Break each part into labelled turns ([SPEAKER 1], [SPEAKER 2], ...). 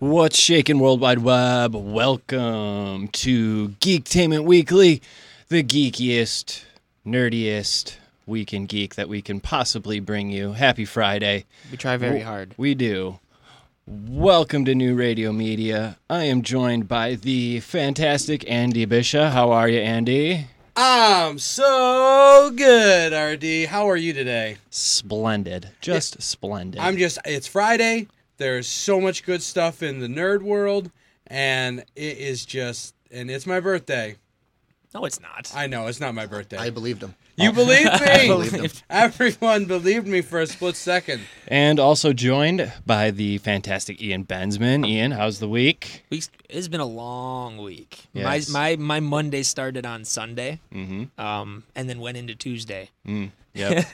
[SPEAKER 1] What's shaking worldwide web? Welcome to Geektainment Weekly, the geekiest, nerdiest weekend geek that we can possibly bring you. Happy Friday.
[SPEAKER 2] We try very hard.
[SPEAKER 1] We do. Welcome to New Radio Media. I am joined by the fantastic Andy Bisha. How are you, Andy?
[SPEAKER 3] I'm so good, RD. How are you today?
[SPEAKER 1] Splendid. Just splendid.
[SPEAKER 3] I'm just, it's Friday. There's so much good stuff in the nerd world, and it is just, and it's my birthday.
[SPEAKER 2] No, it's not.
[SPEAKER 3] I know it's not my birthday.
[SPEAKER 4] I believed him.
[SPEAKER 3] you believe me?
[SPEAKER 4] believed him.
[SPEAKER 3] Everyone believed me for a split second.
[SPEAKER 1] and also joined by the fantastic Ian Benzman. Ian, how's the week?
[SPEAKER 2] Weeks- it's been a long week.
[SPEAKER 1] Yes.
[SPEAKER 2] My, my my Monday started on Sunday,
[SPEAKER 1] Mhm.
[SPEAKER 2] um, and then went into Tuesday,
[SPEAKER 1] Mm, yep.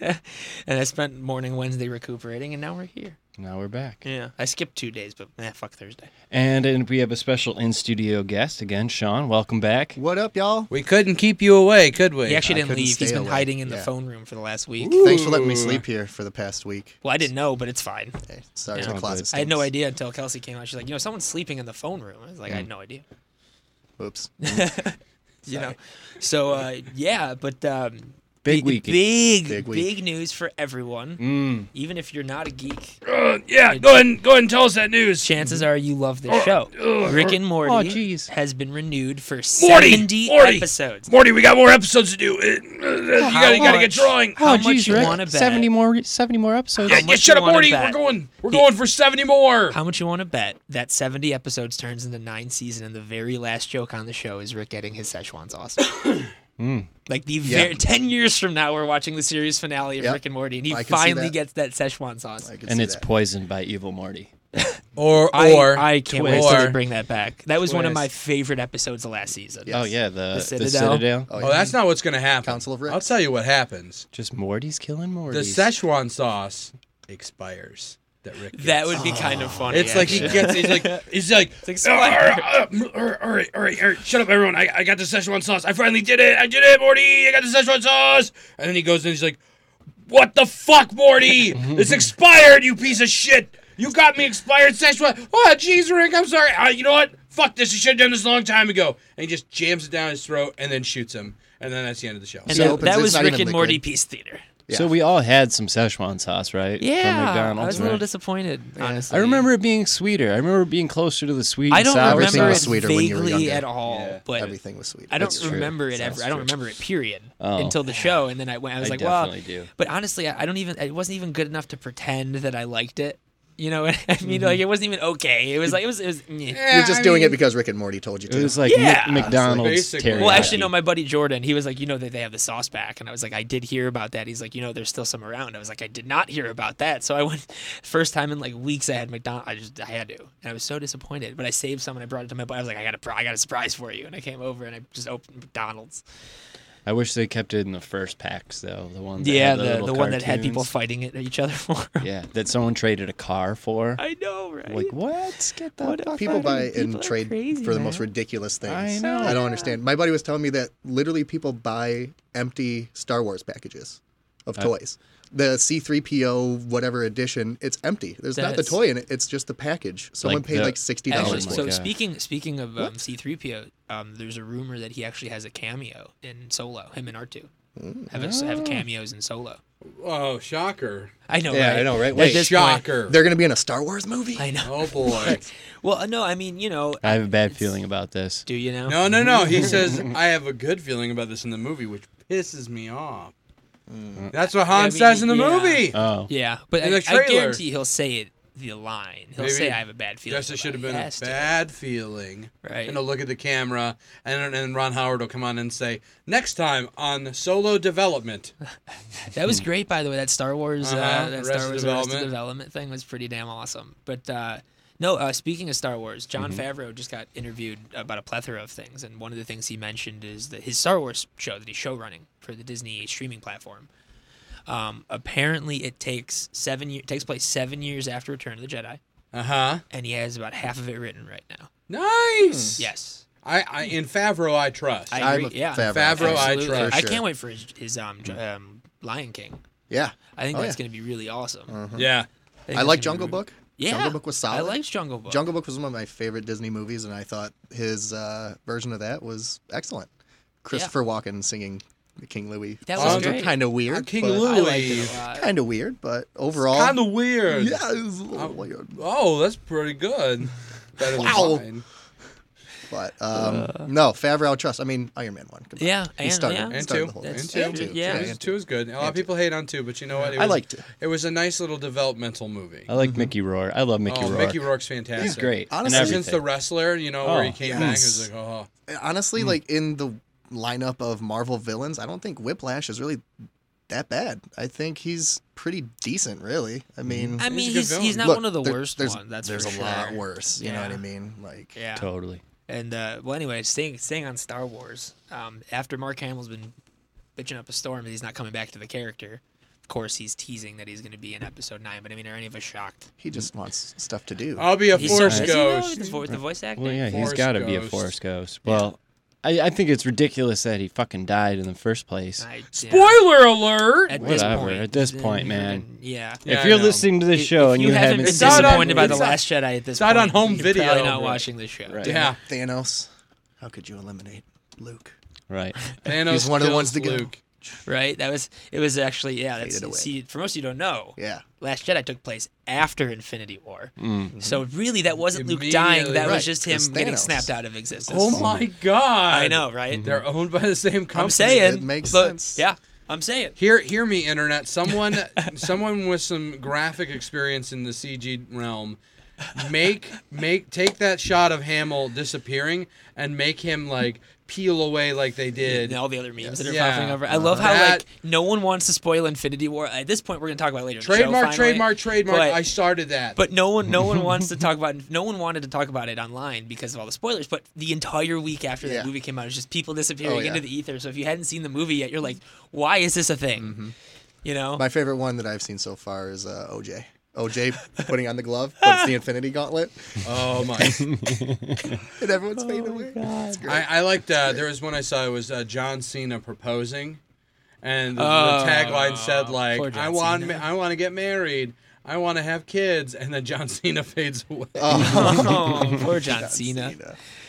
[SPEAKER 2] and I spent morning Wednesday recuperating, and now we're here.
[SPEAKER 1] now we're back.
[SPEAKER 2] Yeah, I skipped two days, but eh, fuck Thursday.
[SPEAKER 1] And, and we have a special in studio guest again, Sean. Welcome back.
[SPEAKER 4] What up, y'all?
[SPEAKER 3] We couldn't keep you away, could we?
[SPEAKER 2] He actually
[SPEAKER 4] I
[SPEAKER 2] didn't
[SPEAKER 4] couldn't
[SPEAKER 2] leave. He's
[SPEAKER 4] stay
[SPEAKER 2] been
[SPEAKER 4] away.
[SPEAKER 2] hiding in the
[SPEAKER 4] Yeah.
[SPEAKER 2] phone room for the last week.
[SPEAKER 4] Thanks for letting me
[SPEAKER 3] Ooh.
[SPEAKER 4] sleep here for the past week.
[SPEAKER 2] Well, I didn't know, but it's fine.
[SPEAKER 4] Okay, sorry,
[SPEAKER 2] Yeah.
[SPEAKER 4] the
[SPEAKER 1] All
[SPEAKER 4] closet.
[SPEAKER 1] good.
[SPEAKER 2] I had no
[SPEAKER 4] stinks.
[SPEAKER 2] idea until Kelsey came out. She's like, you know, someone's sleeping in the phone room. I was like, I had no idea.
[SPEAKER 4] Oops.
[SPEAKER 2] you know. So uh, yeah, but um,
[SPEAKER 1] Big
[SPEAKER 2] big,
[SPEAKER 1] weekend.
[SPEAKER 2] big,
[SPEAKER 4] Big
[SPEAKER 2] big,
[SPEAKER 4] week.
[SPEAKER 2] news for everyone.
[SPEAKER 1] Mm.
[SPEAKER 2] Even if you're not a geek,
[SPEAKER 3] Uh, yeah, go ahead, and- go ahead and tell us that news.
[SPEAKER 2] chances are you love this show. Rick and Morty
[SPEAKER 1] Oh, jeez.
[SPEAKER 2] has been renewed for
[SPEAKER 3] Morty,
[SPEAKER 2] 70
[SPEAKER 3] Morty.
[SPEAKER 2] episodes.
[SPEAKER 3] Morty, we got more episodes to do. It- uh, you
[SPEAKER 2] How
[SPEAKER 3] gotta, you gotta get
[SPEAKER 2] much?
[SPEAKER 3] drawing.
[SPEAKER 1] Oh,
[SPEAKER 2] How much you wanna bet?
[SPEAKER 1] 70 more, 70 more episodes.
[SPEAKER 3] Yeah,
[SPEAKER 2] much
[SPEAKER 3] yeah,
[SPEAKER 2] you
[SPEAKER 3] shut up,
[SPEAKER 2] wanna
[SPEAKER 3] Morty.
[SPEAKER 2] bet?
[SPEAKER 3] We're going, we're going for seventy more.
[SPEAKER 2] How much you want to bet that 70 episodes turns into nine season and the very last joke on the show is Rick getting his Szechuan sauce? Like the ver- 10 years from now, we're watching the series finale of
[SPEAKER 4] Yep.
[SPEAKER 2] Rick and Morty, and he
[SPEAKER 4] I can see
[SPEAKER 2] finally
[SPEAKER 4] that.
[SPEAKER 2] gets that Szechuan sauce.
[SPEAKER 4] I can
[SPEAKER 1] And
[SPEAKER 4] see
[SPEAKER 1] it's
[SPEAKER 4] that.
[SPEAKER 1] poisoned by evil Morty.
[SPEAKER 3] Or,
[SPEAKER 2] I-
[SPEAKER 3] or
[SPEAKER 2] I, can't wait
[SPEAKER 3] Or-
[SPEAKER 2] to bring that back. That was one of
[SPEAKER 3] Twist.
[SPEAKER 2] my favorite episodes of last season.
[SPEAKER 4] Yes.
[SPEAKER 1] Oh, yeah, the, the Citadel.
[SPEAKER 2] Citadel.
[SPEAKER 4] Oh,
[SPEAKER 3] Oh, that's not what's going to happen.
[SPEAKER 4] Council of Ricks.
[SPEAKER 3] I'll tell you what happens.
[SPEAKER 1] Just Morty's killing Morty.
[SPEAKER 3] The Szechuan sauce expires. That Rick. Gets.
[SPEAKER 2] That would be kind of funny.
[SPEAKER 3] It's like he
[SPEAKER 2] actually.
[SPEAKER 3] gets. He's like. He's like.
[SPEAKER 2] like,
[SPEAKER 3] "Oh, all, right, uh, all right, all right, all right, all right. Shut up, everyone. I, I got the Szechuan sauce. I finally did it. I did it, Morty. I got the Szechuan sauce. And then he goes and he's like, "What the fuck, Morty? It's expired. You piece of shit. You got me expired Szechuan. Oh, jeez, Rick. I'm sorry. Uh, you know what? Fuck this. I should have done this a long time ago." And he just jams it down his throat and then shoots him. And then that's the end of the show.
[SPEAKER 2] And
[SPEAKER 4] So
[SPEAKER 2] that-
[SPEAKER 4] it opens-
[SPEAKER 2] that
[SPEAKER 4] it's
[SPEAKER 2] was
[SPEAKER 4] not
[SPEAKER 2] Rick
[SPEAKER 4] even
[SPEAKER 2] and Morty
[SPEAKER 4] liquid.
[SPEAKER 2] Peace Theater.
[SPEAKER 1] So we all had some Szechuan sauce, right? From
[SPEAKER 2] Yeah, I
[SPEAKER 1] McDonald's.
[SPEAKER 2] was a little
[SPEAKER 1] right?
[SPEAKER 2] disappointed. Honestly,
[SPEAKER 1] I remember it being sweeter. I remember it being closer to the sweet.
[SPEAKER 2] I
[SPEAKER 1] and
[SPEAKER 2] don't
[SPEAKER 1] sour
[SPEAKER 4] Everything
[SPEAKER 2] remember it
[SPEAKER 4] was
[SPEAKER 1] sauce.
[SPEAKER 4] sweeter when you were
[SPEAKER 2] vaguely
[SPEAKER 4] younger.
[SPEAKER 2] at all, but
[SPEAKER 4] Everything was sweet.
[SPEAKER 2] I don't
[SPEAKER 4] That's true.
[SPEAKER 2] remember it
[SPEAKER 4] Sounds
[SPEAKER 2] ever. I
[SPEAKER 4] true.
[SPEAKER 2] don't remember it. Period.
[SPEAKER 1] Oh.
[SPEAKER 2] Until the show, and then I went. I was
[SPEAKER 1] I
[SPEAKER 2] like, "Well,"
[SPEAKER 1] definitely do.
[SPEAKER 2] but honestly, I, I don't even. It wasn't even good enough to pretend that I liked it. You know, what I
[SPEAKER 4] Mm-hmm.
[SPEAKER 2] mean, like it wasn't even okay. It was like it was. It was. meh.
[SPEAKER 4] You're just doing it because Rick and Morty told you to.
[SPEAKER 1] It was like
[SPEAKER 2] Yeah.
[SPEAKER 1] Mc- McDonald's
[SPEAKER 3] Basically.
[SPEAKER 1] teriyaki.
[SPEAKER 2] Well, actually, no. My buddy Jordan, he was like, you know that they have the sauce back, and I was like, I did hear about that. He's like, you know, there's still some around. I was like, I did not hear about that. So I went first time in like weeks. I had McDonald. I just I had to, and I was so disappointed. But I saved some and I brought it to my buddy. I was like, I got a pro- I got a surprise for you, and I came over and I just opened McDonald's.
[SPEAKER 1] I wish they kept it in the first packs though. The one. That
[SPEAKER 2] Yeah,
[SPEAKER 1] had
[SPEAKER 2] the
[SPEAKER 1] the,
[SPEAKER 2] the,
[SPEAKER 1] little
[SPEAKER 2] one that had people
[SPEAKER 1] cartoons.
[SPEAKER 2] fighting at each other for.
[SPEAKER 1] Yeah, that someone traded a car for.
[SPEAKER 2] I know, right?
[SPEAKER 1] Like what? Get the
[SPEAKER 2] What a
[SPEAKER 1] fuck
[SPEAKER 4] people
[SPEAKER 1] outta
[SPEAKER 4] buy
[SPEAKER 1] here.
[SPEAKER 4] and
[SPEAKER 2] people are
[SPEAKER 4] trade
[SPEAKER 2] crazy,
[SPEAKER 4] for the most
[SPEAKER 2] man.
[SPEAKER 4] ridiculous things.
[SPEAKER 1] I know.
[SPEAKER 4] I don't understand. My buddy was telling me that literally people buy empty Star Wars packages of
[SPEAKER 1] Uh,
[SPEAKER 4] toys. The C3PO whatever edition, it's empty. There's not the
[SPEAKER 2] That's-
[SPEAKER 4] toy in it. It's just the package. Someone
[SPEAKER 1] Like
[SPEAKER 4] paid
[SPEAKER 1] the-
[SPEAKER 4] like sixty
[SPEAKER 2] Actually,
[SPEAKER 4] dollars
[SPEAKER 1] my
[SPEAKER 4] for
[SPEAKER 2] so
[SPEAKER 4] it.
[SPEAKER 1] God.
[SPEAKER 2] speaking speaking of um, C-3PO, um, there's a rumor that he actually has a cameo in Solo. Him and R2
[SPEAKER 1] Mm.
[SPEAKER 2] have a,
[SPEAKER 1] Ah.
[SPEAKER 2] have cameos in Solo.
[SPEAKER 3] Oh, shocker!
[SPEAKER 2] I know.
[SPEAKER 1] Yeah,
[SPEAKER 2] right?
[SPEAKER 1] I know, right?
[SPEAKER 2] At
[SPEAKER 1] Wait,
[SPEAKER 2] this
[SPEAKER 3] Shocker!
[SPEAKER 4] They're gonna be in a Star Wars movie.
[SPEAKER 2] Point, I know.
[SPEAKER 3] Oh boy.
[SPEAKER 2] Well, uh, no, I mean, you know,
[SPEAKER 1] I have a bad feeling about this.
[SPEAKER 2] do you know?
[SPEAKER 3] No, no, no. He says I have a good feeling about this in the movie, which pisses me off.
[SPEAKER 4] Mm.
[SPEAKER 3] That's what Han
[SPEAKER 2] I mean,
[SPEAKER 3] says in the
[SPEAKER 2] yeah. Uh,
[SPEAKER 3] movie.
[SPEAKER 1] Oh,
[SPEAKER 2] Yeah, but I,
[SPEAKER 3] In the
[SPEAKER 2] I
[SPEAKER 3] trailer.
[SPEAKER 2] guarantee he'll say it the line. He'll
[SPEAKER 3] Maybe.
[SPEAKER 2] say, "I have a bad feeling."
[SPEAKER 3] Yes, it
[SPEAKER 2] about
[SPEAKER 3] should have
[SPEAKER 2] it."
[SPEAKER 3] been
[SPEAKER 2] He
[SPEAKER 3] a
[SPEAKER 2] has to.
[SPEAKER 3] bad feeling.
[SPEAKER 2] Right.
[SPEAKER 3] And he'll look at the camera, and then Ron Howard will come on and say, "Next time on Solo Development."
[SPEAKER 2] That was great, by the way. That Star Wars, uh
[SPEAKER 3] Hmm. Uh-huh,
[SPEAKER 2] that
[SPEAKER 3] Arrested
[SPEAKER 2] Star Wars
[SPEAKER 3] Development.
[SPEAKER 2] Arrested Development thing was pretty damn awesome. But uh, no, uh, speaking of Star Wars, John
[SPEAKER 3] Mm-hmm.
[SPEAKER 2] Favreau just got interviewed about a plethora of things, and one of the things he mentioned is that his Star Wars show that he's show running for the Disney streaming platform. Um, apparently, it takes seven year, takes place seven years after Return of the Jedi,
[SPEAKER 3] Uh huh.
[SPEAKER 2] and he has about half of it written right now.
[SPEAKER 3] Nice.
[SPEAKER 2] Yes.
[SPEAKER 3] I, I in Favreau I trust.
[SPEAKER 2] Hmm. I
[SPEAKER 4] I'm
[SPEAKER 2] agree.
[SPEAKER 4] a
[SPEAKER 2] yeah.
[SPEAKER 4] Favreau.
[SPEAKER 3] Favreau, I
[SPEAKER 2] Absolutely.
[SPEAKER 3] trust.
[SPEAKER 2] I
[SPEAKER 4] For
[SPEAKER 2] can't
[SPEAKER 4] sure.
[SPEAKER 2] wait for his, his um, j- um, Lion King.
[SPEAKER 4] Yeah.
[SPEAKER 2] I think
[SPEAKER 4] Oh,
[SPEAKER 2] that's
[SPEAKER 4] yeah.
[SPEAKER 2] going to be really awesome.
[SPEAKER 3] yeah.
[SPEAKER 2] think
[SPEAKER 4] I
[SPEAKER 2] that's
[SPEAKER 4] like
[SPEAKER 2] gonna be
[SPEAKER 4] Jungle
[SPEAKER 2] really-
[SPEAKER 4] Book.
[SPEAKER 2] Yeah,
[SPEAKER 4] Jungle Book was solid.
[SPEAKER 2] I liked Jungle Book.
[SPEAKER 4] Jungle Book was one of my favorite Disney movies, and I thought his uh, version of that was excellent. Christopher Walken singing King Louis.
[SPEAKER 2] That
[SPEAKER 3] was
[SPEAKER 2] great.
[SPEAKER 4] kind of weird.
[SPEAKER 3] King
[SPEAKER 2] I liked it
[SPEAKER 3] Louis.
[SPEAKER 2] a lot.
[SPEAKER 4] Kind of weird, but overall,
[SPEAKER 3] Kind of weird.
[SPEAKER 4] Oh. yeah, it was a little weird.
[SPEAKER 3] Oh, that's pretty good. Better
[SPEAKER 4] Wow.
[SPEAKER 3] than mine.
[SPEAKER 4] But um, no, Favreau trust. I mean, Iron Man one. Come on.
[SPEAKER 2] uh, Yeah,
[SPEAKER 4] he
[SPEAKER 2] and-
[SPEAKER 4] started,
[SPEAKER 2] yeah.
[SPEAKER 4] he
[SPEAKER 3] And
[SPEAKER 4] started
[SPEAKER 3] two.
[SPEAKER 4] the whole
[SPEAKER 3] And
[SPEAKER 4] thing.
[SPEAKER 3] two.
[SPEAKER 2] And two,
[SPEAKER 3] Yeah,
[SPEAKER 2] yeah.
[SPEAKER 3] and two is good. A lot of people hate on two, but you know what? It
[SPEAKER 4] I
[SPEAKER 3] was-
[SPEAKER 4] liked it.
[SPEAKER 3] It was a nice little developmental movie.
[SPEAKER 1] I like Mickey Rourke. I love Mickey
[SPEAKER 3] oh,
[SPEAKER 1] Rourke.
[SPEAKER 3] Mickey Rourke's fantastic.
[SPEAKER 1] He's great. in
[SPEAKER 4] Honestly,
[SPEAKER 3] Since
[SPEAKER 1] everything.
[SPEAKER 3] the wrestler, you know, where he
[SPEAKER 1] Oh,
[SPEAKER 3] came back, it
[SPEAKER 4] yes.
[SPEAKER 3] was like, oh,
[SPEAKER 4] honestly, like in the lineup of Marvel villains, I don't think Whiplash is really that bad. I think he's pretty decent, really. I mean,
[SPEAKER 2] I mean,
[SPEAKER 3] good
[SPEAKER 2] he's,
[SPEAKER 3] villain.
[SPEAKER 2] he's not
[SPEAKER 4] look,
[SPEAKER 2] one of the
[SPEAKER 4] there-
[SPEAKER 2] worst
[SPEAKER 4] there's,
[SPEAKER 2] ones. That's
[SPEAKER 4] there's
[SPEAKER 2] for
[SPEAKER 4] a
[SPEAKER 2] sure.
[SPEAKER 4] lot worse. You know what I
[SPEAKER 2] Yeah.
[SPEAKER 4] mean? Like,
[SPEAKER 2] Yeah.
[SPEAKER 1] Totally.
[SPEAKER 2] And uh, well, anyway, staying staying on Star Wars. Um, after Mark Hamill's been bitching up a storm that he's not coming back to the character, of course he's teasing that he's going to be in Episode Nine. But I mean, are any of us shocked?
[SPEAKER 4] he just wants stuff to
[SPEAKER 2] Oh,
[SPEAKER 4] do.
[SPEAKER 3] I'll be a
[SPEAKER 2] He's
[SPEAKER 3] force
[SPEAKER 2] so busy, though, with
[SPEAKER 3] ghost.
[SPEAKER 2] The, vo- the voice acting.
[SPEAKER 1] Well, yeah, he's
[SPEAKER 3] Forest
[SPEAKER 1] got to be a
[SPEAKER 3] Ghost.
[SPEAKER 1] forest ghost. Well, I, I think it's ridiculous that he fucking died in the first place.
[SPEAKER 2] I- yeah.
[SPEAKER 3] Spoiler alert!
[SPEAKER 2] At this
[SPEAKER 1] Whatever,
[SPEAKER 2] point,
[SPEAKER 1] at this
[SPEAKER 2] then
[SPEAKER 1] point,
[SPEAKER 2] you're
[SPEAKER 1] man.
[SPEAKER 2] gonna- Yeah.
[SPEAKER 3] Yeah,
[SPEAKER 1] if
[SPEAKER 3] I
[SPEAKER 1] you're
[SPEAKER 3] know.
[SPEAKER 1] listening to this
[SPEAKER 2] If-
[SPEAKER 1] show
[SPEAKER 2] if
[SPEAKER 1] and
[SPEAKER 2] you,
[SPEAKER 1] you,
[SPEAKER 2] haven't been
[SPEAKER 1] seen it,
[SPEAKER 3] on-
[SPEAKER 2] disappointed by the
[SPEAKER 3] it's on-
[SPEAKER 2] last Jedi at this
[SPEAKER 3] it's not
[SPEAKER 2] point,
[SPEAKER 3] on home
[SPEAKER 2] you're
[SPEAKER 3] video,
[SPEAKER 2] probably not
[SPEAKER 3] right.
[SPEAKER 2] watching this show.
[SPEAKER 1] Right.
[SPEAKER 3] Yeah,
[SPEAKER 4] Thanos, how could you eliminate Luke?
[SPEAKER 1] right?
[SPEAKER 3] Thanos
[SPEAKER 4] He's one of the
[SPEAKER 3] kills
[SPEAKER 4] ones that go-
[SPEAKER 3] Luke.
[SPEAKER 2] Right? That was it. Was actually yeah. That's
[SPEAKER 4] Faded away.
[SPEAKER 2] see for most of you don't know.
[SPEAKER 4] Yeah.
[SPEAKER 2] Last Jedi took place after Infinity War. So really, that wasn't Luke
[SPEAKER 3] Immediately.
[SPEAKER 2] dying. That
[SPEAKER 4] Right,
[SPEAKER 2] was just
[SPEAKER 4] it
[SPEAKER 2] him
[SPEAKER 4] was
[SPEAKER 2] getting
[SPEAKER 4] Thanos.
[SPEAKER 2] snapped out of existence.
[SPEAKER 3] Oh my god!
[SPEAKER 2] I know, right?
[SPEAKER 3] They're owned by the same company.
[SPEAKER 2] I'm saying.
[SPEAKER 4] It makes
[SPEAKER 2] but-
[SPEAKER 4] sense.
[SPEAKER 2] Yeah, I'm saying.
[SPEAKER 3] Hear, hear me, internet. Someone, someone with some graphic experience in the CG realm, make make take that shot of Hamill disappearing and make him like peel away like they did.
[SPEAKER 2] And all the other memes that are
[SPEAKER 3] Yeah.
[SPEAKER 2] popping over. I love
[SPEAKER 4] Uh,
[SPEAKER 2] how
[SPEAKER 3] That-
[SPEAKER 2] like no one wants to spoil Infinity War. At this point, we're gonna talk about it later. in the show,
[SPEAKER 3] Trademark,
[SPEAKER 2] finally.
[SPEAKER 3] trademark, trademark.
[SPEAKER 2] But-
[SPEAKER 3] I started that.
[SPEAKER 2] But no one, no one wants to talk about. No one wanted to talk about it online because of all the spoilers. But the entire week after that
[SPEAKER 4] Yeah. Oh,
[SPEAKER 2] movie came out, it's just people disappearing
[SPEAKER 4] yeah.
[SPEAKER 2] into the ether. So if you hadn't seen the movie yet, you're like, why is this a thing? You know,
[SPEAKER 4] My favorite one that I've seen so far is uh, OJ. OJ putting on the glove, but it's the Infinity Gauntlet,
[SPEAKER 3] oh my!
[SPEAKER 4] and
[SPEAKER 2] Oh
[SPEAKER 4] everyone's fading away. It's great.
[SPEAKER 3] I, I liked. Uh, there was one I saw. It was uh, John Cena proposing, and the,
[SPEAKER 2] Oh,
[SPEAKER 3] the tagline said
[SPEAKER 2] poor
[SPEAKER 3] like,
[SPEAKER 2] John
[SPEAKER 3] "I want,
[SPEAKER 2] Cena.
[SPEAKER 3] ma- I want to get married, I want to have kids," and then John Cena fades away.
[SPEAKER 2] oh, poor John, Cena.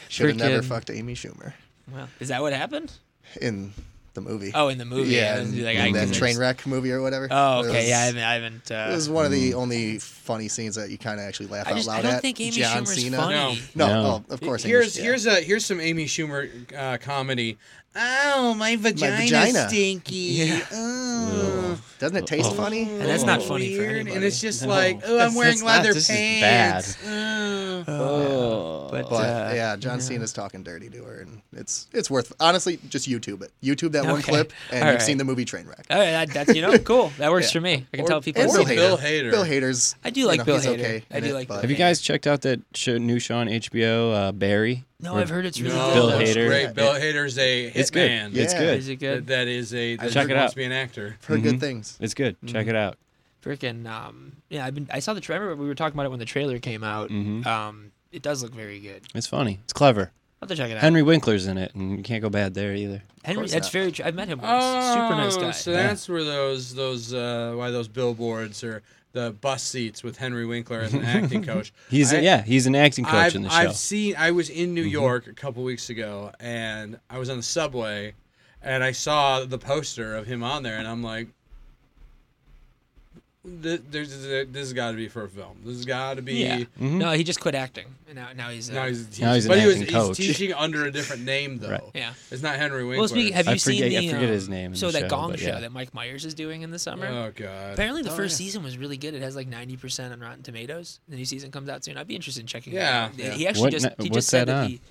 [SPEAKER 4] Should have never
[SPEAKER 2] Freaking-
[SPEAKER 4] fucked Amy Schumer
[SPEAKER 2] Well, is that what happened?
[SPEAKER 4] in the movie.
[SPEAKER 2] Oh, in the movie.
[SPEAKER 4] yeah,
[SPEAKER 2] and
[SPEAKER 4] in,
[SPEAKER 2] like,
[SPEAKER 4] in
[SPEAKER 2] I-
[SPEAKER 4] that
[SPEAKER 2] I-
[SPEAKER 4] train wreck movie or whatever.
[SPEAKER 2] Oh,
[SPEAKER 4] It
[SPEAKER 2] okay.
[SPEAKER 4] was-
[SPEAKER 2] Yeah, I haven't. I haven't uh,
[SPEAKER 4] It was one of the only funny scenes that you kind of actually laugh
[SPEAKER 2] I
[SPEAKER 4] out
[SPEAKER 2] just
[SPEAKER 4] loud
[SPEAKER 2] I don't
[SPEAKER 4] at.
[SPEAKER 2] think Amy
[SPEAKER 4] John
[SPEAKER 2] Schumer's
[SPEAKER 4] Cena.
[SPEAKER 2] funny.
[SPEAKER 4] No,
[SPEAKER 3] No.
[SPEAKER 1] No.
[SPEAKER 4] oh, of course. Amy-
[SPEAKER 3] Here's
[SPEAKER 4] yeah.
[SPEAKER 3] here's a here's some Amy Schumer uh, comedy. Oh, my vagina,
[SPEAKER 4] vagina.
[SPEAKER 3] stinky.
[SPEAKER 4] Yeah.
[SPEAKER 3] Oh.
[SPEAKER 4] Doesn't it taste funny?
[SPEAKER 2] And that's not funny for
[SPEAKER 3] Weird. And
[SPEAKER 2] anybody.
[SPEAKER 3] it's just like, oh,
[SPEAKER 1] That's-
[SPEAKER 3] I'm wearing
[SPEAKER 1] that's not-
[SPEAKER 3] leather
[SPEAKER 1] this is
[SPEAKER 3] pants. Ugh.
[SPEAKER 1] Oh,
[SPEAKER 2] But,
[SPEAKER 4] But
[SPEAKER 2] uh,
[SPEAKER 4] yeah, John Cena's talking dirty to her, and it's it's worth honestly just YouTube it. YouTube that one
[SPEAKER 2] Okay.
[SPEAKER 4] clip, and
[SPEAKER 2] All
[SPEAKER 4] you've seen
[SPEAKER 2] right.
[SPEAKER 4] the movie Trainwreck.
[SPEAKER 2] all right, oh, that, that's you know cool. That works for me. I can
[SPEAKER 3] Or-
[SPEAKER 2] tell people.
[SPEAKER 3] or
[SPEAKER 2] it's
[SPEAKER 3] Bill
[SPEAKER 2] okay.
[SPEAKER 3] Bill Hader.
[SPEAKER 4] Bill Hader's.
[SPEAKER 2] I do like
[SPEAKER 4] you know,
[SPEAKER 2] Bill
[SPEAKER 4] he's
[SPEAKER 2] Hader.
[SPEAKER 4] Okay
[SPEAKER 2] I
[SPEAKER 4] in
[SPEAKER 2] do
[SPEAKER 4] it,
[SPEAKER 2] like Bill
[SPEAKER 4] but-
[SPEAKER 1] have you guys checked out that show, new show on HBO, uh, Barry?
[SPEAKER 2] No,
[SPEAKER 1] Where-
[SPEAKER 2] I've heard it's really
[SPEAKER 3] No,
[SPEAKER 1] Bill
[SPEAKER 3] that's
[SPEAKER 1] Hader.
[SPEAKER 3] Great. Bill Hader's a
[SPEAKER 1] It's good.
[SPEAKER 3] hitman.
[SPEAKER 1] It's
[SPEAKER 4] Yeah.
[SPEAKER 1] good.
[SPEAKER 2] Is it
[SPEAKER 3] That-
[SPEAKER 2] good?
[SPEAKER 3] That is a that
[SPEAKER 1] Check it
[SPEAKER 3] wants
[SPEAKER 1] out.
[SPEAKER 3] to be an actor.
[SPEAKER 4] I've heard good
[SPEAKER 1] Mm-hmm.
[SPEAKER 4] things.
[SPEAKER 1] It's good. Check it out.
[SPEAKER 2] Freaking um, yeah. I've been. I saw the trailer. We were talking about it when the trailer came out.
[SPEAKER 1] Mm-hmm.
[SPEAKER 2] Um, it does look very good.
[SPEAKER 1] It's funny. It's clever.
[SPEAKER 2] I'll have to check it out.
[SPEAKER 1] Henry Winkler's in it, and you can't go bad there either.
[SPEAKER 2] Henry
[SPEAKER 4] course
[SPEAKER 2] that's
[SPEAKER 4] not.
[SPEAKER 2] very. Tr- I've met him once.
[SPEAKER 3] Oh,
[SPEAKER 2] Super nice guy.
[SPEAKER 3] So that's where those those uh, why those billboards or the bus seats with Henry Winkler as an acting coach.
[SPEAKER 1] He's
[SPEAKER 3] I-
[SPEAKER 1] yeah, he's an acting coach
[SPEAKER 3] I've,
[SPEAKER 1] in the show. Mm-hmm.
[SPEAKER 3] I've seen. I was in New York a couple weeks ago, and I was on the subway, and I saw the poster of him on there, and I'm like, "Th- "There's this has got to be for a film. This has got to be."
[SPEAKER 2] yeah. No, he just quit acting, and now now he's. Uh,
[SPEAKER 3] Now he's,
[SPEAKER 1] Mm-hmm. Now he's an
[SPEAKER 3] but he was,
[SPEAKER 1] acting coach.
[SPEAKER 3] he's teaching under a different name though.
[SPEAKER 1] Right.
[SPEAKER 2] Yeah.
[SPEAKER 3] It's not Henry Winkler.
[SPEAKER 2] well, speaking, have
[SPEAKER 1] I
[SPEAKER 2] you seen
[SPEAKER 1] forget- I
[SPEAKER 2] the?
[SPEAKER 1] forget
[SPEAKER 2] um,
[SPEAKER 1] his name in
[SPEAKER 2] So
[SPEAKER 1] the
[SPEAKER 2] that
[SPEAKER 1] show,
[SPEAKER 2] Gong
[SPEAKER 1] but
[SPEAKER 2] show
[SPEAKER 1] yeah.
[SPEAKER 2] that Mike Myers is doing in the summer.
[SPEAKER 3] oh god.
[SPEAKER 2] Apparently, the first season was really good. It has like ninety percent on Rotten Tomatoes. The new season comes out soon. I'd be interested in checking.
[SPEAKER 3] Yeah.
[SPEAKER 2] it out.
[SPEAKER 3] Yeah.
[SPEAKER 2] He actually
[SPEAKER 1] What
[SPEAKER 2] just
[SPEAKER 1] ne-
[SPEAKER 2] he
[SPEAKER 1] what's
[SPEAKER 2] just said
[SPEAKER 1] that
[SPEAKER 2] that,
[SPEAKER 1] on?
[SPEAKER 2] he.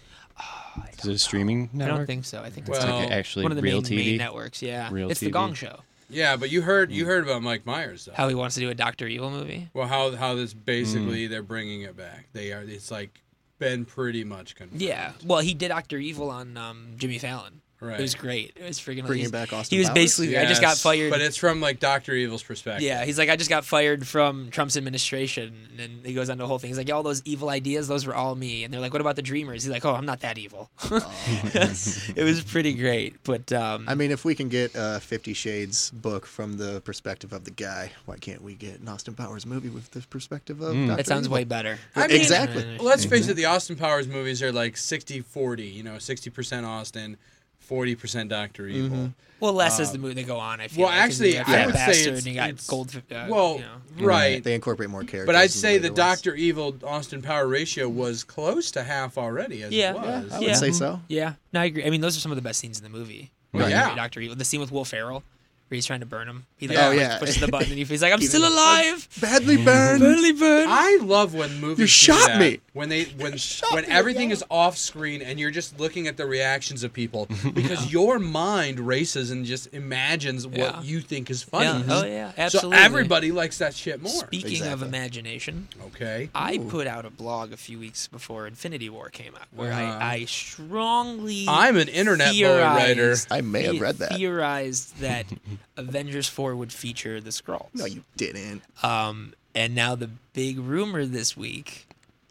[SPEAKER 2] Oh, I
[SPEAKER 1] Is it a streaming
[SPEAKER 2] I
[SPEAKER 1] network?
[SPEAKER 2] don't think so. I think it's
[SPEAKER 3] Well,
[SPEAKER 2] like
[SPEAKER 1] Like, actually,
[SPEAKER 2] one of the
[SPEAKER 1] real
[SPEAKER 2] main,
[SPEAKER 1] TV.
[SPEAKER 2] main networks. Yeah,
[SPEAKER 1] Real
[SPEAKER 2] it's
[SPEAKER 1] TV.
[SPEAKER 2] the Gong Show.
[SPEAKER 3] Yeah, but you heard you heard about Mike Myers though.
[SPEAKER 2] Mm. How he wants to do a Doctor Evil movie.
[SPEAKER 3] well, how how this
[SPEAKER 2] Mm.
[SPEAKER 3] basically they're bringing it back. They are. It's like been pretty much confirmed.
[SPEAKER 2] Yeah. Well, he did Doctor Evil on um, Jimmy Fallon.
[SPEAKER 3] Right.
[SPEAKER 2] It was great. It was freaking.
[SPEAKER 4] Bringing
[SPEAKER 2] he's-
[SPEAKER 4] back Austin
[SPEAKER 2] He was
[SPEAKER 4] Powers?
[SPEAKER 2] basically. I just got
[SPEAKER 3] Yes,
[SPEAKER 2] fired.
[SPEAKER 3] But it's from like Doctor Evil's perspective.
[SPEAKER 2] yeah, he's like, I just got fired from Trump's administration, and then he goes on the whole thing. He's like, yeah, all those evil ideas, those were all me. And they're like, what about the dreamers? He's like, oh, I'm not that evil. it was pretty great, but um,
[SPEAKER 4] I mean, if we can get a Fifty Shades book from the perspective of the guy, why can't we get an Austin Powers movie with the perspective of? Dr.
[SPEAKER 2] Hmm. that sounds
[SPEAKER 4] Evil?
[SPEAKER 2] way better.
[SPEAKER 3] I mean,
[SPEAKER 4] Exactly.
[SPEAKER 3] Let's face
[SPEAKER 2] Mm-hmm.
[SPEAKER 3] it, the Austin Powers movies are like 60 40, you know, 60% Austin, 40% Doctor Evil.
[SPEAKER 2] Mm-hmm. Well, less as the movie they go on. I feel.
[SPEAKER 3] Uh, well,
[SPEAKER 2] like, 'cause
[SPEAKER 3] actually,
[SPEAKER 2] you got
[SPEAKER 3] I
[SPEAKER 2] Fat
[SPEAKER 3] would say
[SPEAKER 2] Bastard
[SPEAKER 3] it's-
[SPEAKER 2] and you got
[SPEAKER 3] it's-
[SPEAKER 2] gold. Uh,
[SPEAKER 3] Well,
[SPEAKER 2] you know.
[SPEAKER 3] right.
[SPEAKER 4] They incorporate more characters.
[SPEAKER 3] But I'd
[SPEAKER 4] in
[SPEAKER 3] say
[SPEAKER 4] later
[SPEAKER 3] the
[SPEAKER 4] ones.
[SPEAKER 3] Doctor Evil Austin Power ratio was close to half already as
[SPEAKER 2] Yeah.
[SPEAKER 3] it
[SPEAKER 2] Yeah,
[SPEAKER 3] was.
[SPEAKER 4] I would
[SPEAKER 2] Yeah.
[SPEAKER 4] say so.
[SPEAKER 2] Yeah, no, I agree. I mean, those are some of the best scenes in the movie.
[SPEAKER 3] Well,
[SPEAKER 2] Right.
[SPEAKER 3] yeah.
[SPEAKER 2] Doctor Evil. The scene with Will Ferrell, where he's trying to burn him. He like,
[SPEAKER 4] Oh,
[SPEAKER 2] like,
[SPEAKER 4] yeah.
[SPEAKER 2] pushes the button and he- he's like, "I'm still
[SPEAKER 4] Even-
[SPEAKER 2] alive."
[SPEAKER 4] Badly burned.
[SPEAKER 2] Barely burned.
[SPEAKER 3] I love when movies do
[SPEAKER 4] shot
[SPEAKER 3] that.
[SPEAKER 4] me.
[SPEAKER 3] when they when when everything is off screen and you're just looking at the reactions of people because your mind races and just imagines
[SPEAKER 2] Yeah.
[SPEAKER 3] what you think is funny.
[SPEAKER 2] Yeah. Oh yeah, absolutely.
[SPEAKER 3] So everybody likes that shit more.
[SPEAKER 2] Speaking of
[SPEAKER 4] Exactly.
[SPEAKER 2] imagination,
[SPEAKER 3] okay.
[SPEAKER 2] I put out a blog a few weeks before Infinity War came out, where
[SPEAKER 3] Uh-huh.
[SPEAKER 2] I, I strongly
[SPEAKER 3] I'm an internet boy writer.
[SPEAKER 2] theorized-
[SPEAKER 4] I may have read that.
[SPEAKER 2] Theorized that Avengers Four would feature the Skrulls.
[SPEAKER 4] No, you didn't.
[SPEAKER 2] Um, and now the big rumor this week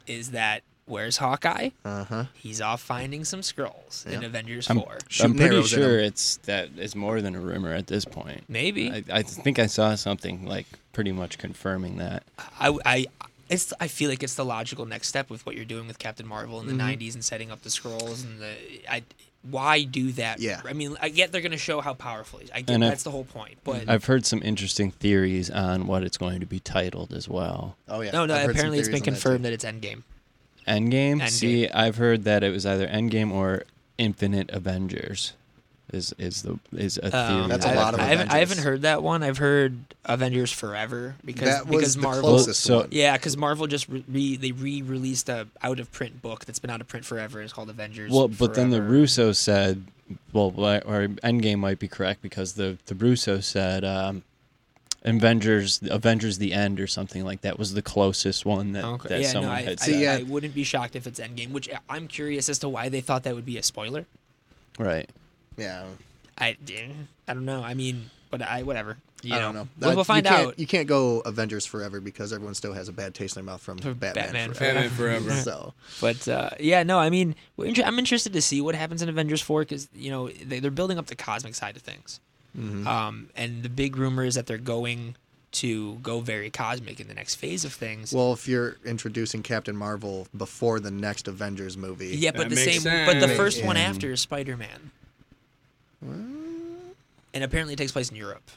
[SPEAKER 2] is that where's Hawkeye?
[SPEAKER 4] Uh huh.
[SPEAKER 2] He's off finding some Skrulls in Avengers
[SPEAKER 1] I'm-
[SPEAKER 2] Four.
[SPEAKER 1] I'm
[SPEAKER 4] Shooting
[SPEAKER 1] pretty
[SPEAKER 4] arrows at
[SPEAKER 1] sure it's that is more than a rumor at this point.
[SPEAKER 2] Maybe
[SPEAKER 1] I, I think I saw something like pretty much confirming that.
[SPEAKER 2] I, I, it's. I feel like it's the logical next step with what you're doing with Captain Marvel in
[SPEAKER 4] Mm-hmm.
[SPEAKER 2] the '90s and setting up the scrolls and the. I, why do that?
[SPEAKER 4] Yeah.
[SPEAKER 2] I mean, I get they're going to show how powerful. he is. I get
[SPEAKER 1] And I-
[SPEAKER 2] that's the whole point. But
[SPEAKER 1] I've heard some interesting theories on what it's going to be titled as well.
[SPEAKER 4] Oh yeah.
[SPEAKER 2] no, no.
[SPEAKER 4] I've heard some
[SPEAKER 2] apparently, it's been
[SPEAKER 4] theories on
[SPEAKER 2] confirmed that, it's Endgame.
[SPEAKER 1] Endgame?
[SPEAKER 2] Endgame.
[SPEAKER 1] See, I've heard that it was either Endgame or Infinite Avengers. Is is the is a theory?
[SPEAKER 4] That's
[SPEAKER 1] that
[SPEAKER 4] a
[SPEAKER 2] I,
[SPEAKER 1] I've
[SPEAKER 4] lot of
[SPEAKER 2] I
[SPEAKER 1] heard.
[SPEAKER 2] haven't, I
[SPEAKER 4] Avengers.
[SPEAKER 2] haven't heard that one. I've heard Avengers Forever
[SPEAKER 4] too.
[SPEAKER 2] because
[SPEAKER 4] That was
[SPEAKER 2] because
[SPEAKER 4] the
[SPEAKER 2] Marvel.
[SPEAKER 4] closest
[SPEAKER 1] Well, so-
[SPEAKER 4] one.
[SPEAKER 2] Yeah, because Marvel just re- re- they re-released a out of print book that's been out of print forever. It's called Avengers.
[SPEAKER 1] Well, but then the
[SPEAKER 2] Forever.
[SPEAKER 1] Russo said, well, wh- or Endgame might be correct because the the Russo said um, Avengers Avengers the End or something like that was the closest one that,
[SPEAKER 2] Okay.
[SPEAKER 1] that
[SPEAKER 2] yeah, no,
[SPEAKER 1] someone
[SPEAKER 2] I,
[SPEAKER 1] had
[SPEAKER 2] I,
[SPEAKER 1] said.
[SPEAKER 4] yeah.
[SPEAKER 2] I wouldn't be shocked if it's Endgame, which I- I'm curious as to why they thought that would be a spoiler.
[SPEAKER 1] Right.
[SPEAKER 4] Yeah.
[SPEAKER 2] I, eh, I don't know. I mean, but I whatever. You
[SPEAKER 4] I don't know.
[SPEAKER 2] We'll,
[SPEAKER 4] Uh,
[SPEAKER 2] we'll find
[SPEAKER 4] you can't-
[SPEAKER 2] out.
[SPEAKER 4] You can't go Avengers forever because everyone still has a bad taste in their mouth from Batman,
[SPEAKER 2] Batman
[SPEAKER 4] forever.
[SPEAKER 3] Batman Forever.
[SPEAKER 4] so
[SPEAKER 2] But uh, yeah, no, I mean, we're inter- I'm interested to see what happens in Avengers Four because you know they, they're building up the cosmic side of things,
[SPEAKER 4] Mm-hmm.
[SPEAKER 2] um, and the big rumor is that they're going to go very cosmic in the next phase of things.
[SPEAKER 4] well, if you're introducing Captain Marvel before the next Avengers movie,
[SPEAKER 2] Yeah, but
[SPEAKER 3] That
[SPEAKER 2] the same.
[SPEAKER 3] makes
[SPEAKER 2] But the
[SPEAKER 3] sense.
[SPEAKER 2] first one
[SPEAKER 4] Yeah.
[SPEAKER 2] after is Spider Man, and apparently it takes place in Europe.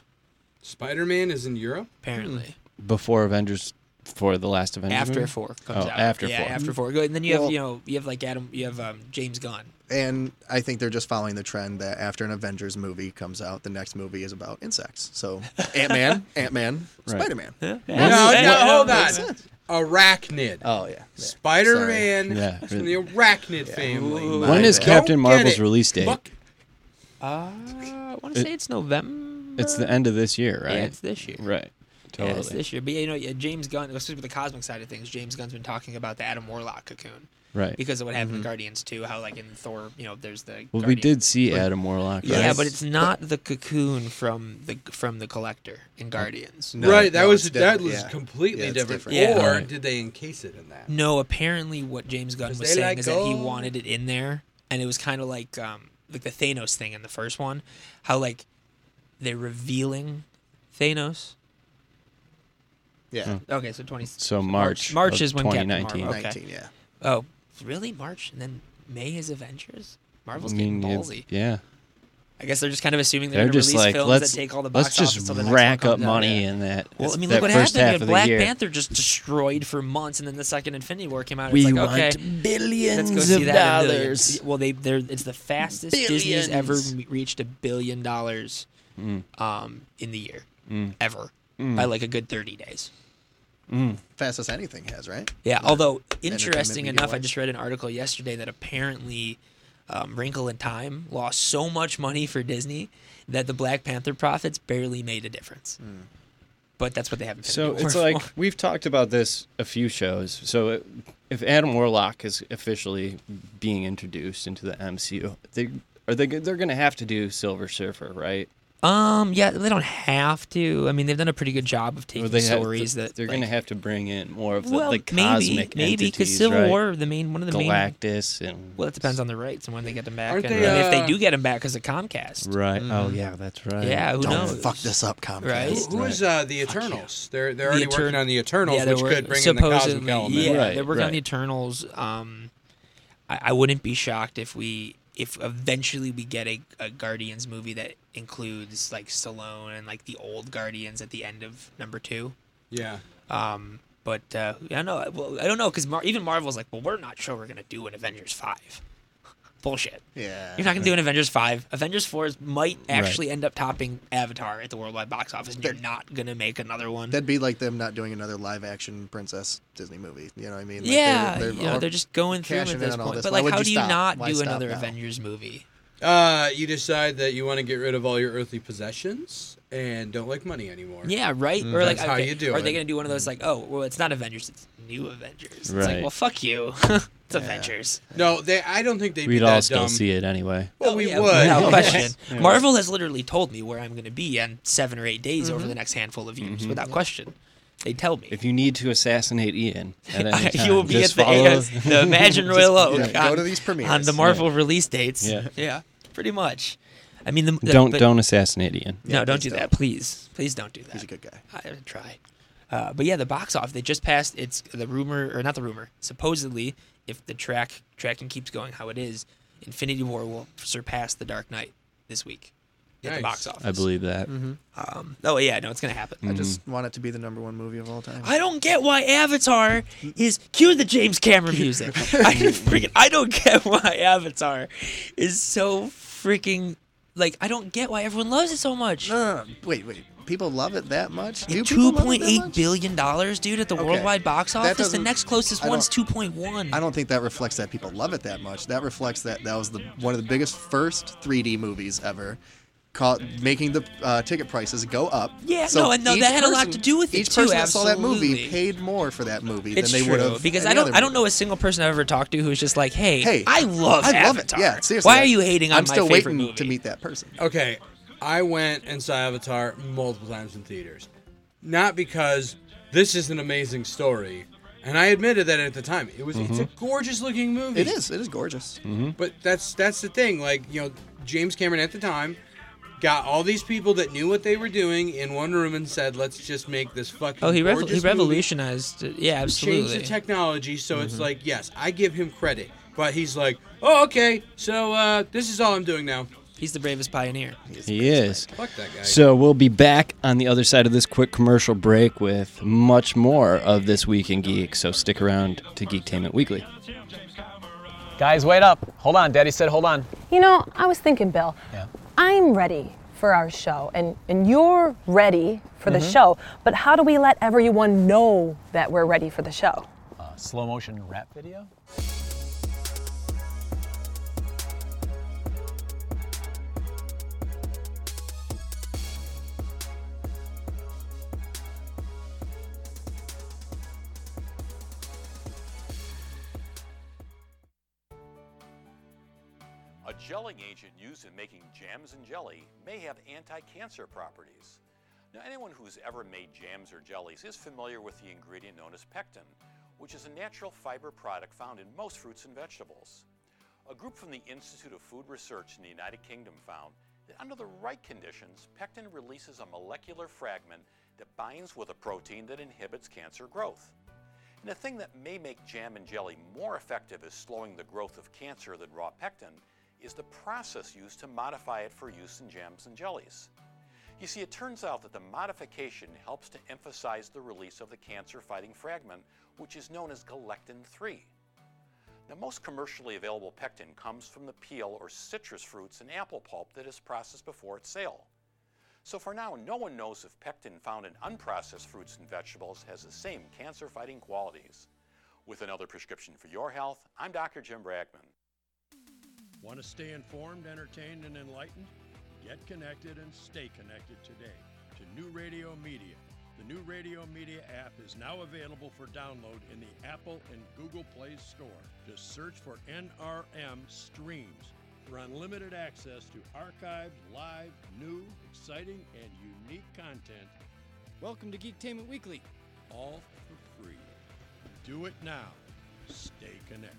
[SPEAKER 3] Spider Man is in Europe.
[SPEAKER 4] Hmm.
[SPEAKER 2] Apparently,
[SPEAKER 1] Before Avengers, for the last Avengers.
[SPEAKER 2] after
[SPEAKER 3] Mm-hmm.
[SPEAKER 1] movie?
[SPEAKER 2] four comes
[SPEAKER 1] Oh,
[SPEAKER 2] out.
[SPEAKER 1] after
[SPEAKER 2] yeah,
[SPEAKER 1] four.
[SPEAKER 2] after four. Good. And then you have
[SPEAKER 4] Well-
[SPEAKER 2] you know you have like Adam, you have um, James Gunn.
[SPEAKER 4] and I think they're just following the trend that after an Avengers movie comes out, the next movie is about insects. So Ant Man, Ant Man,
[SPEAKER 1] Right.
[SPEAKER 4] Spider Man.
[SPEAKER 3] No, no, hold
[SPEAKER 4] makes
[SPEAKER 3] on. Arachnid.
[SPEAKER 4] Oh yeah,
[SPEAKER 3] Spider Man
[SPEAKER 1] Yeah.
[SPEAKER 3] from the Arachnid family.
[SPEAKER 2] Ooh.
[SPEAKER 1] When
[SPEAKER 4] My
[SPEAKER 1] is
[SPEAKER 4] bad.
[SPEAKER 1] Captain
[SPEAKER 3] Don't
[SPEAKER 1] Marvel's
[SPEAKER 3] get it.
[SPEAKER 1] release date?
[SPEAKER 3] Fuck.
[SPEAKER 2] Uh, I want to say it's November.
[SPEAKER 1] It's the end of this year, right?
[SPEAKER 2] Yeah, it's this year.
[SPEAKER 1] right.
[SPEAKER 2] Yeah,
[SPEAKER 1] Totally.
[SPEAKER 2] it's this year. But yeah, you know, yeah, James Gunn. Let's with the cosmic side of things. James Gunn's been talking about the Adam Warlock cocoon
[SPEAKER 1] right. Mm-hmm.
[SPEAKER 2] because of what happened in Guardians too. How like in Thor, you know, there's the.
[SPEAKER 1] well, we
[SPEAKER 2] Guardian-
[SPEAKER 1] did see Adam Warlock.
[SPEAKER 2] Yeah,
[SPEAKER 1] right?
[SPEAKER 2] but it's not the cocoon from the from the collector in Guardians.
[SPEAKER 4] No,
[SPEAKER 3] right, that
[SPEAKER 4] no,
[SPEAKER 3] was
[SPEAKER 4] it's
[SPEAKER 3] that
[SPEAKER 4] different,
[SPEAKER 3] was
[SPEAKER 4] yeah.
[SPEAKER 3] completely
[SPEAKER 4] Yeah, it's
[SPEAKER 3] different.
[SPEAKER 4] different.
[SPEAKER 2] Yeah.
[SPEAKER 3] Or
[SPEAKER 1] Right.
[SPEAKER 3] did they encase it in that?
[SPEAKER 2] No, apparently what James Gunn
[SPEAKER 3] 'Cause
[SPEAKER 2] was
[SPEAKER 3] they
[SPEAKER 2] saying
[SPEAKER 3] let
[SPEAKER 2] is that he
[SPEAKER 3] go.
[SPEAKER 2] wanted it in there, and it was kind of like um, like the Thanos thing in the first one, how like they're revealing Thanos.
[SPEAKER 4] Yeah,
[SPEAKER 2] Okay, so twenty.
[SPEAKER 1] So March
[SPEAKER 2] March
[SPEAKER 1] of
[SPEAKER 2] is when Captain
[SPEAKER 1] 2019.
[SPEAKER 2] Marvel- hmm. okay.
[SPEAKER 4] nineteen. Yeah,
[SPEAKER 2] Oh, really? March and then May is Avengers. Marvel's
[SPEAKER 1] I mean,
[SPEAKER 2] getting
[SPEAKER 1] it-
[SPEAKER 2] ballsy.
[SPEAKER 1] yeah.
[SPEAKER 2] I guess they're just kind of assuming they're,
[SPEAKER 1] They're
[SPEAKER 2] going to
[SPEAKER 1] just
[SPEAKER 2] release
[SPEAKER 1] like
[SPEAKER 2] films
[SPEAKER 1] let's
[SPEAKER 2] that take all the box
[SPEAKER 1] let's just
[SPEAKER 2] office till the next one
[SPEAKER 1] rack up
[SPEAKER 2] comes out.
[SPEAKER 1] money
[SPEAKER 2] Yeah.
[SPEAKER 1] in that.
[SPEAKER 2] Well, I mean,
[SPEAKER 1] that
[SPEAKER 2] look what
[SPEAKER 1] first
[SPEAKER 2] happened. You
[SPEAKER 1] half
[SPEAKER 2] had
[SPEAKER 1] of
[SPEAKER 2] Black
[SPEAKER 1] the year.
[SPEAKER 2] Panther just destroyed for months, and then the second Infinity War came out. and
[SPEAKER 1] We
[SPEAKER 2] it's like,
[SPEAKER 1] want
[SPEAKER 2] okay,
[SPEAKER 1] billions
[SPEAKER 2] Let's go see
[SPEAKER 1] of
[SPEAKER 2] that. in
[SPEAKER 1] dollars.
[SPEAKER 2] billions. Well, they they're it's the fastest Disney's ever
[SPEAKER 1] Billions.
[SPEAKER 2] m- reached a billion dollars
[SPEAKER 1] Mm.
[SPEAKER 2] um, in the year ever by like a good thirty days.
[SPEAKER 4] fastest anything has right.
[SPEAKER 2] Yeah. Although
[SPEAKER 4] entertainment
[SPEAKER 2] interesting
[SPEAKER 4] media
[SPEAKER 2] enough, I
[SPEAKER 4] wise.
[SPEAKER 2] just read an article yesterday that apparently um, Wrinkle in Time lost so much money for Disney that the Black Panther profits barely made a difference. But that's what they haven't.
[SPEAKER 1] Mm. So it's like we've talked about this a few shows. So it, if Adam Warlock is officially being introduced into the MCU, they Are they? They're gonna have to do Silver Surfer, right?
[SPEAKER 2] Um, yeah, they don't have to. I mean, they've done a pretty good job of taking
[SPEAKER 1] Or they have-
[SPEAKER 2] stories that
[SPEAKER 1] they're
[SPEAKER 2] like,
[SPEAKER 1] gonna have to bring in more of the,
[SPEAKER 2] well,
[SPEAKER 1] the cosmic
[SPEAKER 2] maybe maybe
[SPEAKER 1] entities,
[SPEAKER 2] Civil
[SPEAKER 1] right?
[SPEAKER 2] War, the main one of the main.
[SPEAKER 1] Galactus and
[SPEAKER 2] Well, it depends on the rights and when they get them back,
[SPEAKER 3] Aren't
[SPEAKER 2] and,
[SPEAKER 3] they,
[SPEAKER 2] and if
[SPEAKER 3] uh,
[SPEAKER 2] they do get them back because of Comcast.
[SPEAKER 1] right. Oh yeah, that's right.
[SPEAKER 2] Mm-hmm. Yeah, who
[SPEAKER 4] Don't
[SPEAKER 2] knows?
[SPEAKER 4] fuck this up, Comcast.
[SPEAKER 2] Right?
[SPEAKER 3] Who was uh, the Eternals? They're they're already
[SPEAKER 2] Etern-
[SPEAKER 3] working on the Eternals,
[SPEAKER 2] they're
[SPEAKER 3] which
[SPEAKER 2] wor-
[SPEAKER 3] could bring in the cosmic
[SPEAKER 2] supposedly,
[SPEAKER 3] element.
[SPEAKER 2] Yeah,
[SPEAKER 1] Right,
[SPEAKER 2] they're working
[SPEAKER 1] right.
[SPEAKER 2] on the Eternals. Um, I, I wouldn't be shocked if we if eventually we get a, a Guardians movie that includes like Stallone and like the old Guardians at the end of number two.
[SPEAKER 3] Yeah.
[SPEAKER 2] Um, but uh, I don't know. Well, I don't know because Mar- even Marvel's like, well, we're not sure we're gonna do an Avengers five. Bullshit.
[SPEAKER 4] Yeah.
[SPEAKER 2] You're not gonna do an Avengers five. Avengers four is- might actually end up topping Avatar at the worldwide box office, and you're not gonna make another one.
[SPEAKER 4] That'd be like them not doing another live action princess Disney movie. You know what I mean? Like, they're-
[SPEAKER 2] yeah,
[SPEAKER 4] they're
[SPEAKER 2] you know,
[SPEAKER 4] all-
[SPEAKER 2] they're just going through
[SPEAKER 4] cashing
[SPEAKER 2] at
[SPEAKER 4] in
[SPEAKER 2] this
[SPEAKER 4] on all
[SPEAKER 2] point.
[SPEAKER 4] this.
[SPEAKER 2] But
[SPEAKER 4] Why
[SPEAKER 2] like,
[SPEAKER 4] would
[SPEAKER 2] how
[SPEAKER 4] you
[SPEAKER 2] do you
[SPEAKER 4] stop?
[SPEAKER 2] not
[SPEAKER 4] Why
[SPEAKER 2] do
[SPEAKER 4] stop
[SPEAKER 2] another
[SPEAKER 4] now?
[SPEAKER 2] Avengers movie?
[SPEAKER 3] Uh, you decide that you want to get rid of all your earthly possessions and don't like money anymore.
[SPEAKER 2] Yeah, right.
[SPEAKER 4] Mm.
[SPEAKER 2] Or like,
[SPEAKER 3] That's how
[SPEAKER 2] okay,
[SPEAKER 3] you do
[SPEAKER 2] are
[SPEAKER 3] it.
[SPEAKER 2] they gonna do one of those like, oh, well, it's not Avengers, it's New Avengers. It's like,
[SPEAKER 1] Right.
[SPEAKER 2] well, fuck you. it's Avengers.
[SPEAKER 3] No, they. I don't think they'd
[SPEAKER 1] We'd
[SPEAKER 3] be
[SPEAKER 1] all
[SPEAKER 3] that
[SPEAKER 1] still
[SPEAKER 3] dumb.
[SPEAKER 1] see it anyway.
[SPEAKER 3] Well,
[SPEAKER 2] Oh,
[SPEAKER 3] we
[SPEAKER 2] yeah,
[SPEAKER 3] would.
[SPEAKER 2] without
[SPEAKER 1] Yeah.
[SPEAKER 2] question.
[SPEAKER 1] Yeah.
[SPEAKER 2] Marvel has literally told me where I'm going to be in seven or eight days over
[SPEAKER 4] Mm-hmm.
[SPEAKER 2] the next handful of years, without question. They tell me.
[SPEAKER 1] If you need to assassinate Ian at any time,
[SPEAKER 2] you will be at
[SPEAKER 1] just
[SPEAKER 2] the,
[SPEAKER 1] follow.
[SPEAKER 2] AS the Imagine Royal Oak
[SPEAKER 4] yeah,
[SPEAKER 2] on,
[SPEAKER 4] go to these
[SPEAKER 2] on
[SPEAKER 4] premieres.
[SPEAKER 2] the Marvel release dates.
[SPEAKER 1] Yeah.
[SPEAKER 2] pretty much. I mean, the, the-
[SPEAKER 1] don't
[SPEAKER 2] but-
[SPEAKER 1] don't assassinate Ian.
[SPEAKER 2] no,
[SPEAKER 4] Yeah,
[SPEAKER 2] don't
[SPEAKER 4] please
[SPEAKER 2] do
[SPEAKER 4] don't.
[SPEAKER 2] that, please, please don't do that.
[SPEAKER 4] He's a good guy.
[SPEAKER 2] I would try. Uh, but yeah, the box office they just passed. It's the rumor or not the rumor. Supposedly, if the track tracking keeps going how it is, Infinity War will surpass The Dark Knight this week at
[SPEAKER 3] Nice.
[SPEAKER 2] the box office.
[SPEAKER 1] I believe Mm. that.
[SPEAKER 2] Um, oh yeah, no, it's gonna happen.
[SPEAKER 4] I just want it to be the number one movie of all time.
[SPEAKER 2] I don't get why Avatar is cue the James Cameron music. I freaking I don't get why Avatar is so freaking like I don't get why everyone loves it so much.
[SPEAKER 4] No, no, no. Um, Wait, wait. People love it that much? Do people
[SPEAKER 2] Two
[SPEAKER 4] love it that
[SPEAKER 2] point eight
[SPEAKER 4] much?
[SPEAKER 2] billion dollars, dude, at the worldwide box
[SPEAKER 4] That
[SPEAKER 2] office. The
[SPEAKER 4] doesn't-
[SPEAKER 2] next closest
[SPEAKER 4] I
[SPEAKER 2] one's two
[SPEAKER 4] don't-
[SPEAKER 2] point one.
[SPEAKER 4] I don't think that reflects that people love it that much. That reflects that that was the one of the biggest first 3D movies ever, caught making the uh, ticket prices go up.
[SPEAKER 2] Yeah, no, and no,
[SPEAKER 4] each
[SPEAKER 2] that had a lot to do with it
[SPEAKER 4] each
[SPEAKER 2] too,
[SPEAKER 4] person that saw that movie
[SPEAKER 2] absolutely.
[SPEAKER 4] paid more for that movie
[SPEAKER 2] It's
[SPEAKER 4] than they
[SPEAKER 2] true
[SPEAKER 4] would have
[SPEAKER 2] because
[SPEAKER 4] any
[SPEAKER 2] I don't
[SPEAKER 4] other
[SPEAKER 2] I don't know
[SPEAKER 4] movie.
[SPEAKER 2] a single person I've ever talked to who's just like, hey,
[SPEAKER 4] Hey,
[SPEAKER 2] I love
[SPEAKER 4] I love
[SPEAKER 2] Avatar.
[SPEAKER 4] it. Yeah, seriously.
[SPEAKER 2] Why are you hating on
[SPEAKER 4] I'm
[SPEAKER 2] my
[SPEAKER 4] still
[SPEAKER 2] favorite
[SPEAKER 4] waiting
[SPEAKER 2] movie? Oh,
[SPEAKER 4] to meet that person.
[SPEAKER 3] Okay, I went and saw Avatar multiple times in theaters. Not because this is an amazing story, and I admitted that at the time. It was it's a gorgeous looking movie.
[SPEAKER 4] It is. It is gorgeous.
[SPEAKER 3] But that's that's the thing. Like you know, James Cameron at the time got all these people that knew what they were doing in one room and said, "Let's just make this fucking."
[SPEAKER 2] Oh, he, rev-
[SPEAKER 3] gorgeous
[SPEAKER 2] he
[SPEAKER 3] movie."
[SPEAKER 2] revolutionized. it. Yeah, absolutely. Mm-hmm.
[SPEAKER 3] Change the technology, so it's like, yes, I give him credit, but he's like, "Oh, okay, so uh, this is all I'm doing now."
[SPEAKER 2] He's the bravest pioneer.
[SPEAKER 1] He is.
[SPEAKER 3] Fuck that guy.
[SPEAKER 1] So we'll be back on the other side of this quick commercial break with much more of this week in geek. So stick around to Geektainment Weekly.
[SPEAKER 5] Guys, wait up. Hold on. Daddy said hold on.
[SPEAKER 6] You know, I was thinking, Bill, I'm ready for our show, and, and you're ready for the show, but how do we let everyone know that we're ready for the show?
[SPEAKER 5] Uh, slow motion rap video?
[SPEAKER 7] A gelling agent used in making jams and jelly may have anti-cancer properties. Now, anyone who's ever made jams or jellies is familiar with the ingredient known as pectin, which is a natural fiber product found in most fruits and vegetables. A group from the Institute of Food Research in the United Kingdom found that under the right conditions, pectin releases a molecular fragment that binds with a protein that inhibits cancer growth. And the thing that may make jam and jelly more effective as slowing the growth of cancer than raw pectin is the process used to modify it for use in jams and jellies. You see, it turns out that the modification helps to emphasize the release of the cancer fighting fragment, which is known as galactin 3. Now, most commercially available pectin comes from the peel or citrus fruits and apple pulp that is processed before its sale. So for now, no one knows if pectin found in unprocessed fruits and vegetables has the same cancer fighting qualities. With another prescription for your health, I'm Dr. Jim Bragman.
[SPEAKER 8] Want to stay informed, entertained, and enlightened? Get connected and stay connected today to New Radio Media. The New Radio Media app is now available for download in the Apple and Google Play Store. Just search for NRM Streams. for unlimited access to archived, live, new, exciting, and unique content,
[SPEAKER 1] Welcome to Geektainment Weekly.
[SPEAKER 8] all for free. Do it now. Stay connected.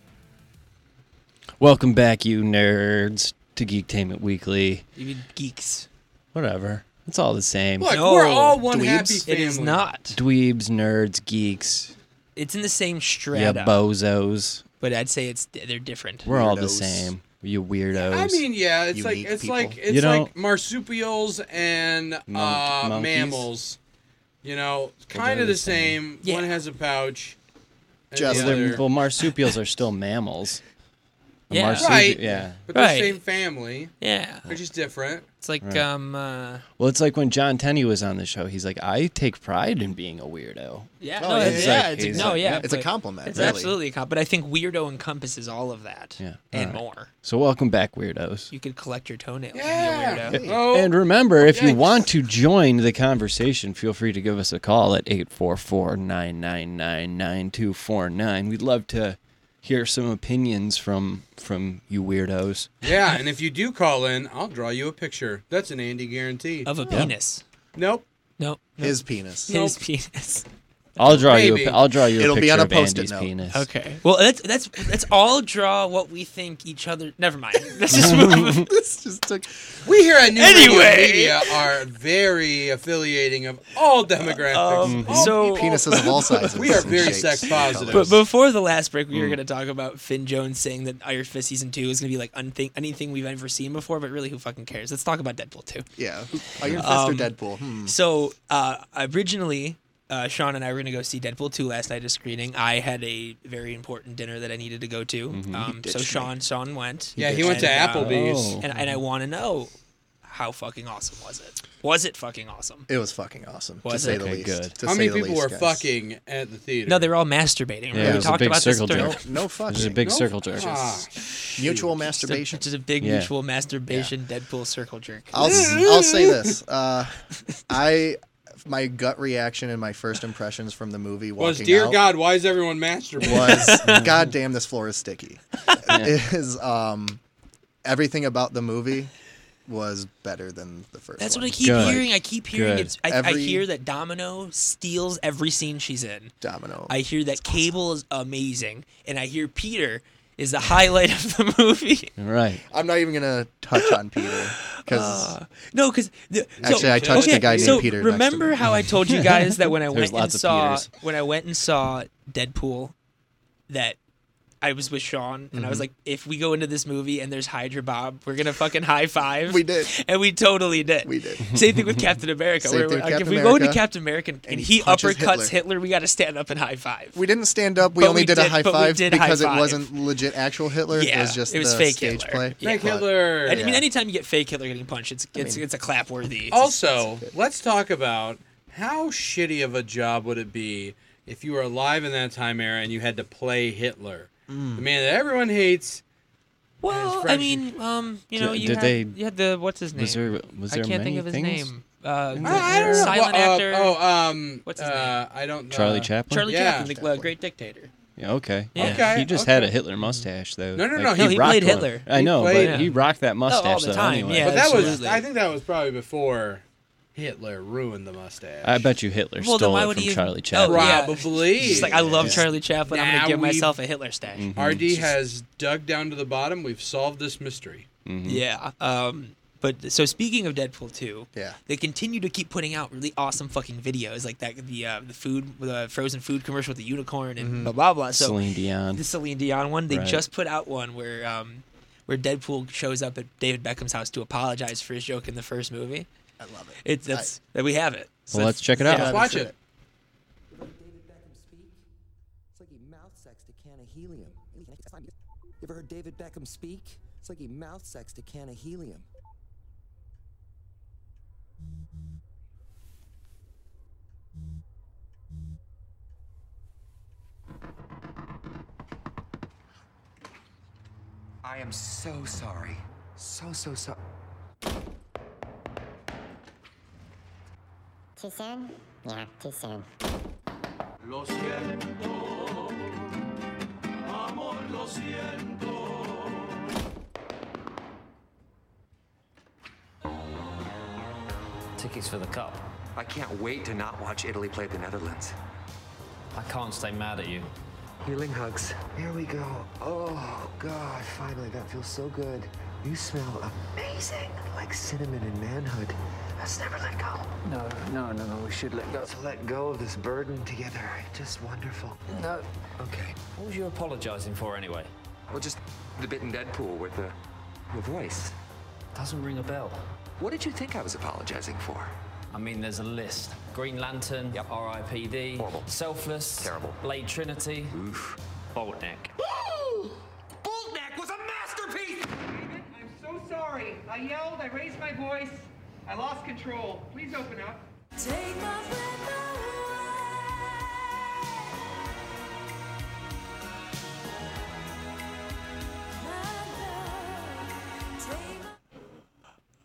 [SPEAKER 1] Welcome back, you nerds, to Geektainment Weekly.
[SPEAKER 2] You mean geeks?
[SPEAKER 1] Whatever. It's all the same.
[SPEAKER 3] Look,
[SPEAKER 2] No,
[SPEAKER 3] we're all one happy
[SPEAKER 2] It
[SPEAKER 3] family.
[SPEAKER 2] is not.
[SPEAKER 1] Dweebs, nerds, geeks,
[SPEAKER 2] It's in the same
[SPEAKER 1] yeah,
[SPEAKER 2] strata,
[SPEAKER 1] bozos.
[SPEAKER 2] but I'd say it's they're different.
[SPEAKER 1] We're all the
[SPEAKER 4] Weirdos.
[SPEAKER 1] same. You weirdos.
[SPEAKER 3] I mean, yeah, it's like
[SPEAKER 4] Unique
[SPEAKER 3] it's
[SPEAKER 4] people.
[SPEAKER 3] like it's
[SPEAKER 1] You know-
[SPEAKER 3] like marsupials and
[SPEAKER 1] Mon-
[SPEAKER 3] uh,
[SPEAKER 1] monkeys?
[SPEAKER 3] mammals. You know, kind
[SPEAKER 1] they're
[SPEAKER 3] of the
[SPEAKER 1] the same.
[SPEAKER 3] same.
[SPEAKER 2] Yeah.
[SPEAKER 3] One has a pouch. and
[SPEAKER 4] Just-
[SPEAKER 1] well,
[SPEAKER 3] the
[SPEAKER 1] they're-
[SPEAKER 3] other-
[SPEAKER 1] well, marsupials are still mammals. A
[SPEAKER 2] Yeah.
[SPEAKER 1] marsupi-
[SPEAKER 3] Right.
[SPEAKER 1] Yeah.
[SPEAKER 3] but they're
[SPEAKER 2] Right.
[SPEAKER 3] same family.
[SPEAKER 2] Yeah,
[SPEAKER 3] They're just different.
[SPEAKER 2] it's like
[SPEAKER 1] Right.
[SPEAKER 2] um, uh,
[SPEAKER 1] Well, it's like when John Tenney was on the show. He's like, I take pride in being a weirdo.
[SPEAKER 2] yeah,
[SPEAKER 4] Oh,
[SPEAKER 2] no,
[SPEAKER 4] yeah,
[SPEAKER 2] it's,
[SPEAKER 4] he's
[SPEAKER 2] yeah,
[SPEAKER 1] like-
[SPEAKER 2] it's,
[SPEAKER 1] he's
[SPEAKER 2] no,
[SPEAKER 1] like-
[SPEAKER 2] yeah,
[SPEAKER 4] It's a
[SPEAKER 2] but
[SPEAKER 4] compliment,
[SPEAKER 2] It's
[SPEAKER 4] really.
[SPEAKER 2] absolutely a comp, but I think weirdo encompasses all of that.
[SPEAKER 1] Yeah,
[SPEAKER 2] and
[SPEAKER 1] alright.
[SPEAKER 2] more.
[SPEAKER 1] So welcome back, weirdos.
[SPEAKER 2] You could collect your toenails
[SPEAKER 3] Yeah.
[SPEAKER 2] and be a weirdo.
[SPEAKER 3] Oh,
[SPEAKER 1] And remember, if you
[SPEAKER 3] Yikes.
[SPEAKER 1] want to join the conversation, feel free to give us a call at 844-999-9249. We'd love to hear some opinions from from you weirdos.
[SPEAKER 3] yeah, and if you do call in, I'll draw you a picture. That's an Andy guarantee.
[SPEAKER 2] Of a penis.
[SPEAKER 3] nope.
[SPEAKER 2] No, no,
[SPEAKER 4] His penis.
[SPEAKER 2] his penis.
[SPEAKER 1] I'll draw you
[SPEAKER 3] Maybe.
[SPEAKER 1] a, I'll draw you a
[SPEAKER 4] It'll be
[SPEAKER 1] picture
[SPEAKER 4] on a
[SPEAKER 1] of
[SPEAKER 4] Post-it
[SPEAKER 1] Andy's
[SPEAKER 4] note.
[SPEAKER 1] penis.
[SPEAKER 2] Okay. Well, that's that's that's all. Draw what we think each other. Never mind. Let's just move.
[SPEAKER 4] This just took.
[SPEAKER 3] We here at New Radio
[SPEAKER 2] Anyway.
[SPEAKER 3] Media are very affiliating of all demographics. Oh. all
[SPEAKER 2] Um, so
[SPEAKER 4] Penises of all sizes.
[SPEAKER 3] We are
[SPEAKER 4] and
[SPEAKER 3] very
[SPEAKER 4] shapes
[SPEAKER 3] sex
[SPEAKER 4] and
[SPEAKER 3] positive.
[SPEAKER 4] colors.
[SPEAKER 2] But before the last break,
[SPEAKER 1] Mm.
[SPEAKER 2] we were going to talk about Finn Jones saying that Iron Fist season two is going to be like unthink- anything we've ever seen before. But really, who fucking cares? Let's talk about Deadpool two.
[SPEAKER 1] Mm.
[SPEAKER 4] Yeah. Iron Fist
[SPEAKER 2] Um,
[SPEAKER 4] or Deadpool? Hmm.
[SPEAKER 2] So uh, originally, uh, Sean and I were going to go see Deadpool two last night at a screening. I had a very important dinner that I needed to go to.
[SPEAKER 1] Mm-hmm.
[SPEAKER 2] Um, so Sean, Sean went.
[SPEAKER 3] yeah, he went to
[SPEAKER 2] And, uh,
[SPEAKER 3] Applebee's.
[SPEAKER 1] Oh.
[SPEAKER 2] and, and I want to know how fucking awesome was it? Was it fucking awesome?
[SPEAKER 4] It was fucking awesome, to
[SPEAKER 2] Was
[SPEAKER 4] say
[SPEAKER 2] it?
[SPEAKER 4] the
[SPEAKER 1] Okay,
[SPEAKER 4] least.
[SPEAKER 1] good.
[SPEAKER 4] to
[SPEAKER 3] How
[SPEAKER 4] say
[SPEAKER 3] many
[SPEAKER 4] the
[SPEAKER 3] people
[SPEAKER 4] least,
[SPEAKER 3] were
[SPEAKER 4] guys.
[SPEAKER 3] fucking at the theater?
[SPEAKER 2] No, they were all masturbating. Remember
[SPEAKER 1] Yeah, it
[SPEAKER 2] we
[SPEAKER 1] was a
[SPEAKER 2] talked
[SPEAKER 1] big
[SPEAKER 2] about this
[SPEAKER 1] circle
[SPEAKER 2] during-
[SPEAKER 1] jerk.
[SPEAKER 4] No
[SPEAKER 1] This is a
[SPEAKER 4] fucking.
[SPEAKER 1] big circle jerk.
[SPEAKER 3] Ah,
[SPEAKER 4] Mutual
[SPEAKER 2] It's a-
[SPEAKER 4] masturbation.
[SPEAKER 2] It's a big
[SPEAKER 1] Yeah.
[SPEAKER 2] mutual masturbation Deadpool circle jerk.
[SPEAKER 4] I'll, I'll say this. Uh, I my gut reaction and my first impressions from the movie walking
[SPEAKER 3] was dear
[SPEAKER 4] out
[SPEAKER 3] God, why is everyone masturbating?
[SPEAKER 4] was God damn this floor is sticky. It is um everything about the movie was better than the first.
[SPEAKER 2] That's
[SPEAKER 4] one.
[SPEAKER 2] what I keep
[SPEAKER 1] Good.
[SPEAKER 2] hearing. I keep hearing.
[SPEAKER 1] Good.
[SPEAKER 2] It's, I, I
[SPEAKER 4] Every-
[SPEAKER 2] hear that Domino steals every scene she's in.
[SPEAKER 4] Domino.
[SPEAKER 2] I hear that Cable is amazing, and I hear Peter is the highlight of the movie.
[SPEAKER 1] Right.
[SPEAKER 4] I'm not even gonna touch on Peter because
[SPEAKER 2] No, because
[SPEAKER 4] Actually, I touched
[SPEAKER 2] okay,
[SPEAKER 4] a guy named
[SPEAKER 2] so
[SPEAKER 4] Peter next to
[SPEAKER 2] Remember
[SPEAKER 4] me.
[SPEAKER 2] how I told you guys that when I
[SPEAKER 1] There's
[SPEAKER 2] went and
[SPEAKER 1] lots of
[SPEAKER 2] saw
[SPEAKER 1] Peters.
[SPEAKER 2] when I went and saw Deadpool, that I was with Sean and
[SPEAKER 1] Mm-hmm.
[SPEAKER 2] I was like, if we go into this movie and there's Hydra Bob, we're gonna fucking high five.
[SPEAKER 4] We did.
[SPEAKER 2] and we totally did.
[SPEAKER 4] We did.
[SPEAKER 2] Same thing with Captain America.
[SPEAKER 4] Same
[SPEAKER 2] where
[SPEAKER 4] thing
[SPEAKER 2] we're
[SPEAKER 4] with
[SPEAKER 2] like,
[SPEAKER 4] Captain
[SPEAKER 2] if we go into
[SPEAKER 4] America,
[SPEAKER 2] Captain America and, and
[SPEAKER 4] he
[SPEAKER 2] he
[SPEAKER 4] punches
[SPEAKER 2] uppercuts
[SPEAKER 4] Hitler.
[SPEAKER 2] Hitler. we gotta stand up and high five.
[SPEAKER 4] we didn't stand up. We
[SPEAKER 2] But
[SPEAKER 4] only
[SPEAKER 2] we
[SPEAKER 4] did, a
[SPEAKER 2] did-
[SPEAKER 4] high
[SPEAKER 2] but we
[SPEAKER 4] five
[SPEAKER 2] did
[SPEAKER 4] because
[SPEAKER 2] high
[SPEAKER 4] it
[SPEAKER 2] five.
[SPEAKER 4] wasn't legit actual Hitler.
[SPEAKER 2] yeah,
[SPEAKER 4] it was just
[SPEAKER 2] it was
[SPEAKER 4] the
[SPEAKER 2] fake
[SPEAKER 4] stage
[SPEAKER 2] Hitler.
[SPEAKER 4] play.
[SPEAKER 2] Yeah.
[SPEAKER 3] Frank Hitler.
[SPEAKER 2] I mean, anytime you get fake Hitler getting punched, it's it's, it's a clap worthy.
[SPEAKER 3] also, let's talk about how shitty of a job would it be if you were alive in that time era and you had to play Hitler,
[SPEAKER 2] Mm.
[SPEAKER 3] the man that everyone hates.
[SPEAKER 2] Well, I
[SPEAKER 3] French.
[SPEAKER 2] mean, um, you
[SPEAKER 1] Did-
[SPEAKER 2] know, you
[SPEAKER 1] did
[SPEAKER 2] had,
[SPEAKER 1] they-
[SPEAKER 2] you had the what's his name?
[SPEAKER 1] Was there was
[SPEAKER 2] I
[SPEAKER 1] there
[SPEAKER 2] can't think
[SPEAKER 1] many
[SPEAKER 2] of his
[SPEAKER 1] things?
[SPEAKER 2] name. Uh, the
[SPEAKER 3] I, I don't know.
[SPEAKER 2] silent
[SPEAKER 3] Well, uh,
[SPEAKER 2] actor.
[SPEAKER 3] oh, um,
[SPEAKER 2] What's his
[SPEAKER 3] uh,
[SPEAKER 2] name?
[SPEAKER 3] I don't. know.
[SPEAKER 1] Charlie Chaplin.
[SPEAKER 2] Charlie
[SPEAKER 3] yeah.
[SPEAKER 2] Chaplin, the uh, great dictator.
[SPEAKER 1] Yeah, okay.
[SPEAKER 2] Yeah.
[SPEAKER 3] Okay,
[SPEAKER 1] He just had a
[SPEAKER 3] okay.
[SPEAKER 1] Hitler mustache though.
[SPEAKER 3] No, no, no, he
[SPEAKER 1] rocked
[SPEAKER 2] played
[SPEAKER 1] one.
[SPEAKER 2] Hitler. oh,
[SPEAKER 1] I know,
[SPEAKER 3] He
[SPEAKER 1] but
[SPEAKER 3] played-
[SPEAKER 1] he rocked that mustache
[SPEAKER 2] all the
[SPEAKER 1] though,
[SPEAKER 2] time,
[SPEAKER 1] anyway.
[SPEAKER 2] yeah.
[SPEAKER 3] But that was.
[SPEAKER 2] Absolutely.
[SPEAKER 3] I think that was probably before Hitler ruined the mustache.
[SPEAKER 1] I bet you Hitler
[SPEAKER 2] Well, then
[SPEAKER 1] stole
[SPEAKER 2] why
[SPEAKER 1] it
[SPEAKER 2] would
[SPEAKER 1] from
[SPEAKER 2] he-
[SPEAKER 1] Charlie
[SPEAKER 2] oh,
[SPEAKER 1] Chaplin.
[SPEAKER 2] yeah.
[SPEAKER 3] Probably.
[SPEAKER 2] He's Uh, like, I love
[SPEAKER 1] Yeah. Mm-hmm.
[SPEAKER 2] Charlie Chaplin. I'm
[SPEAKER 3] Now
[SPEAKER 2] gonna give
[SPEAKER 3] we-
[SPEAKER 2] myself a Hitler stash.
[SPEAKER 3] RD has dug down to the bottom. We've solved this mystery.
[SPEAKER 2] Yeah. Um. But so speaking of Deadpool two,
[SPEAKER 4] Yeah.
[SPEAKER 2] they continue to keep putting out really awesome fucking videos like that the uh, the food the frozen food commercial with the unicorn and blah blah blah. So
[SPEAKER 1] Celine Dion.
[SPEAKER 2] the Celine Dion one. They
[SPEAKER 1] Right.
[SPEAKER 2] just put out one where um, where Deadpool shows up at David Beckham's house to apologize for his joke in the first movie.
[SPEAKER 4] I love it.
[SPEAKER 2] It's that's that we have it. So
[SPEAKER 1] Well, let's check it out.
[SPEAKER 4] Yeah.
[SPEAKER 3] Let's watch it.
[SPEAKER 9] David Beckham speak? It's like he mouth sexed a can of helium. You ever heard David Beckham speak? It's like he mouth sexed a can of helium. I am so sorry. So, so, so.
[SPEAKER 10] Too soon? Yeah, too soon.
[SPEAKER 11] tickets for the cup.
[SPEAKER 12] I can't wait to not watch Italy play the Netherlands.
[SPEAKER 11] I can't stay mad at you.
[SPEAKER 12] Healing hugs. Here we go. Oh, God, finally, that feels so good. You smell amazing, like cinnamon and manhood. Let's never let go. No, no, no, no, we should let go. Let's let go of this burden together. Just wonderful. No. Okay.
[SPEAKER 11] What was you apologising for anyway?
[SPEAKER 12] Well, just the bit in Deadpool with the, the voice.
[SPEAKER 11] Doesn't ring a bell.
[SPEAKER 12] What did you think I was apologizing for?
[SPEAKER 11] I mean, there's a list Green Lantern, RIPD, Selfless,
[SPEAKER 12] Terrible.
[SPEAKER 11] Blade Trinity, Oof. Boltneck.
[SPEAKER 13] Woo! Boltneck was a masterpiece! David, I'm so sorry. I yelled, I raised my voice, I lost control. Please open up. Take my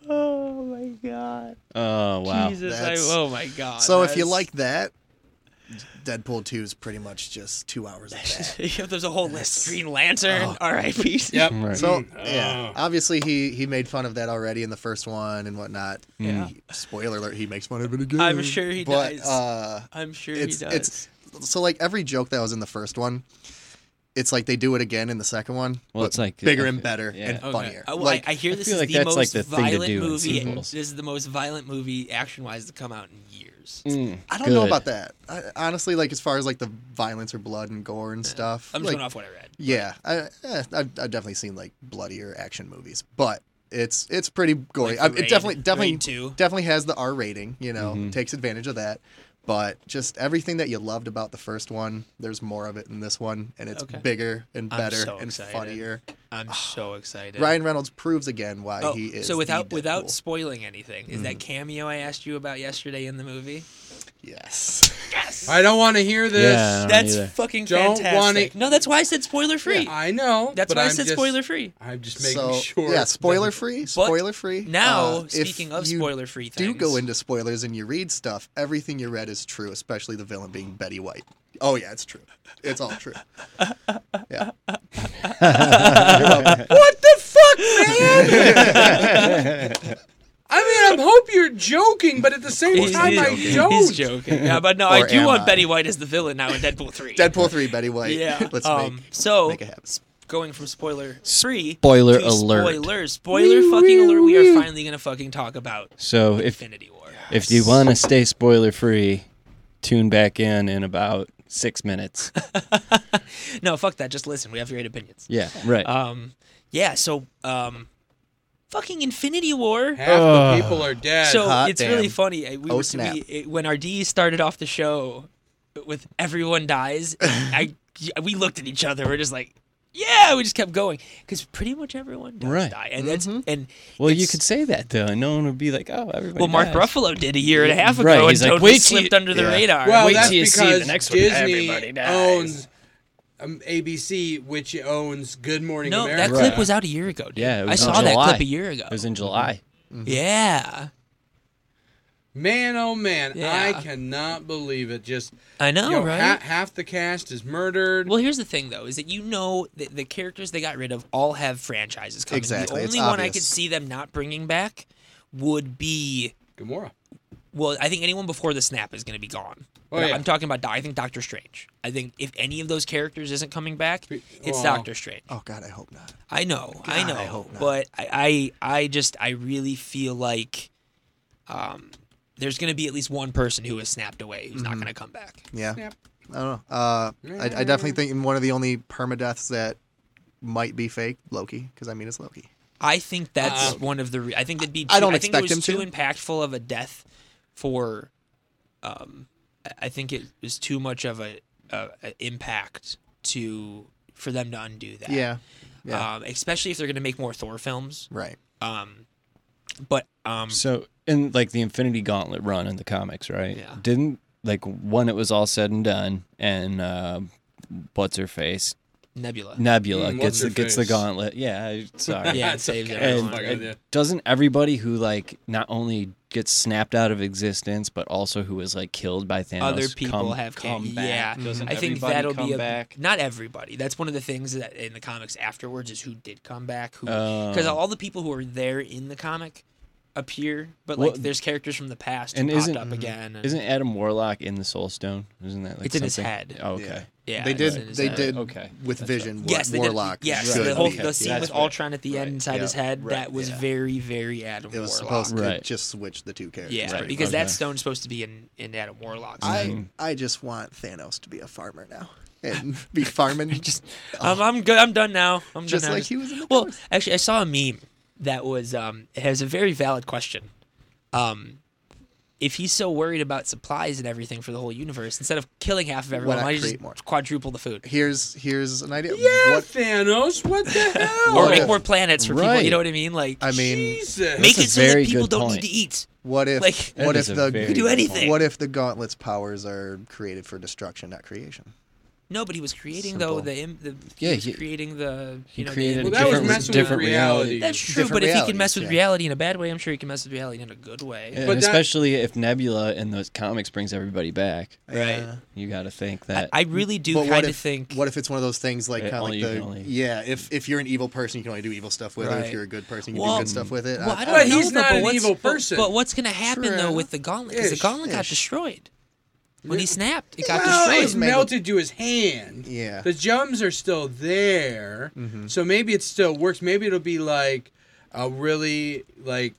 [SPEAKER 2] Oh my god.
[SPEAKER 1] Oh wow.
[SPEAKER 2] Jesus, I,
[SPEAKER 4] That's-
[SPEAKER 2] oh my god.
[SPEAKER 4] So if you
[SPEAKER 2] that's-
[SPEAKER 4] like that, Deadpool 2 is pretty much just two hours of that.
[SPEAKER 2] Yeah, there's a whole list. Green
[SPEAKER 4] oh.
[SPEAKER 2] Lantern, R.I.P.
[SPEAKER 4] So yeah, obviously he he made fun of that already in the first one and whatnot.
[SPEAKER 2] Yeah.
[SPEAKER 4] He- spoiler alert, he makes fun of it again.
[SPEAKER 2] I'm sure he
[SPEAKER 4] but,
[SPEAKER 2] does.
[SPEAKER 4] Uh,
[SPEAKER 2] I'm sure he
[SPEAKER 4] it's, It's, so like every joke that was in the first one, it's like they do it again in the second one.
[SPEAKER 1] Well,
[SPEAKER 4] but
[SPEAKER 1] it's like-
[SPEAKER 4] bigger
[SPEAKER 1] okay,
[SPEAKER 4] and better
[SPEAKER 1] yeah.
[SPEAKER 4] and
[SPEAKER 1] Okay.
[SPEAKER 4] funnier.
[SPEAKER 2] I, well, I-
[SPEAKER 4] like
[SPEAKER 2] I hear this
[SPEAKER 1] feel
[SPEAKER 2] is
[SPEAKER 1] like
[SPEAKER 2] the
[SPEAKER 1] that's,
[SPEAKER 2] most
[SPEAKER 1] like, the thing to
[SPEAKER 2] violent
[SPEAKER 1] do in
[SPEAKER 2] movie.
[SPEAKER 1] sequels.
[SPEAKER 2] This is the most violent movie action-wise to come out in years.
[SPEAKER 4] I don't know about that. I, honestly, like as far as like the violence or blood and gore and stuff.
[SPEAKER 2] I'm just
[SPEAKER 4] like,
[SPEAKER 2] going off what I read.
[SPEAKER 4] Yeah, I, eh, I've, I've definitely seen like bloodier action movies, but it's it's pretty gory.
[SPEAKER 2] Like
[SPEAKER 4] I,
[SPEAKER 2] Raid-
[SPEAKER 4] it definitely definitely
[SPEAKER 2] Raid 2.
[SPEAKER 4] definitely has the R rating. You know, takes advantage of that. But just everything that you loved about the first one, there's more of it in this one, and it's
[SPEAKER 2] Okay.
[SPEAKER 4] bigger and
[SPEAKER 2] I'm
[SPEAKER 4] better
[SPEAKER 2] so
[SPEAKER 4] and
[SPEAKER 2] excited.
[SPEAKER 4] funnier.
[SPEAKER 2] I'm so excited.
[SPEAKER 4] Ryan Reynolds proves again why
[SPEAKER 2] Oh,
[SPEAKER 4] he is.
[SPEAKER 2] so
[SPEAKER 4] the
[SPEAKER 2] without without
[SPEAKER 4] Deadpool. Mm.
[SPEAKER 2] spoiling anything, is that cameo I asked you about yesterday in the movie?
[SPEAKER 4] Yes.
[SPEAKER 2] Yes.
[SPEAKER 3] I don't want to hear this.
[SPEAKER 1] Yeah, I don't
[SPEAKER 2] That's
[SPEAKER 1] either.
[SPEAKER 2] fucking
[SPEAKER 3] Don't
[SPEAKER 2] fantastic.
[SPEAKER 3] wanna-
[SPEAKER 2] No, that's why I said spoiler free.
[SPEAKER 3] I know.
[SPEAKER 2] That's
[SPEAKER 3] but
[SPEAKER 2] why I
[SPEAKER 3] I'm
[SPEAKER 2] said
[SPEAKER 3] just-
[SPEAKER 2] spoiler free.
[SPEAKER 3] I'm just making
[SPEAKER 4] so,
[SPEAKER 3] sure.
[SPEAKER 4] Yeah, spoiler free. Spoiler free.
[SPEAKER 2] now,
[SPEAKER 4] if
[SPEAKER 2] speaking of
[SPEAKER 4] you
[SPEAKER 2] spoiler-free
[SPEAKER 4] do go
[SPEAKER 2] things-
[SPEAKER 4] into spoilers and you read stuff. Everything you read is true, especially the villain being Betty White. Oh yeah, it's true. It's all true. Yeah.
[SPEAKER 3] What the fuck, man? I mean, I hope you're joking, but at the same time, I don't.
[SPEAKER 2] He's joking. Yeah, but no, I
[SPEAKER 4] Or
[SPEAKER 2] do
[SPEAKER 4] am
[SPEAKER 2] want
[SPEAKER 4] I?
[SPEAKER 2] Betty White as the villain now in Deadpool three.
[SPEAKER 4] Deadpool three, Betty White.
[SPEAKER 2] Yeah.
[SPEAKER 4] Let's
[SPEAKER 2] um,
[SPEAKER 4] make.
[SPEAKER 2] so
[SPEAKER 4] make it happen.
[SPEAKER 2] s- going from spoiler free,
[SPEAKER 1] Spoiler
[SPEAKER 2] to
[SPEAKER 1] alert.
[SPEAKER 2] spoiler, spoiler fucking alert. We are finally gonna fucking talk about
[SPEAKER 1] So if
[SPEAKER 2] Infinity War.
[SPEAKER 1] if you want to stay spoiler free, tune back in in about six minutes.
[SPEAKER 2] No, fuck that. Just listen. We have great opinions.
[SPEAKER 1] Yeah, right.
[SPEAKER 2] Um, yeah. So, um, fucking Infinity War.
[SPEAKER 3] Half the people are dead.
[SPEAKER 2] so
[SPEAKER 4] hot
[SPEAKER 2] it's really
[SPEAKER 4] damn.
[SPEAKER 2] funny. I- We,
[SPEAKER 4] Oh,
[SPEAKER 2] were-
[SPEAKER 4] snap.
[SPEAKER 2] we- it- when our D started off the show with everyone dies, I we looked at each other. We're just like, yeah. We just kept going because pretty much everyone does
[SPEAKER 1] Right. Mm-hmm.
[SPEAKER 2] die, and that's and
[SPEAKER 1] well, you
[SPEAKER 2] it's-
[SPEAKER 1] could say that though, and no one would be like, "Oh, everybody."
[SPEAKER 2] Well, Mark
[SPEAKER 1] dies.
[SPEAKER 2] Ruffalo did a year and a half ago,
[SPEAKER 1] Right,
[SPEAKER 2] and
[SPEAKER 1] he's like,
[SPEAKER 2] totally
[SPEAKER 1] wait till
[SPEAKER 2] slipped
[SPEAKER 1] you-
[SPEAKER 2] under the
[SPEAKER 1] Yeah.
[SPEAKER 2] radar.
[SPEAKER 3] Well,
[SPEAKER 1] Wait
[SPEAKER 3] that's
[SPEAKER 1] till you
[SPEAKER 3] because
[SPEAKER 1] see the next one.
[SPEAKER 3] Disney
[SPEAKER 1] Everybody dies.
[SPEAKER 3] owns um, ABC, which owns Good Morning
[SPEAKER 2] no,
[SPEAKER 3] America.
[SPEAKER 2] that clip was out a year ago. Dude.
[SPEAKER 1] Yeah, it
[SPEAKER 2] I
[SPEAKER 1] was in
[SPEAKER 2] saw that
[SPEAKER 1] July.
[SPEAKER 2] clip a year ago.
[SPEAKER 1] It was in July.
[SPEAKER 2] Mm-hmm. yeah,
[SPEAKER 3] Man, oh man,
[SPEAKER 2] Yeah.
[SPEAKER 3] I cannot believe it. Just
[SPEAKER 2] I know,
[SPEAKER 3] yo,
[SPEAKER 2] right?
[SPEAKER 3] ha- half the cast is murdered.
[SPEAKER 2] Well, here's the thing, though, is that you know that the characters they got rid of all have franchises coming.
[SPEAKER 4] Exactly,
[SPEAKER 2] The
[SPEAKER 4] it's
[SPEAKER 2] only one I
[SPEAKER 4] obvious.
[SPEAKER 2] could see them not bringing back would be.
[SPEAKER 3] Gamora.
[SPEAKER 2] Well, I think anyone before the snap is going to be gone.
[SPEAKER 3] Oh, yeah.
[SPEAKER 2] I'm talking about. I think Doctor Strange. I think if any of those characters isn't coming back, it's
[SPEAKER 3] well,
[SPEAKER 2] Doctor Strange.
[SPEAKER 4] Oh God, I hope not.
[SPEAKER 2] I know, I
[SPEAKER 4] God,
[SPEAKER 2] know,
[SPEAKER 4] I hope not.
[SPEAKER 2] but I, I, I just, I really feel like, um, there's going to be at least one person who has snapped away who's
[SPEAKER 4] Mm-hmm.
[SPEAKER 2] not going to come back.
[SPEAKER 4] Yeah.
[SPEAKER 3] Yep.
[SPEAKER 4] I don't know. Uh, I, I definitely think one of the only permadeaths that might be fake, Loki, because I mean it's Loki.
[SPEAKER 2] I think that's
[SPEAKER 3] Um,
[SPEAKER 2] one of the. Re- I think that'd be. Too,
[SPEAKER 4] I don't
[SPEAKER 2] think it
[SPEAKER 4] expect
[SPEAKER 2] was
[SPEAKER 4] him
[SPEAKER 2] too
[SPEAKER 4] to.
[SPEAKER 2] impactful of a death for. Um, I- I think it was too much of a, a, a impact to for them to undo that.
[SPEAKER 4] Yeah. Yeah.
[SPEAKER 2] Um, especially if they're going to make more Thor films.
[SPEAKER 4] right.
[SPEAKER 2] Um, but um,
[SPEAKER 1] So in like the Infinity Gauntlet run in the comics, right?
[SPEAKER 2] Yeah.
[SPEAKER 1] Didn't like when it was all said and done, and uh, what's her face
[SPEAKER 2] Nebula.
[SPEAKER 1] Nebula
[SPEAKER 3] Mm,
[SPEAKER 1] gets the,
[SPEAKER 3] What's-Her-Face.
[SPEAKER 1] gets the gauntlet. Yeah, I- sorry.
[SPEAKER 2] Yeah, Oh it
[SPEAKER 3] It's
[SPEAKER 2] saves
[SPEAKER 3] okay.
[SPEAKER 2] everyone.
[SPEAKER 1] And
[SPEAKER 3] Fuck
[SPEAKER 1] it-
[SPEAKER 3] idea.
[SPEAKER 1] doesn't everybody who like not only gets snapped out of existence, but also who is like killed by Thanos,
[SPEAKER 2] other people
[SPEAKER 1] come-
[SPEAKER 2] have
[SPEAKER 1] come
[SPEAKER 2] can-
[SPEAKER 1] back? Mm-hmm.
[SPEAKER 2] Yeah,
[SPEAKER 1] Doesn't
[SPEAKER 2] I think
[SPEAKER 1] everybody
[SPEAKER 2] that'll
[SPEAKER 1] come
[SPEAKER 2] be a,
[SPEAKER 1] back?
[SPEAKER 2] not everybody. That's one of the things that in the comics afterwards is who did come back, who because
[SPEAKER 1] Oh.
[SPEAKER 2] all the people who were there in the comic appear, but
[SPEAKER 1] Well,
[SPEAKER 2] like there's characters from the past who
[SPEAKER 1] and
[SPEAKER 2] popped
[SPEAKER 1] isn't Mm-hmm.
[SPEAKER 2] up again. and-
[SPEAKER 1] isn't Adam Warlock in the Soul Stone? Isn't that like
[SPEAKER 2] It's in his
[SPEAKER 1] something-
[SPEAKER 2] head.
[SPEAKER 1] Oh, okay.
[SPEAKER 2] Yeah,
[SPEAKER 4] They
[SPEAKER 2] it's in
[SPEAKER 4] did.
[SPEAKER 2] his
[SPEAKER 4] They
[SPEAKER 2] head.
[SPEAKER 4] did.
[SPEAKER 1] Okay.
[SPEAKER 4] With Vision. War,
[SPEAKER 2] Yes, they did-
[SPEAKER 4] Warlock.
[SPEAKER 2] yes,
[SPEAKER 4] should
[SPEAKER 2] the whole
[SPEAKER 4] be.
[SPEAKER 2] the scene with Ultron at the end inside his head that was very very Adam
[SPEAKER 4] It was
[SPEAKER 2] Warlock.
[SPEAKER 4] supposed to just switch the two characters.
[SPEAKER 2] Yeah,
[SPEAKER 4] pretty
[SPEAKER 2] because
[SPEAKER 4] much.
[SPEAKER 2] that stone's supposed to be in, in Adam Warlock's.
[SPEAKER 4] I I just want Thanos to be a farmer now and be farming.
[SPEAKER 2] just I'm, I'm good. I'm done now. I'm
[SPEAKER 4] Just
[SPEAKER 2] done now.
[SPEAKER 4] like he was in the
[SPEAKER 2] well, actually, I saw a meme that was um, it has a very valid question. Um, if he's so worried about supplies and everything for the whole universe, instead of killing half of everyone,
[SPEAKER 4] not
[SPEAKER 2] why don't you
[SPEAKER 4] create
[SPEAKER 2] just
[SPEAKER 4] more?
[SPEAKER 2] quadruple the food?
[SPEAKER 4] Here's here's an idea.
[SPEAKER 3] Yeah,
[SPEAKER 4] What-
[SPEAKER 3] Thanos. What the hell?
[SPEAKER 2] Or
[SPEAKER 4] What
[SPEAKER 2] make
[SPEAKER 4] if-
[SPEAKER 2] more planets for people.
[SPEAKER 4] Right.
[SPEAKER 2] You know what I mean? Like,
[SPEAKER 4] I mean,
[SPEAKER 3] Jesus.
[SPEAKER 2] make
[SPEAKER 4] That's a
[SPEAKER 2] it so that
[SPEAKER 4] very
[SPEAKER 2] people
[SPEAKER 4] good
[SPEAKER 2] don't
[SPEAKER 4] point.
[SPEAKER 2] need to eat.
[SPEAKER 4] What if
[SPEAKER 2] Like,
[SPEAKER 4] what if the
[SPEAKER 2] you could do anything?
[SPEAKER 4] What if the gauntlet's powers are created for destruction, not creation?
[SPEAKER 2] No, but he was creating though
[SPEAKER 4] Simple.
[SPEAKER 2] the, im- the
[SPEAKER 4] Yeah,
[SPEAKER 2] he was
[SPEAKER 4] he-
[SPEAKER 2] creating the
[SPEAKER 1] he
[SPEAKER 2] you know
[SPEAKER 1] created Well,
[SPEAKER 2] the,
[SPEAKER 1] that was different- messing with different reality. reality.
[SPEAKER 2] That's true,
[SPEAKER 4] Different
[SPEAKER 2] but if he can
[SPEAKER 4] realities,
[SPEAKER 2] mess with
[SPEAKER 4] yeah.
[SPEAKER 2] reality in a bad way, I'm sure he can mess with reality in a good way.
[SPEAKER 1] And especially if Nebula in those comics brings everybody back.
[SPEAKER 2] Right. Yeah.
[SPEAKER 1] You got to think that.
[SPEAKER 2] I really do
[SPEAKER 4] But what
[SPEAKER 2] kind of
[SPEAKER 4] if-
[SPEAKER 2] think.
[SPEAKER 4] What if it's one of those things like
[SPEAKER 1] Right,
[SPEAKER 4] kind of
[SPEAKER 1] only
[SPEAKER 4] like
[SPEAKER 1] you
[SPEAKER 4] the
[SPEAKER 1] can only-
[SPEAKER 4] yeah? If if you're an evil person, you can only do evil stuff with it.
[SPEAKER 2] Right.
[SPEAKER 4] If you're a good person, you can
[SPEAKER 2] Well,
[SPEAKER 4] do good stuff with it.
[SPEAKER 2] Well, I don't
[SPEAKER 3] But
[SPEAKER 2] know,
[SPEAKER 3] he's
[SPEAKER 2] though,
[SPEAKER 3] not
[SPEAKER 2] but
[SPEAKER 3] an
[SPEAKER 2] what's-
[SPEAKER 3] evil
[SPEAKER 2] but-
[SPEAKER 3] person.
[SPEAKER 2] But, what's going to happen though
[SPEAKER 3] True.
[SPEAKER 2] with the gauntlet? Because the
[SPEAKER 3] Ish,
[SPEAKER 2] gauntlet got
[SPEAKER 3] ish.
[SPEAKER 2] destroyed when he snapped. It got
[SPEAKER 3] Well,
[SPEAKER 2] destroyed.
[SPEAKER 3] it's melted to his hand.
[SPEAKER 4] Yeah.
[SPEAKER 3] The gems are still there,
[SPEAKER 2] Mm-hmm.
[SPEAKER 3] so maybe it still works. Maybe it'll be like a really like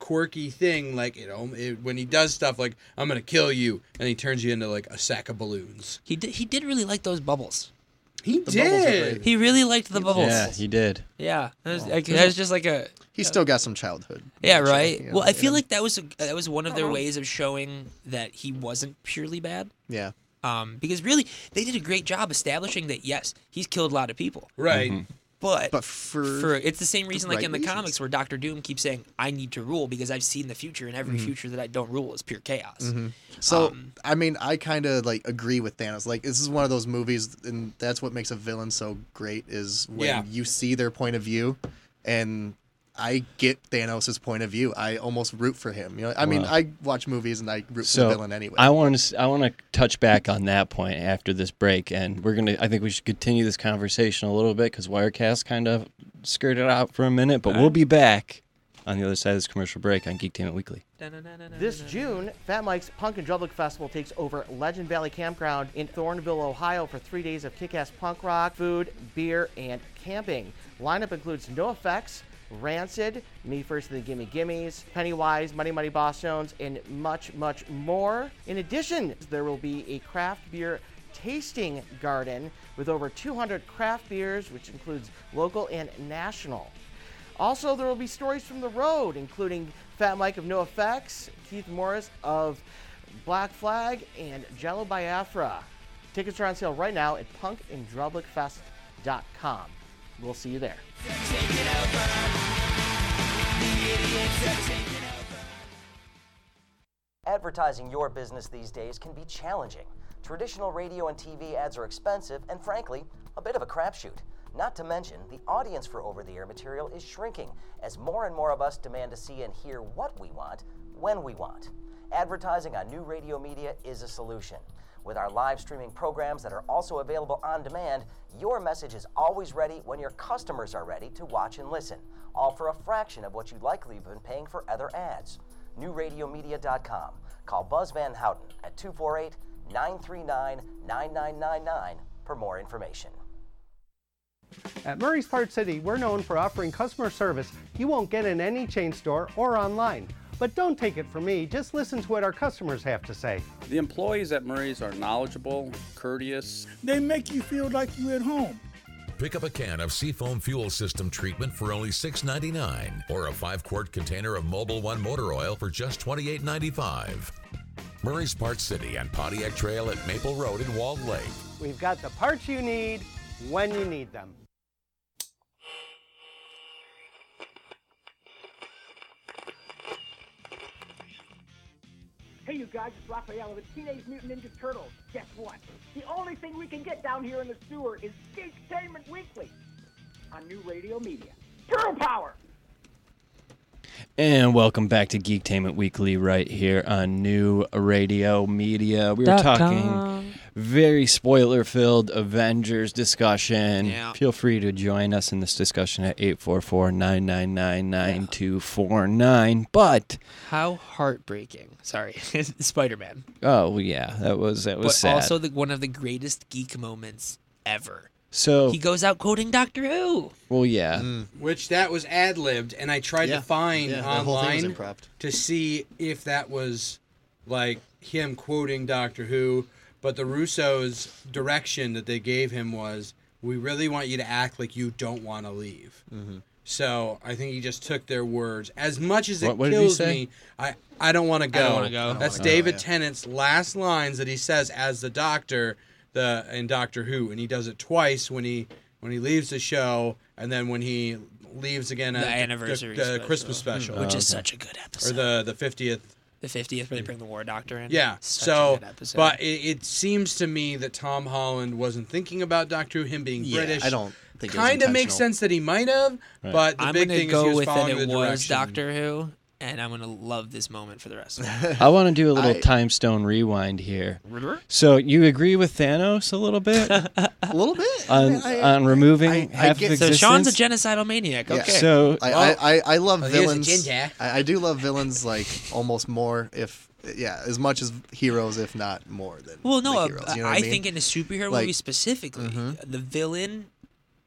[SPEAKER 3] quirky thing, like you know, it, when he does stuff like "I'm gonna kill you," and he turns you into like a sack of balloons.
[SPEAKER 2] He did. He did really like those bubbles.
[SPEAKER 3] He
[SPEAKER 4] bubbles are
[SPEAKER 3] did.
[SPEAKER 4] great.
[SPEAKER 2] He really liked the bubbles.
[SPEAKER 1] yeah, he did.
[SPEAKER 2] Yeah, that was, like, that was just like a
[SPEAKER 4] He's still got some childhood.
[SPEAKER 2] yeah,
[SPEAKER 4] nature,
[SPEAKER 2] right.
[SPEAKER 4] you know,
[SPEAKER 2] Well, I
[SPEAKER 4] in
[SPEAKER 2] feel
[SPEAKER 4] him.
[SPEAKER 2] like that was a, that was one of their ways of showing that he wasn't purely bad.
[SPEAKER 4] yeah.
[SPEAKER 2] Um, because really, they did a great job establishing that yes, he's killed a lot of people,
[SPEAKER 3] Right.
[SPEAKER 2] but
[SPEAKER 4] But for,
[SPEAKER 2] for it's the same reason like
[SPEAKER 4] right
[SPEAKER 2] in the
[SPEAKER 4] reasons.
[SPEAKER 2] comics where Doctor Doom keeps saying I need to rule because I've seen the future and
[SPEAKER 3] Mm-hmm.
[SPEAKER 2] every future that I don't rule is pure chaos.
[SPEAKER 4] So I mean, I kind of like agree with Thanos. Like this is one of those movies, and that's what makes a villain so great is when
[SPEAKER 3] Yeah.
[SPEAKER 4] you see their point of view, and I get Thanos' point of view. I almost root for him. You know, I mean,
[SPEAKER 1] Wow.
[SPEAKER 4] I watch movies and I root for
[SPEAKER 1] So
[SPEAKER 4] the villain anyway.
[SPEAKER 1] I want to I want to touch back on that point after this break, and we're gonna. I think we should continue this conversation a little bit because Wirecast kind of skirted out for a minute, but we'll be back on the other side of this commercial break on Geektainment Weekly.
[SPEAKER 14] This June, Fat Mike's Punk and Drublic Festival takes over Legend Valley Campground in Thornville, Ohio for three days of kick-ass punk rock, food, beer, and camping. Lineup includes No Effects, Rancid, Me First and the Gimme Gimmes, Pennywise, Money Money Boss Jones, and much, much more. In addition, there will be a craft beer tasting garden with over 200 craft beers, which includes local and national. Also, there will be stories from the road, including Fat Mike of No Effects, Keith Morris of Black Flag, and Jello Biafra. Tickets are on sale right now at punkanddrublicfest.com. We'll see you there.
[SPEAKER 15] Advertising your business these days can be challenging. Traditional radio and TV ads are expensive and, frankly, a bit of a crapshoot. Not to mention, the audience for over the air material is shrinking as more and more of us demand to see and hear what we want when we want. Advertising on new radio media is a solution. With our live streaming programs that are also available on demand, your message is always ready when your customers are ready to watch and listen, all for a fraction of what you'd likely have been paying for other ads. NewRadioMedia.com. Call Buzz Van Houten at 248 939 9999 for more information.
[SPEAKER 16] At Murray's Part City, we're known for offering customer service you won't get in any chain store or online. But don't take it from me, just listen to what our customers have to say.
[SPEAKER 17] The employees at Murray's are knowledgeable, courteous.
[SPEAKER 18] They make you feel like you're at home.
[SPEAKER 19] Pick up a can of Seafoam Fuel System treatment for only $6.99 or a 5-quart container of Mobile One motor oil for just $28.95. Murray's Part City and Pontiac Trail at Maple Road in Walled Lake.
[SPEAKER 16] We've got the parts you need when you need them.
[SPEAKER 20] Hey, you guys, it's Raphael with Teenage Mutant Ninja Turtles. Guess what? The only thing we can get down here in the sewer is Geektainment Weekly on new radio media. Turtle Power!
[SPEAKER 1] And welcome back to Geektainment Weekly right here on New Radio Media. We were
[SPEAKER 2] Dot
[SPEAKER 1] talking
[SPEAKER 2] com.
[SPEAKER 1] very spoiler filled Avengers discussion.
[SPEAKER 2] Yeah.
[SPEAKER 1] Feel free to join us in this discussion at 844 999 9249. But,
[SPEAKER 2] How heartbreaking. Sorry, Spider Man.
[SPEAKER 1] oh, well, yeah, that was, that was
[SPEAKER 2] But
[SPEAKER 1] sad.
[SPEAKER 2] also the, one of the greatest geek moments ever.
[SPEAKER 3] Oh.
[SPEAKER 1] so,
[SPEAKER 2] He Mm. goes out quoting Doctor Who.
[SPEAKER 1] well, yeah.
[SPEAKER 3] Which that was ad libbed, and I tried
[SPEAKER 2] Yeah.
[SPEAKER 3] to find
[SPEAKER 2] Yeah, that whole thing was
[SPEAKER 3] online
[SPEAKER 2] improv.
[SPEAKER 3] to see if that was like him quoting Doctor Who. But the Russo's direction that they gave him was, "We really want you to act like you don't want to leave."
[SPEAKER 1] Mm-hmm.
[SPEAKER 3] So I think he just took their words. As much as it
[SPEAKER 1] What- what did he
[SPEAKER 3] kills
[SPEAKER 1] say?
[SPEAKER 3] me, I I don't want to go.
[SPEAKER 2] don't wanna go. I don't
[SPEAKER 3] That's
[SPEAKER 2] wanna go,
[SPEAKER 3] David
[SPEAKER 2] yeah.
[SPEAKER 3] Tennant's last lines that he says as the Doctor, the in Doctor Who, and he does it twice when he when he leaves the show, and then when he leaves again
[SPEAKER 2] The
[SPEAKER 3] at
[SPEAKER 2] anniversary
[SPEAKER 3] the,
[SPEAKER 2] special.
[SPEAKER 3] Christmas
[SPEAKER 1] Hmm.
[SPEAKER 3] special,
[SPEAKER 2] Which is such a good episode.
[SPEAKER 3] Oh, or the the fiftieth.
[SPEAKER 2] The 50th, where they bring the War Doctor in.
[SPEAKER 3] Yeah.
[SPEAKER 2] Such
[SPEAKER 3] so,
[SPEAKER 2] a good episode.
[SPEAKER 3] but it, it seems to me that Tom Holland wasn't thinking about Doctor Who, him being
[SPEAKER 2] Yeah,
[SPEAKER 3] British.
[SPEAKER 2] I don't think it was
[SPEAKER 3] kind of makes
[SPEAKER 2] intentional.
[SPEAKER 3] sense that he might have,
[SPEAKER 2] Right.
[SPEAKER 3] but the
[SPEAKER 2] I'm
[SPEAKER 3] big
[SPEAKER 2] gonna
[SPEAKER 3] thing
[SPEAKER 2] go
[SPEAKER 3] is he was
[SPEAKER 2] with that
[SPEAKER 3] following
[SPEAKER 2] it
[SPEAKER 3] the
[SPEAKER 2] was
[SPEAKER 3] direction.
[SPEAKER 2] Doctor Who, and I'm gonna love this moment for the rest. of it.
[SPEAKER 1] I want to do a little
[SPEAKER 2] I-
[SPEAKER 1] time stone rewind here. So you agree with Thanos a little bit? a
[SPEAKER 4] little bit
[SPEAKER 1] on
[SPEAKER 2] I-
[SPEAKER 1] on removing half of
[SPEAKER 2] so
[SPEAKER 1] existence.
[SPEAKER 2] Sean's a genocidal maniac.
[SPEAKER 4] Yeah.
[SPEAKER 2] Okay.
[SPEAKER 4] I, I, I, I love
[SPEAKER 2] Well, here's a
[SPEAKER 4] villains. I,
[SPEAKER 2] ginger.
[SPEAKER 4] I do love villains like almost more if yeah, as much as heroes, if not more than
[SPEAKER 2] Well, no,
[SPEAKER 4] the
[SPEAKER 2] uh,
[SPEAKER 4] heroes. You know
[SPEAKER 2] I,
[SPEAKER 4] what mean?
[SPEAKER 2] think in a
[SPEAKER 4] Like-
[SPEAKER 2] superhero
[SPEAKER 4] mm-hmm.
[SPEAKER 2] movie specifically, the villain,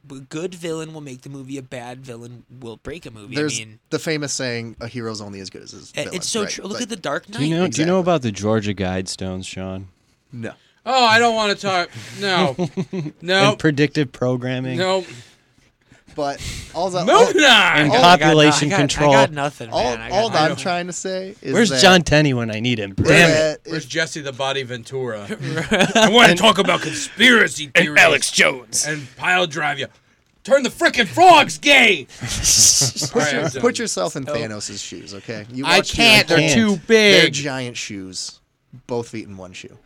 [SPEAKER 2] a good villain will make the movie. A bad villain will break a movie.
[SPEAKER 4] There's
[SPEAKER 2] I mean,
[SPEAKER 4] the famous saying, "A hero's only as good as his
[SPEAKER 2] Uh,
[SPEAKER 4] villain."
[SPEAKER 2] it's so
[SPEAKER 4] right?
[SPEAKER 2] true. Look
[SPEAKER 4] Like,
[SPEAKER 2] at the Dark Knight.
[SPEAKER 1] Do you know? Do you know about the Georgia Guidestones, Sean?
[SPEAKER 4] No.
[SPEAKER 3] Oh, I don't want to talk. No, no,
[SPEAKER 1] And predictive programming.
[SPEAKER 3] no.
[SPEAKER 4] But all that
[SPEAKER 3] Moving
[SPEAKER 4] all-
[SPEAKER 3] on.
[SPEAKER 1] And
[SPEAKER 2] Oh,
[SPEAKER 4] all-
[SPEAKER 1] population control.
[SPEAKER 4] All, all that I'm trying to say is
[SPEAKER 1] Where's
[SPEAKER 4] that
[SPEAKER 1] John Tenney when I need him?
[SPEAKER 4] Where's
[SPEAKER 1] Damn it!
[SPEAKER 4] that-
[SPEAKER 3] Where's Jesse the Body Ventura? I want to
[SPEAKER 1] And-
[SPEAKER 3] talk about conspiracy theories. And Alex
[SPEAKER 1] Jones.
[SPEAKER 3] And pile drive you. Turn the frickin' frogs gay! All
[SPEAKER 4] Put,
[SPEAKER 3] right,
[SPEAKER 4] your-
[SPEAKER 3] I'm done.
[SPEAKER 4] put yourself
[SPEAKER 2] Oh.
[SPEAKER 4] in Thanos' shoes, okay? You
[SPEAKER 3] I
[SPEAKER 4] watch your-
[SPEAKER 3] can't, they're I too can't. big.
[SPEAKER 4] They're giant shoes, both feet in one shoe.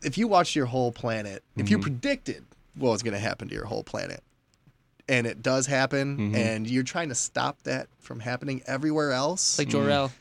[SPEAKER 4] If you watched your whole planet, if you
[SPEAKER 2] Mm-hmm.
[SPEAKER 1] Mhm.
[SPEAKER 4] predicted what was going to happen to your whole planet, and it does happen,
[SPEAKER 2] Mm-hmm.
[SPEAKER 1] Mhm.
[SPEAKER 4] and you're trying to stop that from happening everywhere else,
[SPEAKER 2] Like Jor-El.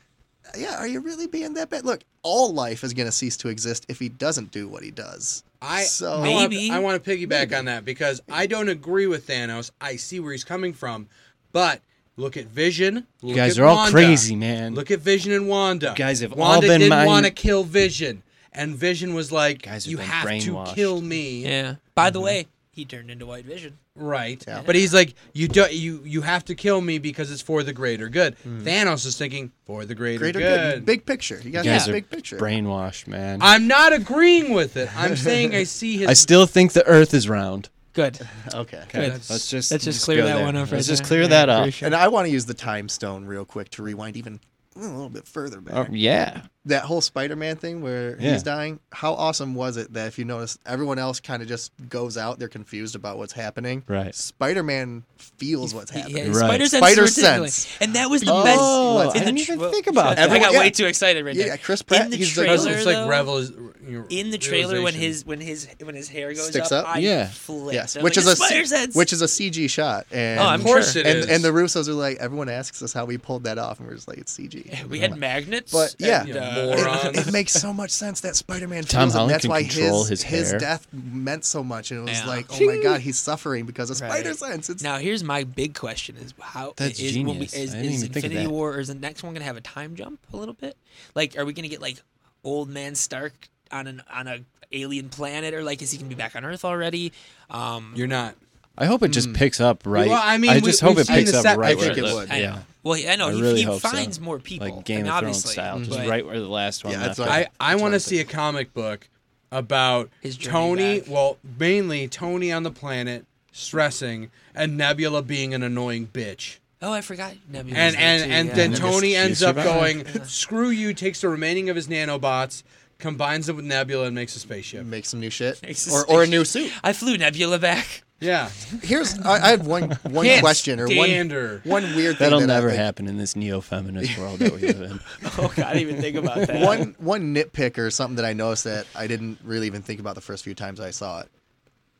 [SPEAKER 4] Yeah, are you really being that bad? Look, all life is going to cease to exist if he doesn't do what he does.
[SPEAKER 3] I
[SPEAKER 4] so
[SPEAKER 3] I wanna- I want to piggyback on that because I don't agree with Thanos. I see where he's coming from, but look at Vision.
[SPEAKER 1] You
[SPEAKER 3] look
[SPEAKER 1] guys
[SPEAKER 3] at
[SPEAKER 1] are all
[SPEAKER 3] Wanda.
[SPEAKER 1] crazy, man.
[SPEAKER 3] Look at Vision and Wanda. You
[SPEAKER 1] guys have all
[SPEAKER 3] Wanda
[SPEAKER 1] been
[SPEAKER 3] didn't
[SPEAKER 1] mind-
[SPEAKER 3] want to kill Vision, and Vision was like,
[SPEAKER 1] guys have
[SPEAKER 3] "You
[SPEAKER 1] been
[SPEAKER 3] have to
[SPEAKER 1] brainwashed."
[SPEAKER 3] kill me."
[SPEAKER 2] Yeah. By
[SPEAKER 4] Mm-hmm.
[SPEAKER 2] the way, he turned into White Vision.
[SPEAKER 3] Right. But he's like, you don't, you you have to kill me because it's for the greater good. Thanos is thinking for the greater,
[SPEAKER 4] Hmm. Greater
[SPEAKER 3] good.
[SPEAKER 4] good. Big picture. You
[SPEAKER 1] You
[SPEAKER 4] got
[SPEAKER 1] guys
[SPEAKER 4] the
[SPEAKER 1] are
[SPEAKER 4] big picture.
[SPEAKER 1] brainwashed, man.
[SPEAKER 3] I'm not agreeing with it. I'm saying I see his.
[SPEAKER 1] I still think the Earth is round.
[SPEAKER 2] Good.
[SPEAKER 4] Okay.
[SPEAKER 1] Okay,
[SPEAKER 2] Good.
[SPEAKER 1] let's just
[SPEAKER 2] Let's just
[SPEAKER 1] let's
[SPEAKER 2] clear
[SPEAKER 1] go
[SPEAKER 2] that
[SPEAKER 1] there.
[SPEAKER 2] one
[SPEAKER 1] Let's
[SPEAKER 2] up right
[SPEAKER 1] just
[SPEAKER 2] there.
[SPEAKER 1] clear
[SPEAKER 2] Yeah,
[SPEAKER 1] that up.
[SPEAKER 2] appreciate
[SPEAKER 4] And I want to use the time stone real quick to rewind even a little bit further back.
[SPEAKER 1] Oh, yeah.
[SPEAKER 4] That whole Spider Man thing where
[SPEAKER 1] Yeah.
[SPEAKER 4] he's dying, how awesome was it that if you notice everyone else kind of just goes out, they're confused about what's happening.
[SPEAKER 1] Right.
[SPEAKER 4] Spider Man feels what's
[SPEAKER 2] Yeah,
[SPEAKER 4] happening.
[SPEAKER 2] Spider sense.
[SPEAKER 4] Spider
[SPEAKER 2] is ridiculous.
[SPEAKER 4] sense. Oh,
[SPEAKER 2] And that was the
[SPEAKER 4] Feels
[SPEAKER 2] best.
[SPEAKER 4] what's
[SPEAKER 2] in the
[SPEAKER 4] happening.
[SPEAKER 2] tra- I
[SPEAKER 4] Everyone-
[SPEAKER 2] got
[SPEAKER 4] yeah.
[SPEAKER 2] way too excited right
[SPEAKER 4] yeah,
[SPEAKER 2] now.
[SPEAKER 4] Yeah, Chris Pratt.
[SPEAKER 2] in the
[SPEAKER 4] he's
[SPEAKER 2] trailer,
[SPEAKER 4] like,
[SPEAKER 3] It's like
[SPEAKER 2] though,
[SPEAKER 3] revel-
[SPEAKER 2] in the trailer when
[SPEAKER 3] realization.
[SPEAKER 2] his when his when his hair goes
[SPEAKER 4] sticks
[SPEAKER 2] up,
[SPEAKER 4] up.
[SPEAKER 2] I
[SPEAKER 4] yeah.
[SPEAKER 2] flipped.
[SPEAKER 4] Yes.
[SPEAKER 2] I'm
[SPEAKER 4] Which
[SPEAKER 2] like,
[SPEAKER 4] is a
[SPEAKER 2] "That's Spider
[SPEAKER 4] C-
[SPEAKER 2] sense.
[SPEAKER 4] which is a CG shot. And
[SPEAKER 2] Oh, I'm Of course sure. it
[SPEAKER 4] and,
[SPEAKER 2] is.
[SPEAKER 4] and the Russos are like, everyone asks us how we pulled that off, and we're just like, it's CG.
[SPEAKER 2] we had magnets,
[SPEAKER 4] But yeah,
[SPEAKER 2] and,
[SPEAKER 4] it-
[SPEAKER 2] uh,
[SPEAKER 4] it, makes so much sense that Spider-Man
[SPEAKER 1] Tom
[SPEAKER 4] feels it.
[SPEAKER 1] Holland
[SPEAKER 4] That's
[SPEAKER 1] can
[SPEAKER 4] why
[SPEAKER 1] control
[SPEAKER 4] his
[SPEAKER 1] his hair.
[SPEAKER 4] death meant so much, and it was
[SPEAKER 2] Yeah.
[SPEAKER 4] like, oh my god, he's suffering because of Spider sense. It's
[SPEAKER 2] now here's my big question: Is how
[SPEAKER 1] That's
[SPEAKER 2] is when we
[SPEAKER 1] genius.
[SPEAKER 2] is,
[SPEAKER 1] I didn't
[SPEAKER 2] is
[SPEAKER 1] even think of
[SPEAKER 2] Infinity
[SPEAKER 1] that.
[SPEAKER 2] War or is the next one gonna have a time jump a little bit? Like, are we gonna get like old man Stark on an on a alien planet, or like is he gonna be back on Earth already? Um,
[SPEAKER 3] You're not.
[SPEAKER 1] I hope it just picks up right.
[SPEAKER 3] Well, I mean, we-
[SPEAKER 1] just hope
[SPEAKER 3] we've
[SPEAKER 1] it
[SPEAKER 3] seen
[SPEAKER 1] picks
[SPEAKER 3] the
[SPEAKER 1] up
[SPEAKER 3] set-
[SPEAKER 1] right.
[SPEAKER 3] I think
[SPEAKER 1] where
[SPEAKER 3] it
[SPEAKER 1] left-
[SPEAKER 3] would,
[SPEAKER 2] I
[SPEAKER 1] Yeah.
[SPEAKER 2] know. Well, I know, he-
[SPEAKER 1] really
[SPEAKER 2] he
[SPEAKER 1] hope so.
[SPEAKER 2] finds more people,
[SPEAKER 1] Like Game
[SPEAKER 2] and
[SPEAKER 1] of Thrones
[SPEAKER 2] obviously,
[SPEAKER 1] style, just
[SPEAKER 2] but-
[SPEAKER 1] right where the last one left
[SPEAKER 3] I,
[SPEAKER 1] off.
[SPEAKER 3] I want to see a comic book about
[SPEAKER 2] journey
[SPEAKER 3] Tony, well, mainly Tony on the planet stressing and Nebula being an annoying bitch.
[SPEAKER 2] Oh, I forgot. Nebula's
[SPEAKER 3] and
[SPEAKER 2] there
[SPEAKER 3] and,
[SPEAKER 2] too,
[SPEAKER 3] and
[SPEAKER 2] yeah.
[SPEAKER 3] then
[SPEAKER 2] Nebula's-
[SPEAKER 3] Tony
[SPEAKER 2] she's
[SPEAKER 3] ends up
[SPEAKER 2] surviving.
[SPEAKER 3] going, screw you, takes the remaining of his nanobots, combines them with Nebula, and makes a spaceship.
[SPEAKER 4] Makes some new shit.
[SPEAKER 2] Makes a
[SPEAKER 4] or, or a
[SPEAKER 2] spaceship.
[SPEAKER 4] new suit.
[SPEAKER 2] I flew Nebula back.
[SPEAKER 3] Yeah.
[SPEAKER 4] Here's I, I have one one
[SPEAKER 2] Can't
[SPEAKER 4] question or one,
[SPEAKER 2] stand her.
[SPEAKER 4] one weird thing
[SPEAKER 1] That'll
[SPEAKER 4] that I
[SPEAKER 1] never
[SPEAKER 4] think-
[SPEAKER 1] happen in this neo-feminist world that we live in.
[SPEAKER 2] Oh God, I didn't even think about that.
[SPEAKER 4] one one nitpick or something that I noticed that I didn't really even think about the first few times I saw it.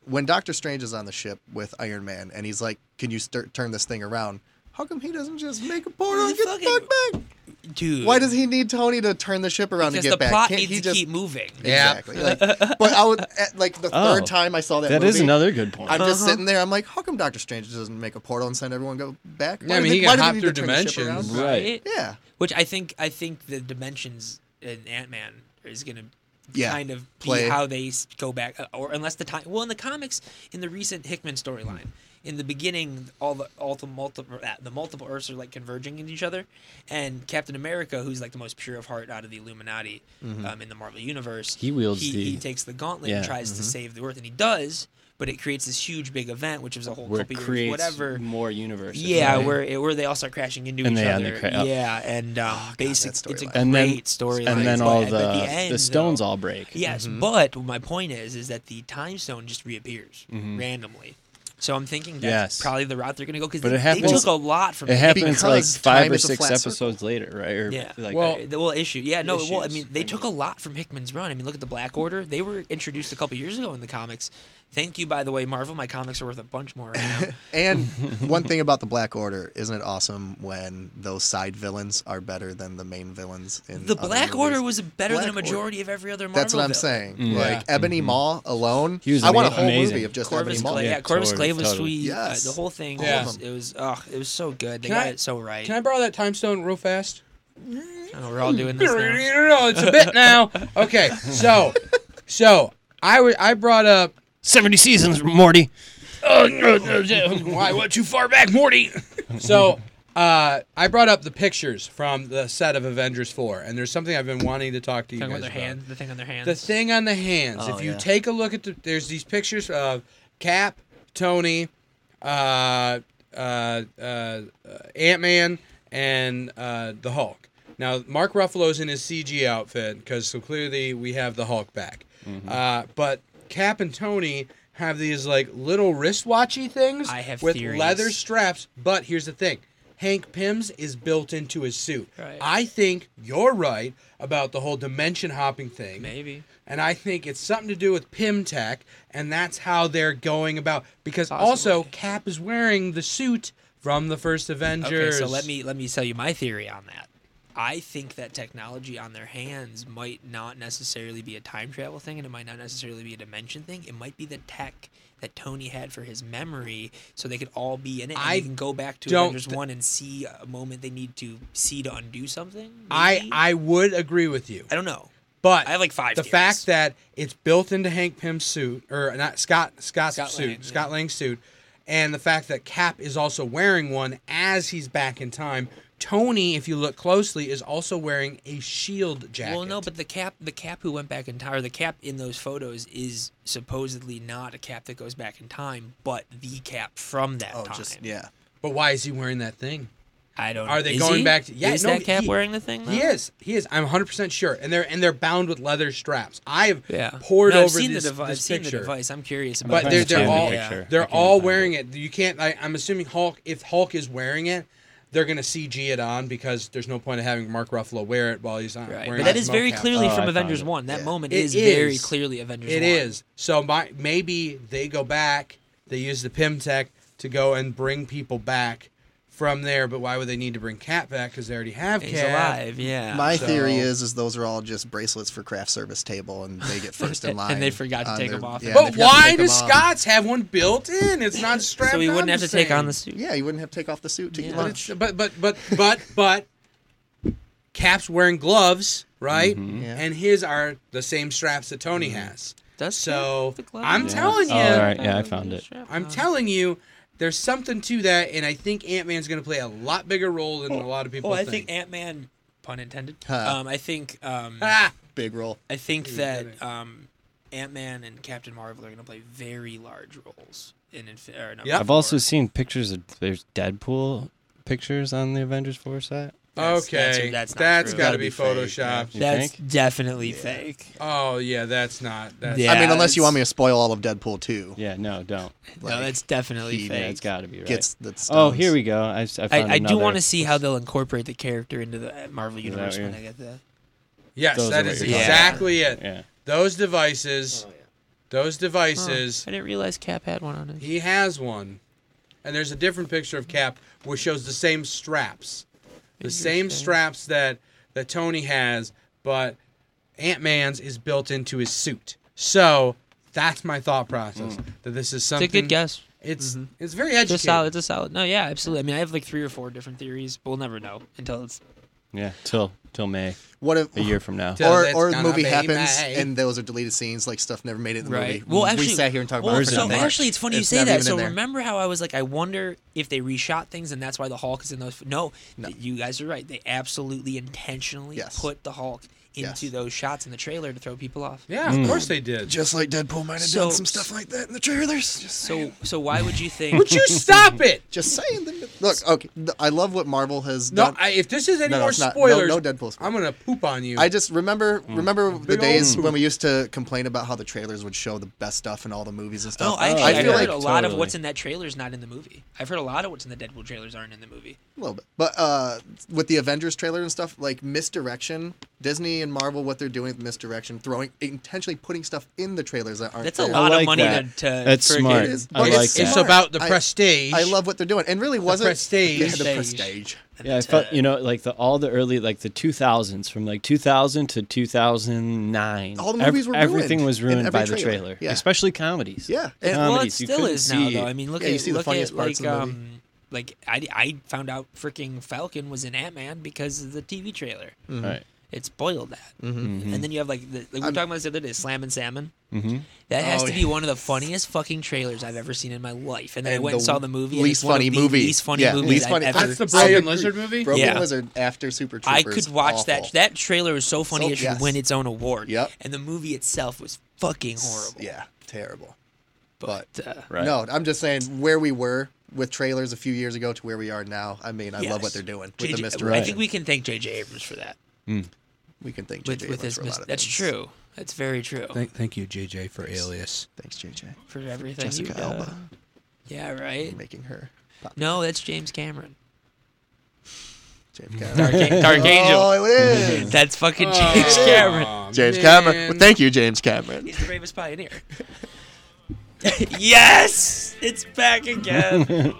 [SPEAKER 4] When Doctor Strange is on the ship with Iron Man and he's like, "Can you stir turn this thing around?" How come he doesn't just make a portal and get the fuck back?
[SPEAKER 2] dude.
[SPEAKER 4] Why does he need Tony to turn the ship around
[SPEAKER 2] Because
[SPEAKER 4] to get
[SPEAKER 2] the
[SPEAKER 4] back?
[SPEAKER 2] plot
[SPEAKER 4] Can't
[SPEAKER 2] needs
[SPEAKER 4] he
[SPEAKER 2] to
[SPEAKER 4] just...
[SPEAKER 2] keep moving.
[SPEAKER 1] Yeah.
[SPEAKER 4] Exactly. Like, but I was at, like the
[SPEAKER 1] Oh,
[SPEAKER 4] third time I saw that.
[SPEAKER 1] that
[SPEAKER 4] movie,
[SPEAKER 1] is another good point.
[SPEAKER 4] I'm just
[SPEAKER 1] Uh-huh.
[SPEAKER 4] sitting there. I'm like, how come Doctor Strange doesn't make a portal and send everyone go back?
[SPEAKER 2] Yeah,
[SPEAKER 4] Why
[SPEAKER 2] I
[SPEAKER 4] do
[SPEAKER 2] mean,
[SPEAKER 4] they-
[SPEAKER 2] he can
[SPEAKER 4] why do they
[SPEAKER 2] hop
[SPEAKER 4] need
[SPEAKER 2] through
[SPEAKER 4] to turn the ship around? Yeah.
[SPEAKER 2] Which I think I think the dimensions in Ant Man is gonna
[SPEAKER 4] Yeah.
[SPEAKER 2] kind of be
[SPEAKER 4] Play.
[SPEAKER 2] how they s- go back, uh, or unless the time. Well, in the comics, in the recent Hickman storyline, in the beginning, all the all the multiple uh, the multiple Earths are like converging into each other, and Captain America, who's like the most pure of heart out of the Illuminati
[SPEAKER 4] Mm-hmm.
[SPEAKER 1] Mhm.
[SPEAKER 2] um, in the Marvel universe,
[SPEAKER 1] He wields
[SPEAKER 2] he,
[SPEAKER 1] the-
[SPEAKER 2] he takes the gauntlet and
[SPEAKER 1] Yeah.
[SPEAKER 2] tries to
[SPEAKER 4] Mm-hmm.
[SPEAKER 1] Mhm.
[SPEAKER 2] save the Earth, and he does. But it creates this huge big event, which is a whole
[SPEAKER 1] Where it
[SPEAKER 2] couple years,
[SPEAKER 1] creates
[SPEAKER 2] whatever.
[SPEAKER 1] more universes,
[SPEAKER 2] Yeah,
[SPEAKER 1] right?
[SPEAKER 2] where it- where they all start crashing into
[SPEAKER 1] And
[SPEAKER 2] each
[SPEAKER 1] they- and
[SPEAKER 2] other.
[SPEAKER 1] they cra- oh.
[SPEAKER 2] Yeah, and um, basically, it's a
[SPEAKER 1] and then
[SPEAKER 2] great storyline.
[SPEAKER 1] and then
[SPEAKER 2] but
[SPEAKER 1] all
[SPEAKER 2] at
[SPEAKER 1] the the stones all Mm-hmm. break.
[SPEAKER 2] Yes, but my point is, is that the time stone just reappears
[SPEAKER 1] Mhm.
[SPEAKER 2] randomly. So I'm thinking that's
[SPEAKER 1] Yes.
[SPEAKER 2] probably the route they're going to go because
[SPEAKER 1] But
[SPEAKER 2] they,
[SPEAKER 1] it happens.
[SPEAKER 2] they took a lot from
[SPEAKER 1] it
[SPEAKER 2] the-
[SPEAKER 1] happens like five or six episodes later, right? Or
[SPEAKER 2] yeah.
[SPEAKER 1] like
[SPEAKER 2] well, the well, issue. Yeah. No. Well, I
[SPEAKER 1] issues,
[SPEAKER 2] mean, they took a lot from Hickman's run. I mean, look at the Black Order. They were introduced a couple years ago in the comics. Thank you, by the way, Marvel. My comics are worth a bunch more. Right now.
[SPEAKER 4] And one thing about the Black Order, isn't it awesome when those side villains are better than the main villains in
[SPEAKER 2] the
[SPEAKER 4] other
[SPEAKER 2] Black
[SPEAKER 4] movies?
[SPEAKER 2] Order was better than a
[SPEAKER 4] Black Order.
[SPEAKER 2] majority of every other Marvel.
[SPEAKER 4] That's what I'm
[SPEAKER 2] villain.
[SPEAKER 4] saying.
[SPEAKER 1] Mm.
[SPEAKER 4] Like
[SPEAKER 1] Yeah.
[SPEAKER 4] Ebony
[SPEAKER 1] Mhm.
[SPEAKER 4] Maw alone,
[SPEAKER 1] He was
[SPEAKER 4] I want a
[SPEAKER 1] ama-
[SPEAKER 4] whole
[SPEAKER 1] amazing.
[SPEAKER 4] movie of just
[SPEAKER 2] Corvus
[SPEAKER 4] Ebony Maw.
[SPEAKER 2] Clay, yeah, Corvus Clay was sweet.
[SPEAKER 4] Yes.
[SPEAKER 2] Uh, the whole thing
[SPEAKER 4] Yeah.
[SPEAKER 2] was it was oh, it was so good. They
[SPEAKER 3] Can
[SPEAKER 2] got
[SPEAKER 3] I-
[SPEAKER 2] it so right.
[SPEAKER 3] Can I borrow that time stone real fast?
[SPEAKER 2] Oh, we're all doing this now.
[SPEAKER 3] No, it's a bit now. Okay, so, so I wa- I brought up
[SPEAKER 1] seventy seasons, Morty.
[SPEAKER 3] Oh no, no, no, why? What too far back, Morty? so, uh, I brought up the pictures from the set of Avengers Four, and there's something I've been wanting to talk to you
[SPEAKER 2] Talking
[SPEAKER 3] guys
[SPEAKER 2] about their
[SPEAKER 3] about.
[SPEAKER 2] hands, the thing on their hands.
[SPEAKER 3] The thing on the hands.
[SPEAKER 2] Oh,
[SPEAKER 3] if you
[SPEAKER 2] yeah.
[SPEAKER 3] take a look at the, there's these pictures of Cap, Tony, uh, uh, uh, Ant Man, and uh, the Hulk. Now Mark Ruffalo's in his CG outfit because so clearly we have the Hulk back.
[SPEAKER 2] Mm-hmm.
[SPEAKER 3] Uh, but Cap and Tony have these like little wristwatchy things
[SPEAKER 2] I have
[SPEAKER 3] with
[SPEAKER 2] theories.
[SPEAKER 3] leather straps. But here's the thing. Hank Pym's is built into his suit.
[SPEAKER 2] Right.
[SPEAKER 3] I think you're right about the whole dimension hopping thing.
[SPEAKER 2] Maybe.
[SPEAKER 3] And I think it's something to do with Pimtech, and that's how they're going about. Because also, Cap is wearing the suit from the first Avengers.
[SPEAKER 2] Okay, so let me let me tell you my theory on that. I think that technology on their hands might not necessarily be a time travel thing, and it might not necessarily be a dimension thing. It might be the tech that Tony had for his memory, so they could all be in it. And
[SPEAKER 3] I
[SPEAKER 2] they can go back to
[SPEAKER 3] don't
[SPEAKER 2] Avengers
[SPEAKER 3] thi-
[SPEAKER 2] One and see a moment they need to see to undo something.
[SPEAKER 3] I I would agree with you. I
[SPEAKER 2] don't know.
[SPEAKER 3] But
[SPEAKER 2] I have like five.
[SPEAKER 3] the
[SPEAKER 2] theories.
[SPEAKER 3] fact that it's built into Hank Pym's suit, or not Scott Scott's
[SPEAKER 2] Scott
[SPEAKER 3] suit,
[SPEAKER 2] Lang, yeah.
[SPEAKER 3] Scott Lang's suit, and the fact that Cap is also wearing one as he's back in time. Tony, if you look closely, is also wearing a shield jacket.
[SPEAKER 2] Well, no, but the cap, the cap who went back in time, or the cap in those photos is supposedly not a cap that goes back in time, but the cap from that
[SPEAKER 3] Oh,
[SPEAKER 2] time.
[SPEAKER 4] yeah.
[SPEAKER 3] But why is he wearing that thing?
[SPEAKER 2] I don't.
[SPEAKER 3] Are they
[SPEAKER 2] is
[SPEAKER 3] going
[SPEAKER 2] he?
[SPEAKER 3] back to? Yeah,
[SPEAKER 2] is
[SPEAKER 3] no,
[SPEAKER 2] that cap
[SPEAKER 3] he-
[SPEAKER 2] wearing the thing? Though?
[SPEAKER 3] He is. He is. I'm 100 percent sure. And they're and they're bound with leather straps. I've
[SPEAKER 2] Yeah.
[SPEAKER 3] poured
[SPEAKER 2] No, I've
[SPEAKER 3] over
[SPEAKER 2] seen the
[SPEAKER 3] this,
[SPEAKER 2] devi-
[SPEAKER 3] this
[SPEAKER 2] I've seen the
[SPEAKER 3] picture.
[SPEAKER 2] device. I'm curious about
[SPEAKER 3] But
[SPEAKER 2] that.
[SPEAKER 3] they're,
[SPEAKER 2] I
[SPEAKER 3] they're
[SPEAKER 2] can't
[SPEAKER 3] all
[SPEAKER 2] find the picture. I
[SPEAKER 3] they're
[SPEAKER 2] can't
[SPEAKER 3] all
[SPEAKER 2] find
[SPEAKER 3] wearing it. You can't. I, I'm assuming Hulk. If Hulk is wearing it, they're gonna CG it on because there's no point of having Mark Ruffalo wear it while he's not
[SPEAKER 2] Right,
[SPEAKER 3] wearing.
[SPEAKER 2] but that
[SPEAKER 3] his
[SPEAKER 2] is very
[SPEAKER 3] mocap.
[SPEAKER 1] Oh,
[SPEAKER 2] clearly from Avengers One. That moment
[SPEAKER 3] It
[SPEAKER 2] is, very clearly Avengers
[SPEAKER 3] It
[SPEAKER 2] One.
[SPEAKER 3] is. So my, maybe they go back. They use the Pym tech to go and bring people back from there. But why would they need to bring Cat back? Because they already have
[SPEAKER 2] He's
[SPEAKER 3] Cat.
[SPEAKER 2] alive, yeah.
[SPEAKER 4] My
[SPEAKER 3] So-
[SPEAKER 4] theory is, is those are all just bracelets for craft service table, and they get first in
[SPEAKER 2] And
[SPEAKER 4] line.
[SPEAKER 2] they forgot to
[SPEAKER 4] on
[SPEAKER 2] take
[SPEAKER 4] their-
[SPEAKER 2] 'em off.
[SPEAKER 4] yeah, they
[SPEAKER 3] but
[SPEAKER 4] forgot to um,
[SPEAKER 3] why
[SPEAKER 4] take 'em
[SPEAKER 3] does
[SPEAKER 4] off.
[SPEAKER 3] Scott's have one built in? It's not strapped.
[SPEAKER 2] he wouldn't
[SPEAKER 3] on
[SPEAKER 2] have
[SPEAKER 3] the
[SPEAKER 2] to take
[SPEAKER 3] same.
[SPEAKER 2] on the suit.
[SPEAKER 4] Yeah, you wouldn't have to take off the suit to eat
[SPEAKER 3] But
[SPEAKER 4] lunch.
[SPEAKER 3] it's but but but but but Cap's wearing gloves, right?
[SPEAKER 4] Yeah.
[SPEAKER 3] And his are the same straps that Tony has.
[SPEAKER 2] Does
[SPEAKER 3] so
[SPEAKER 2] gloves?
[SPEAKER 3] I'm
[SPEAKER 2] Yeah.
[SPEAKER 3] telling you.
[SPEAKER 1] Oh, all right. Yeah, I found it.
[SPEAKER 3] I'm telling you, there's something to that, and I think Ant Man's going to play a lot bigger role than a lot of people
[SPEAKER 2] Well, Oh, I
[SPEAKER 3] think.
[SPEAKER 2] think Ant Man, pun intended.
[SPEAKER 3] Ha.
[SPEAKER 2] Um, I think. Um,
[SPEAKER 3] Ah!
[SPEAKER 4] Big role.
[SPEAKER 2] I think
[SPEAKER 3] He was
[SPEAKER 2] that um, Ant Man and Captain Marvel are going to play very large roles in. Infi- or not,
[SPEAKER 1] I've also seen pictures of there's Deadpool pictures on the Avengers four set.
[SPEAKER 2] That's- that's-
[SPEAKER 3] okay,
[SPEAKER 2] that's not
[SPEAKER 3] that's
[SPEAKER 2] true.
[SPEAKER 3] got to
[SPEAKER 2] Gotta
[SPEAKER 3] be
[SPEAKER 2] be fake,
[SPEAKER 3] photoshopped.
[SPEAKER 1] You That's think?
[SPEAKER 2] definitely fake.
[SPEAKER 3] Oh yeah, that's not. That's
[SPEAKER 4] I mean, unless you want me to spoil all of Deadpool too.
[SPEAKER 1] Yeah, no, don't.
[SPEAKER 2] no, that's definitely
[SPEAKER 4] he-
[SPEAKER 2] fake.
[SPEAKER 1] Yeah, it's got to be right.
[SPEAKER 4] Gets the
[SPEAKER 1] oh,
[SPEAKER 4] stones.
[SPEAKER 1] here we go. I, s- I
[SPEAKER 2] I,
[SPEAKER 1] found
[SPEAKER 2] I do
[SPEAKER 1] another-
[SPEAKER 2] want to see how they'll incorporate the character into the uh, Marvel
[SPEAKER 1] that
[SPEAKER 2] universe when
[SPEAKER 1] weird?
[SPEAKER 2] they get that.
[SPEAKER 3] Yes,
[SPEAKER 1] Those
[SPEAKER 3] that
[SPEAKER 1] are what
[SPEAKER 3] is
[SPEAKER 1] you're talking
[SPEAKER 3] exactly
[SPEAKER 1] about.
[SPEAKER 3] it.
[SPEAKER 1] Yeah.
[SPEAKER 3] Those
[SPEAKER 2] Oh,
[SPEAKER 3] devices, those devices.
[SPEAKER 2] I didn't realize Cap had one on his.
[SPEAKER 3] He has one, and there's a different picture of Cap which shows the same straps. The same
[SPEAKER 21] Interesting.
[SPEAKER 3] straps that that Tony has, but Ant Man's is built into his suit. So that's my thought process. That this is
[SPEAKER 2] Hmm. It's a
[SPEAKER 3] something.
[SPEAKER 2] good guess.
[SPEAKER 3] It's it's very
[SPEAKER 2] It's a
[SPEAKER 3] educated.
[SPEAKER 2] solid. It's a solid. No, yeah, absolutely. I mean, I have like three or four different theories, but we'll never know until it's.
[SPEAKER 1] Yeah, till till May.
[SPEAKER 4] What if
[SPEAKER 1] a year from now?
[SPEAKER 4] or or the movie happens and those are deleted scenes, like stuff never made it in the
[SPEAKER 2] Right.
[SPEAKER 4] movie.
[SPEAKER 2] Well, actually,
[SPEAKER 4] we sat here and talked
[SPEAKER 2] well,
[SPEAKER 4] about it. for
[SPEAKER 2] So
[SPEAKER 4] an hour.
[SPEAKER 2] actually, it's funny you say
[SPEAKER 4] not
[SPEAKER 2] that.
[SPEAKER 4] even
[SPEAKER 2] So
[SPEAKER 4] in there.
[SPEAKER 2] remember how I was like, I wonder if they reshot things, and that's why the Hulk is in those. No, th- you guys are right. They absolutely intentionally put the Hulk into those shots in the trailer to throw people off.
[SPEAKER 3] Yeah,
[SPEAKER 4] Hmm.
[SPEAKER 3] of course they did.
[SPEAKER 4] Just like Deadpool might have
[SPEAKER 2] So-
[SPEAKER 4] done some stuff like that in the trailers. Just
[SPEAKER 2] So, so why would you think?
[SPEAKER 3] Would you stop it?
[SPEAKER 4] Just saying. that- Look, okay. th- I love what Marvel has
[SPEAKER 3] No,
[SPEAKER 4] done.
[SPEAKER 3] I, if this is any
[SPEAKER 4] No, no,
[SPEAKER 3] more
[SPEAKER 4] it's not. No-
[SPEAKER 3] spoilers,
[SPEAKER 4] no Deadpool spoilers.
[SPEAKER 3] I'm gonna poop on you.
[SPEAKER 4] I just remember remember the
[SPEAKER 3] big old
[SPEAKER 4] days
[SPEAKER 3] poop.
[SPEAKER 4] when we used to complain about how the trailers would show the best stuff in all the movies and stuff.
[SPEAKER 2] No, Oh, I actually, I've
[SPEAKER 4] feel
[SPEAKER 2] heard
[SPEAKER 4] like
[SPEAKER 2] a lot of what's in that trailer is not in the movie. I've heard a lot of what's in the Deadpool trailers aren't in the movie.
[SPEAKER 4] A little bit. But uh, with the Avengers trailer and stuff, like misdirection, Disney and Marvel, what they're doing with misdirection, throwing intentionally putting stuff in the trailers that aren't.
[SPEAKER 2] That's a
[SPEAKER 4] there.
[SPEAKER 2] lot of I like money that. to- to That's friggin- smart.
[SPEAKER 4] It is,
[SPEAKER 2] I
[SPEAKER 4] but
[SPEAKER 2] like
[SPEAKER 4] it's
[SPEAKER 2] that.
[SPEAKER 4] smart.
[SPEAKER 2] It's about the
[SPEAKER 4] I-
[SPEAKER 2] prestige.
[SPEAKER 4] I, love what they're doing, and really wasn't
[SPEAKER 3] prestige.
[SPEAKER 4] Yeah, the
[SPEAKER 3] Prestige.
[SPEAKER 4] prestige.
[SPEAKER 1] Yeah, I felt you know like the all the early like the 2000s from like 2000 to 2009.
[SPEAKER 4] All the movies were
[SPEAKER 1] everything
[SPEAKER 4] ruined
[SPEAKER 1] was
[SPEAKER 4] in
[SPEAKER 1] ruined
[SPEAKER 4] every
[SPEAKER 1] by the
[SPEAKER 4] trailer.
[SPEAKER 1] trailer,
[SPEAKER 4] Yeah.
[SPEAKER 1] especially comedies.
[SPEAKER 4] Yeah.
[SPEAKER 2] It, well, it
[SPEAKER 1] Comedies, you
[SPEAKER 2] still
[SPEAKER 1] couldn't
[SPEAKER 2] is
[SPEAKER 1] see-
[SPEAKER 2] now, though. I mean, look
[SPEAKER 4] Yeah,
[SPEAKER 2] at
[SPEAKER 4] you see the
[SPEAKER 2] look
[SPEAKER 4] funniest
[SPEAKER 2] at
[SPEAKER 4] parts
[SPEAKER 2] like
[SPEAKER 4] in the movie.
[SPEAKER 2] um, like I, I found out freaking Falcon was in Ant Man because of the TV trailer.
[SPEAKER 1] Mhm. Right.
[SPEAKER 2] It spoiled that,
[SPEAKER 4] Mm-hmm.
[SPEAKER 1] Mhm. Mhm.
[SPEAKER 2] and then you have like, the, like we were talking about this the other day, Slam and Salmon.
[SPEAKER 1] Mhm.
[SPEAKER 2] That has
[SPEAKER 1] Oh,
[SPEAKER 2] to be
[SPEAKER 1] yeah.
[SPEAKER 2] one of the funniest fucking trailers I've ever seen in my life. And then I
[SPEAKER 4] And
[SPEAKER 2] went and
[SPEAKER 4] the
[SPEAKER 2] saw the movie. and
[SPEAKER 4] Least
[SPEAKER 2] it's one of
[SPEAKER 4] funny
[SPEAKER 2] the
[SPEAKER 4] movie.
[SPEAKER 2] Least funny
[SPEAKER 4] yeah,
[SPEAKER 2] movie.
[SPEAKER 4] Least
[SPEAKER 2] I've
[SPEAKER 4] funny.
[SPEAKER 2] ever
[SPEAKER 4] That's the
[SPEAKER 2] seen.
[SPEAKER 4] Broken Lizard movie? Broken
[SPEAKER 2] yeah.
[SPEAKER 4] Lizard after Super
[SPEAKER 2] I
[SPEAKER 4] Troopers.
[SPEAKER 2] could watch that.
[SPEAKER 4] Awful.
[SPEAKER 2] That trailer was so funny
[SPEAKER 4] So-
[SPEAKER 2] it should
[SPEAKER 4] yes.
[SPEAKER 2] win its own award.
[SPEAKER 4] Yep.
[SPEAKER 2] And the movie itself was fucking horrible.
[SPEAKER 4] Yeah, terrible.
[SPEAKER 2] But, uh,
[SPEAKER 4] No, I'm just saying where we were with trailers a few years ago to where we are now. I mean, I love what
[SPEAKER 2] Yes.
[SPEAKER 4] they're doing with
[SPEAKER 2] JJ
[SPEAKER 4] the
[SPEAKER 2] I
[SPEAKER 4] misdirection.
[SPEAKER 2] think we can thank J.J. Abrams for that.
[SPEAKER 4] we can thank
[SPEAKER 2] With,
[SPEAKER 4] JJ
[SPEAKER 2] with
[SPEAKER 4] Abrams
[SPEAKER 2] his
[SPEAKER 4] for a
[SPEAKER 2] mis-
[SPEAKER 4] lot of
[SPEAKER 2] that's
[SPEAKER 4] things.
[SPEAKER 2] true. That's very true.
[SPEAKER 3] Thank, thank you, JJ, for Alias.
[SPEAKER 4] Thanks, JJ,
[SPEAKER 2] for everything.
[SPEAKER 4] Jessica
[SPEAKER 2] you've
[SPEAKER 4] Alba.
[SPEAKER 2] done. Yeah, right.
[SPEAKER 4] Making her.
[SPEAKER 2] No, that's James Cameron.
[SPEAKER 4] James
[SPEAKER 2] Dark, An- Dark Angel.
[SPEAKER 4] Oh, it is.
[SPEAKER 2] That's fucking James Cameron.
[SPEAKER 4] James Cameron. Well, thank you, James Cameron.
[SPEAKER 2] He's the bravest pioneer. yes, it's back again.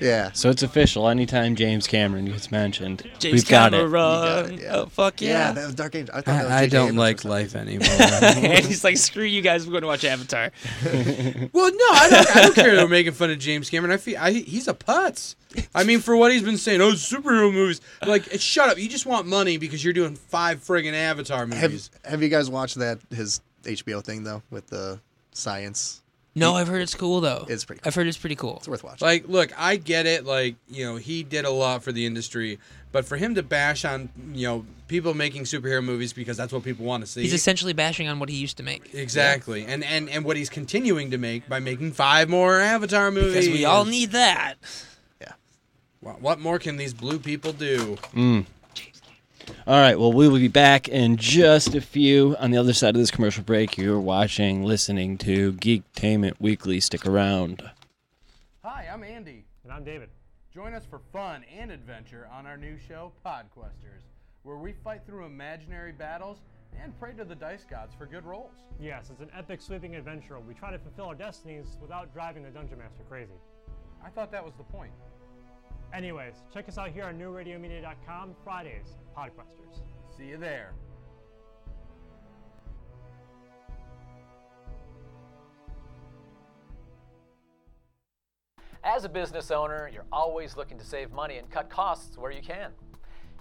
[SPEAKER 4] yeah.
[SPEAKER 1] So it's official. Anytime James Cameron gets mentioned,
[SPEAKER 2] James
[SPEAKER 1] we've got
[SPEAKER 2] Cameron.
[SPEAKER 1] it.
[SPEAKER 4] yeah.
[SPEAKER 2] Oh fuck yeah.
[SPEAKER 4] that was Dark Angel. I thought that was
[SPEAKER 3] I, I
[SPEAKER 4] JJ
[SPEAKER 3] don't
[SPEAKER 4] Abrams.
[SPEAKER 3] like life anymore.
[SPEAKER 2] and he's like, screw you guys. We're going to watch Avatar.
[SPEAKER 3] Well, no, I don't, I don't care that we're making fun of James Cameron. I feel I, he's a putz. I mean, for what he's been saying, oh, superhero movies. Like, shut up. You just want money because you're doing five friggin' Avatar
[SPEAKER 4] Have,
[SPEAKER 3] movies.
[SPEAKER 4] have you guys watched that his HBO thing though with the science?
[SPEAKER 2] No, I've heard it's cool though.
[SPEAKER 4] It's pretty.
[SPEAKER 2] I've heard it's pretty cool. It's
[SPEAKER 4] worth watching.
[SPEAKER 3] like, look, I get it. Like, you know, he did a lot for the industry, but for him to bash on, you know, people making superhero movies because that's what people want to see.
[SPEAKER 2] He's essentially bashing on what he used to make.
[SPEAKER 3] exactly, and and and what he's continuing to make by making five more Avatar movies.
[SPEAKER 2] Because we all need that.
[SPEAKER 3] What, what more can these blue people do?
[SPEAKER 1] Mm. All right. Well, we will be back in just a few. On the other side of this commercial break, you're watching, listening to Geektainment Weekly. Stick around.
[SPEAKER 8] Hi, I'm Andy. And I'm David. Join us for fun and adventure on our new show, Podquesters, where we fight through imaginary battles and pray to the dice gods for good rolls.
[SPEAKER 22] Yes, it's an epic sweeping adventure where we try to fulfill our destinies without driving the Dungeon Master crazy.
[SPEAKER 8] I thought that was the point.
[SPEAKER 22] Anyways, check us out here on newradiomedia.com Fridays, Podquesters.
[SPEAKER 8] See you there.
[SPEAKER 23] As a business owner, you're always looking to save money and cut costs where you can.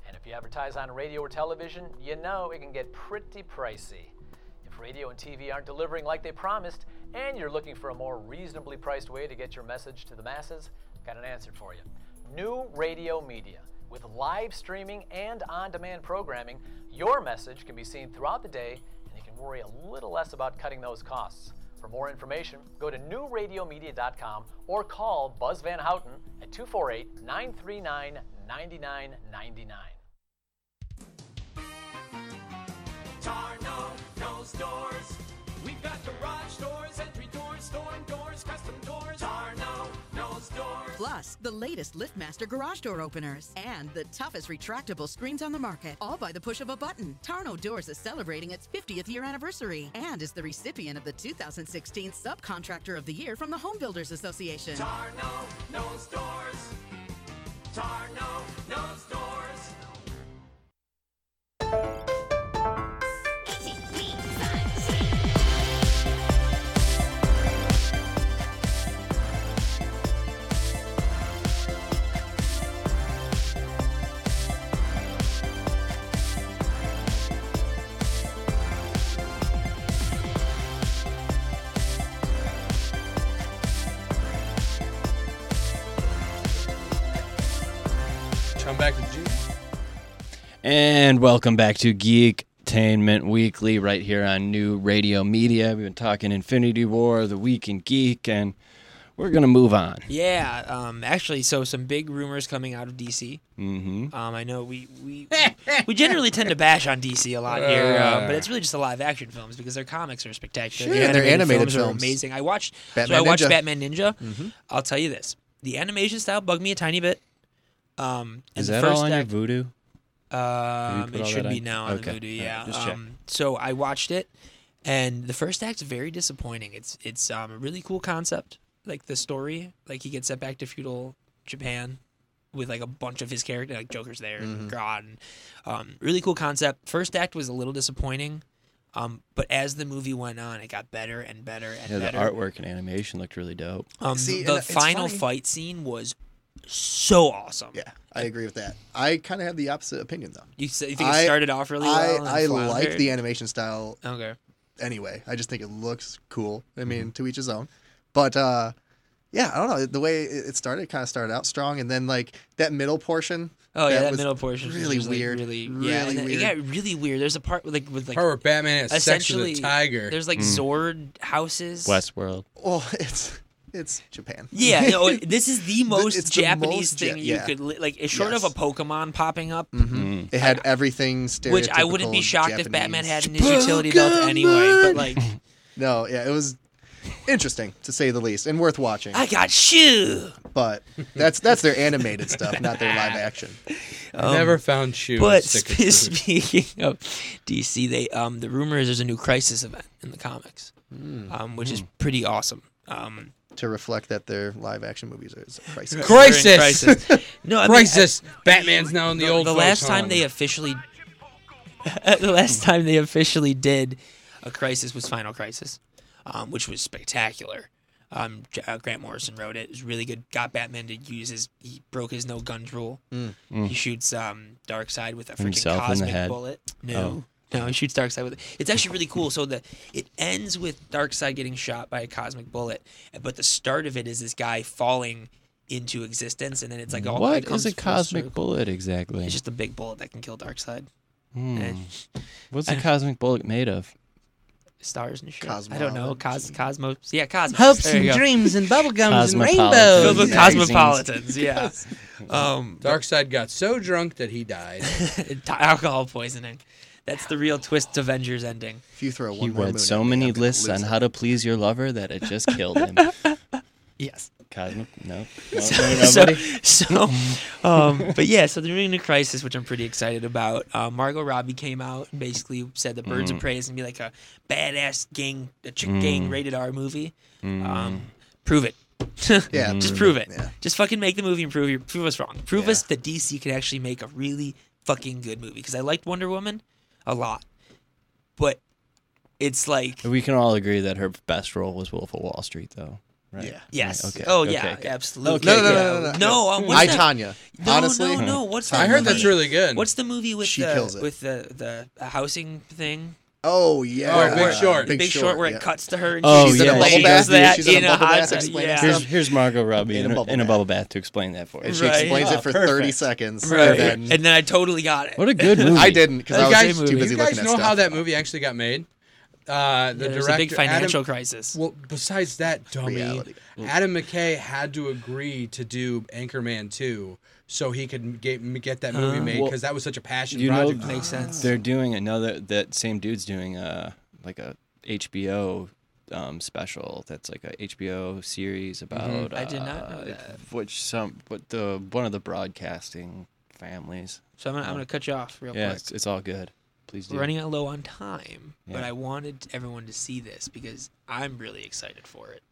[SPEAKER 23] And if you advertise on radio or television, you know it can get pretty pricey. If radio and TV aren't delivering like they promised, and you're looking for a more reasonably priced way to get your message to the masses, I've got an answer for you. New Radio Media. With live streaming and on demand programming, your message can be seen throughout the day and you can worry a little less about cutting those costs. For more information, go to newradiomedia.com or call Buzz Van Houten at 248 939 9999.
[SPEAKER 13] Tarno knows doors. We've got garage doors, entry doors, storm doors, custom doors. Tarno knows doors.
[SPEAKER 24] Plus, the latest LiftMaster garage door openers and the toughest retractable screens on the market, all by the push of a button. Tarno Doors is celebrating its 50th year anniversary and is the recipient of the 2016 Subcontractor of the Year from the Home Builders Association.
[SPEAKER 13] Tarno knows doors. Tarno knows doors.
[SPEAKER 3] Come back to June.
[SPEAKER 1] And welcome back to Geektainment Weekly, right here on New Radio Media. We've been talking Infinity War, The Week in Geek, and we're gonna move on.
[SPEAKER 2] Yeah, um, actually, so some big rumors coming out of DC.
[SPEAKER 1] Mm-hmm.
[SPEAKER 2] Um, I know we we, we generally tend to bash on DC a lot here, um,
[SPEAKER 1] Uh.
[SPEAKER 2] but it's really just the live action films because their comics are spectacular.
[SPEAKER 4] Sure.
[SPEAKER 2] Their
[SPEAKER 4] And their animated
[SPEAKER 2] are
[SPEAKER 4] films.
[SPEAKER 2] amazing. I watched
[SPEAKER 4] Batman
[SPEAKER 2] so I watched
[SPEAKER 4] Ninja.
[SPEAKER 2] Batman Ninja.
[SPEAKER 4] Mhm.
[SPEAKER 2] I'll tell you this: the animation style bugged me a tiny bit. Um, and
[SPEAKER 1] Is
[SPEAKER 2] the
[SPEAKER 1] that
[SPEAKER 2] first
[SPEAKER 1] all on your
[SPEAKER 2] act-
[SPEAKER 1] voodoo? Have you
[SPEAKER 2] um,
[SPEAKER 1] put
[SPEAKER 2] it
[SPEAKER 1] all
[SPEAKER 2] should
[SPEAKER 1] that
[SPEAKER 2] be
[SPEAKER 1] on?
[SPEAKER 2] now on
[SPEAKER 1] Okay.
[SPEAKER 2] the Voodoo,
[SPEAKER 1] All right,
[SPEAKER 2] yeah.
[SPEAKER 1] just check.
[SPEAKER 2] um, so I watched it, and the first act's very disappointing. It's it's um, a really cool concept, like the story, like he gets sent back to feudal Japan with like a bunch of his character, like Joker's there,
[SPEAKER 1] Mm-hmm.
[SPEAKER 2] and
[SPEAKER 5] Mhm.
[SPEAKER 2] God, and, um, really cool concept. First act was a little disappointing, um, but as the movie went on, it got better and better and
[SPEAKER 1] Yeah, the
[SPEAKER 2] better.
[SPEAKER 1] artwork and animation looked really dope.
[SPEAKER 2] Um,
[SPEAKER 4] See,
[SPEAKER 2] the
[SPEAKER 4] and it's
[SPEAKER 2] final
[SPEAKER 4] funny.
[SPEAKER 2] fight scene was so awesome.
[SPEAKER 4] Yeah, I agree with that. I kind of have the opposite opinion though.
[SPEAKER 2] You, s- you think it started off really
[SPEAKER 4] I,
[SPEAKER 2] well? and
[SPEAKER 4] I like
[SPEAKER 2] floundered?
[SPEAKER 4] the animation style.
[SPEAKER 2] Okay.
[SPEAKER 4] Anyway, I just think it looks cool. I mean,
[SPEAKER 2] Mm-hmm.
[SPEAKER 4] to each his own. But uh, yeah, I don't know. The way it it started, kind of started out strong, and then like that middle portion.
[SPEAKER 2] Oh yeah, that
[SPEAKER 4] was
[SPEAKER 2] middle portion was
[SPEAKER 4] really
[SPEAKER 2] just, like,
[SPEAKER 4] weird.
[SPEAKER 2] really, yeah,
[SPEAKER 4] really
[SPEAKER 2] and then
[SPEAKER 4] weird.
[SPEAKER 2] It got really weird. There's a part with, like with like
[SPEAKER 3] Part where Batman has sex with a
[SPEAKER 2] essentially,
[SPEAKER 3] tiger.
[SPEAKER 2] There's like
[SPEAKER 1] Mm.
[SPEAKER 2] Zord houses.
[SPEAKER 1] Westworld.
[SPEAKER 4] Well, Oh, it's it's Japan.
[SPEAKER 2] Yeah, no, it- this is the most
[SPEAKER 4] it's the
[SPEAKER 2] Japanese
[SPEAKER 4] most
[SPEAKER 2] thing
[SPEAKER 4] Ja-
[SPEAKER 2] you
[SPEAKER 4] yeah.
[SPEAKER 2] could li- like. It's short of a Pokemon popping up,
[SPEAKER 4] Mhm. It had everything stereotypical.
[SPEAKER 2] which I wouldn't be shocked if Batman had in his
[SPEAKER 4] Japanese.
[SPEAKER 2] utility belt anyway. But like,
[SPEAKER 4] No, yeah, it was interesting to say the least, and worth watching.
[SPEAKER 2] I got shoe.
[SPEAKER 4] But that's that's their animated stuff, not their live action.
[SPEAKER 3] I never found shoe.
[SPEAKER 2] But
[SPEAKER 3] stickers.
[SPEAKER 2] sp- speaking of DC, they um the rumor is there's a new Crisis event in the comics,
[SPEAKER 4] Hmm.
[SPEAKER 2] um which is pretty awesome. Um,
[SPEAKER 4] to reflect that their live action movies are a crisis.
[SPEAKER 3] Crisis.
[SPEAKER 2] No, I mean,
[SPEAKER 3] crisis.
[SPEAKER 2] I-
[SPEAKER 3] Batman's now in the, old.
[SPEAKER 2] the
[SPEAKER 3] folks
[SPEAKER 2] last time
[SPEAKER 3] home.
[SPEAKER 2] they officially the last time they officially did a crisis was Final Crisis, um, which was spectacular. Um, J- uh, Grant Morrison wrote it. It was really good. Got Batman to use his. He broke his no guns rule.
[SPEAKER 4] Mm.
[SPEAKER 1] Mm.
[SPEAKER 2] He shoots um, Darkseid with a freaking
[SPEAKER 1] Himself in the
[SPEAKER 2] cosmic
[SPEAKER 1] head. Oh.
[SPEAKER 2] bullet. No, no, he shoots Darkseid with it. It's actually really cool. So the it ends with Darkseid getting shot by a cosmic bullet, but the start of it is this guy falling into existence, and then it's like all it
[SPEAKER 1] what
[SPEAKER 2] comes
[SPEAKER 1] is a
[SPEAKER 2] full
[SPEAKER 1] cosmic
[SPEAKER 2] circle.
[SPEAKER 1] bullet exactly?
[SPEAKER 2] It's just a big bullet that can kill Darkseid.
[SPEAKER 1] Hmm.
[SPEAKER 2] Eh.
[SPEAKER 1] What's
[SPEAKER 2] I
[SPEAKER 1] a
[SPEAKER 2] don't-
[SPEAKER 1] cosmic bullet made of?
[SPEAKER 2] Stars and shit. I don't know. Cos- cosmos. Yeah, cosmos.
[SPEAKER 5] Hopes
[SPEAKER 2] There
[SPEAKER 5] and
[SPEAKER 2] you go.
[SPEAKER 5] dreams and bubblegums and
[SPEAKER 1] Cosmopolitan.
[SPEAKER 5] rainbows.
[SPEAKER 2] Filled with
[SPEAKER 1] Yeah.
[SPEAKER 2] cosmopolitans. Yeah. Um,
[SPEAKER 3] Darkseid got so drunk that he died.
[SPEAKER 2] alcohol poisoning. That's the real twist Avengers ending.
[SPEAKER 4] If you throw
[SPEAKER 1] He read so many lists on how to please your lover that it just killed him.
[SPEAKER 2] yes.
[SPEAKER 1] Cosmic. No.
[SPEAKER 2] so, so um, but yeah, so they're doing a crisis, which I'm pretty excited about. Uh, Margot Robbie came out and basically said that Birds
[SPEAKER 1] Mm.
[SPEAKER 2] of Prey is gonna be like a badass gang, a chick
[SPEAKER 1] Mm.
[SPEAKER 2] gang rated R movie.
[SPEAKER 1] Mm.
[SPEAKER 2] Um, prove it.
[SPEAKER 4] Yeah,
[SPEAKER 2] just prove it. Just fucking make the movie and prove your, prove us wrong. Prove us that DC can actually make a really fucking good movie. Because I liked Wonder Woman a lot, but it's like
[SPEAKER 1] We can all agree that her best role was Wolf of Wall Street, though. Right?
[SPEAKER 4] Yeah.
[SPEAKER 2] Yes.
[SPEAKER 1] Right, okay,
[SPEAKER 2] Oh
[SPEAKER 1] okay,
[SPEAKER 2] yeah.
[SPEAKER 1] okay.
[SPEAKER 2] Absolutely.
[SPEAKER 4] No, no, no,
[SPEAKER 2] yeah.
[SPEAKER 4] no, no, no.
[SPEAKER 2] No. um, what's
[SPEAKER 4] I,
[SPEAKER 2] that-
[SPEAKER 4] Tanya.
[SPEAKER 2] No,
[SPEAKER 4] Honestly,
[SPEAKER 2] no, no. What's that
[SPEAKER 3] I heard
[SPEAKER 2] movie?
[SPEAKER 3] that's really good.
[SPEAKER 2] What's the movie with
[SPEAKER 4] She
[SPEAKER 2] the
[SPEAKER 4] kills it.
[SPEAKER 2] with the the housing thing?
[SPEAKER 4] Oh yeah.
[SPEAKER 3] Oh, Big Short.
[SPEAKER 2] Big, Short, where it cuts to her. And
[SPEAKER 1] Oh,
[SPEAKER 2] she's
[SPEAKER 1] yeah.
[SPEAKER 2] in
[SPEAKER 1] She's
[SPEAKER 2] a bubble
[SPEAKER 1] in a
[SPEAKER 2] bath.
[SPEAKER 1] bubble
[SPEAKER 2] That
[SPEAKER 4] bath. She's in a
[SPEAKER 2] in
[SPEAKER 4] bubble
[SPEAKER 2] hot
[SPEAKER 4] bath
[SPEAKER 2] tub.
[SPEAKER 4] explaining
[SPEAKER 2] yeah.
[SPEAKER 1] Here's, here's Margot Robbie
[SPEAKER 4] In
[SPEAKER 1] in,
[SPEAKER 4] a
[SPEAKER 1] a,
[SPEAKER 4] bubble
[SPEAKER 1] in a
[SPEAKER 4] bath.
[SPEAKER 1] bubble bath to explain that for
[SPEAKER 4] And
[SPEAKER 1] us.
[SPEAKER 4] she explains
[SPEAKER 1] Oh,
[SPEAKER 4] it for
[SPEAKER 1] perfect.
[SPEAKER 4] 30 seconds. and
[SPEAKER 1] Right.
[SPEAKER 4] then-
[SPEAKER 2] And then I totally got it.
[SPEAKER 1] What a good movie.
[SPEAKER 4] I didn't because I
[SPEAKER 3] You
[SPEAKER 4] was
[SPEAKER 3] guys,
[SPEAKER 4] too busy
[SPEAKER 3] you guys
[SPEAKER 4] looking at
[SPEAKER 3] know how
[SPEAKER 4] stuff.
[SPEAKER 3] that movie actually got made? Uh, the
[SPEAKER 2] Yeah, there's
[SPEAKER 3] director
[SPEAKER 2] a big financial
[SPEAKER 3] Adam,
[SPEAKER 2] crisis.
[SPEAKER 3] Well, besides that, dummy,
[SPEAKER 4] Reality.
[SPEAKER 3] Adam McKay had to agree to do Anchorman 2 so he could get, get that movie
[SPEAKER 1] Uh,
[SPEAKER 3] made
[SPEAKER 1] well,
[SPEAKER 3] because that was such a passion
[SPEAKER 1] You know,
[SPEAKER 3] project.
[SPEAKER 2] uh,
[SPEAKER 3] for him.
[SPEAKER 1] They're doing another. That same dude's doing a like a HBO um, special. That's like a HBO series about.
[SPEAKER 2] Mm-hmm. I did not know
[SPEAKER 1] uh,
[SPEAKER 2] that.
[SPEAKER 1] Which some, but the one of the broadcasting families.
[SPEAKER 2] So I'm gonna, I'm
[SPEAKER 1] Uh,
[SPEAKER 2] gonna cut you off real
[SPEAKER 1] yeah,
[SPEAKER 2] quick.
[SPEAKER 1] it's, it's all good. Please do.
[SPEAKER 2] We're running out low on time, but
[SPEAKER 1] Yeah.
[SPEAKER 2] I wanted everyone to see this because I'm really excited for it.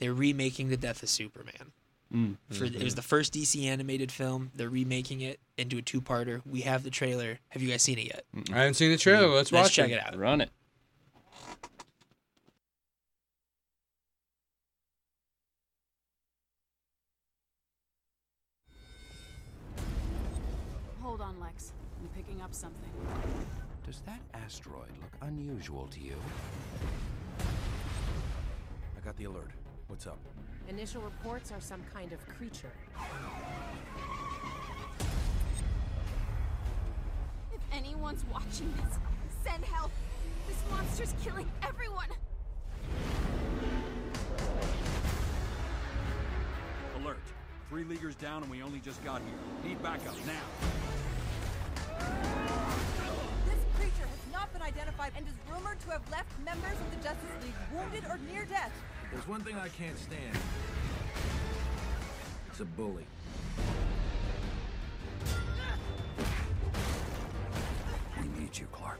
[SPEAKER 2] They're remaking the Death of Superman.
[SPEAKER 1] Mm.
[SPEAKER 2] For it was the first DC animated film. They're remaking it into a two-parter. We have the trailer. Have you guys seen it yet?
[SPEAKER 3] I haven't seen the trailer. Let's,
[SPEAKER 2] Mm. Let's
[SPEAKER 3] watch
[SPEAKER 2] check
[SPEAKER 3] it.
[SPEAKER 2] it out.
[SPEAKER 1] Run it.
[SPEAKER 6] Hold on, Lex. I'm picking up something.
[SPEAKER 7] Does that asteroid look unusual to you?
[SPEAKER 21] I got the alert. What's up?
[SPEAKER 6] Initial reports are some kind of creature.
[SPEAKER 5] anyone's watching this, send help. This monster's killing everyone.
[SPEAKER 7] Alert. Three leaguers down and we only just got here. Need backup now.
[SPEAKER 9] This creature has not been identified and is rumored to have left members of the Justice League wounded or near death.
[SPEAKER 21] There's one thing I can't stand. It's a bully.
[SPEAKER 13] We need you, Clark.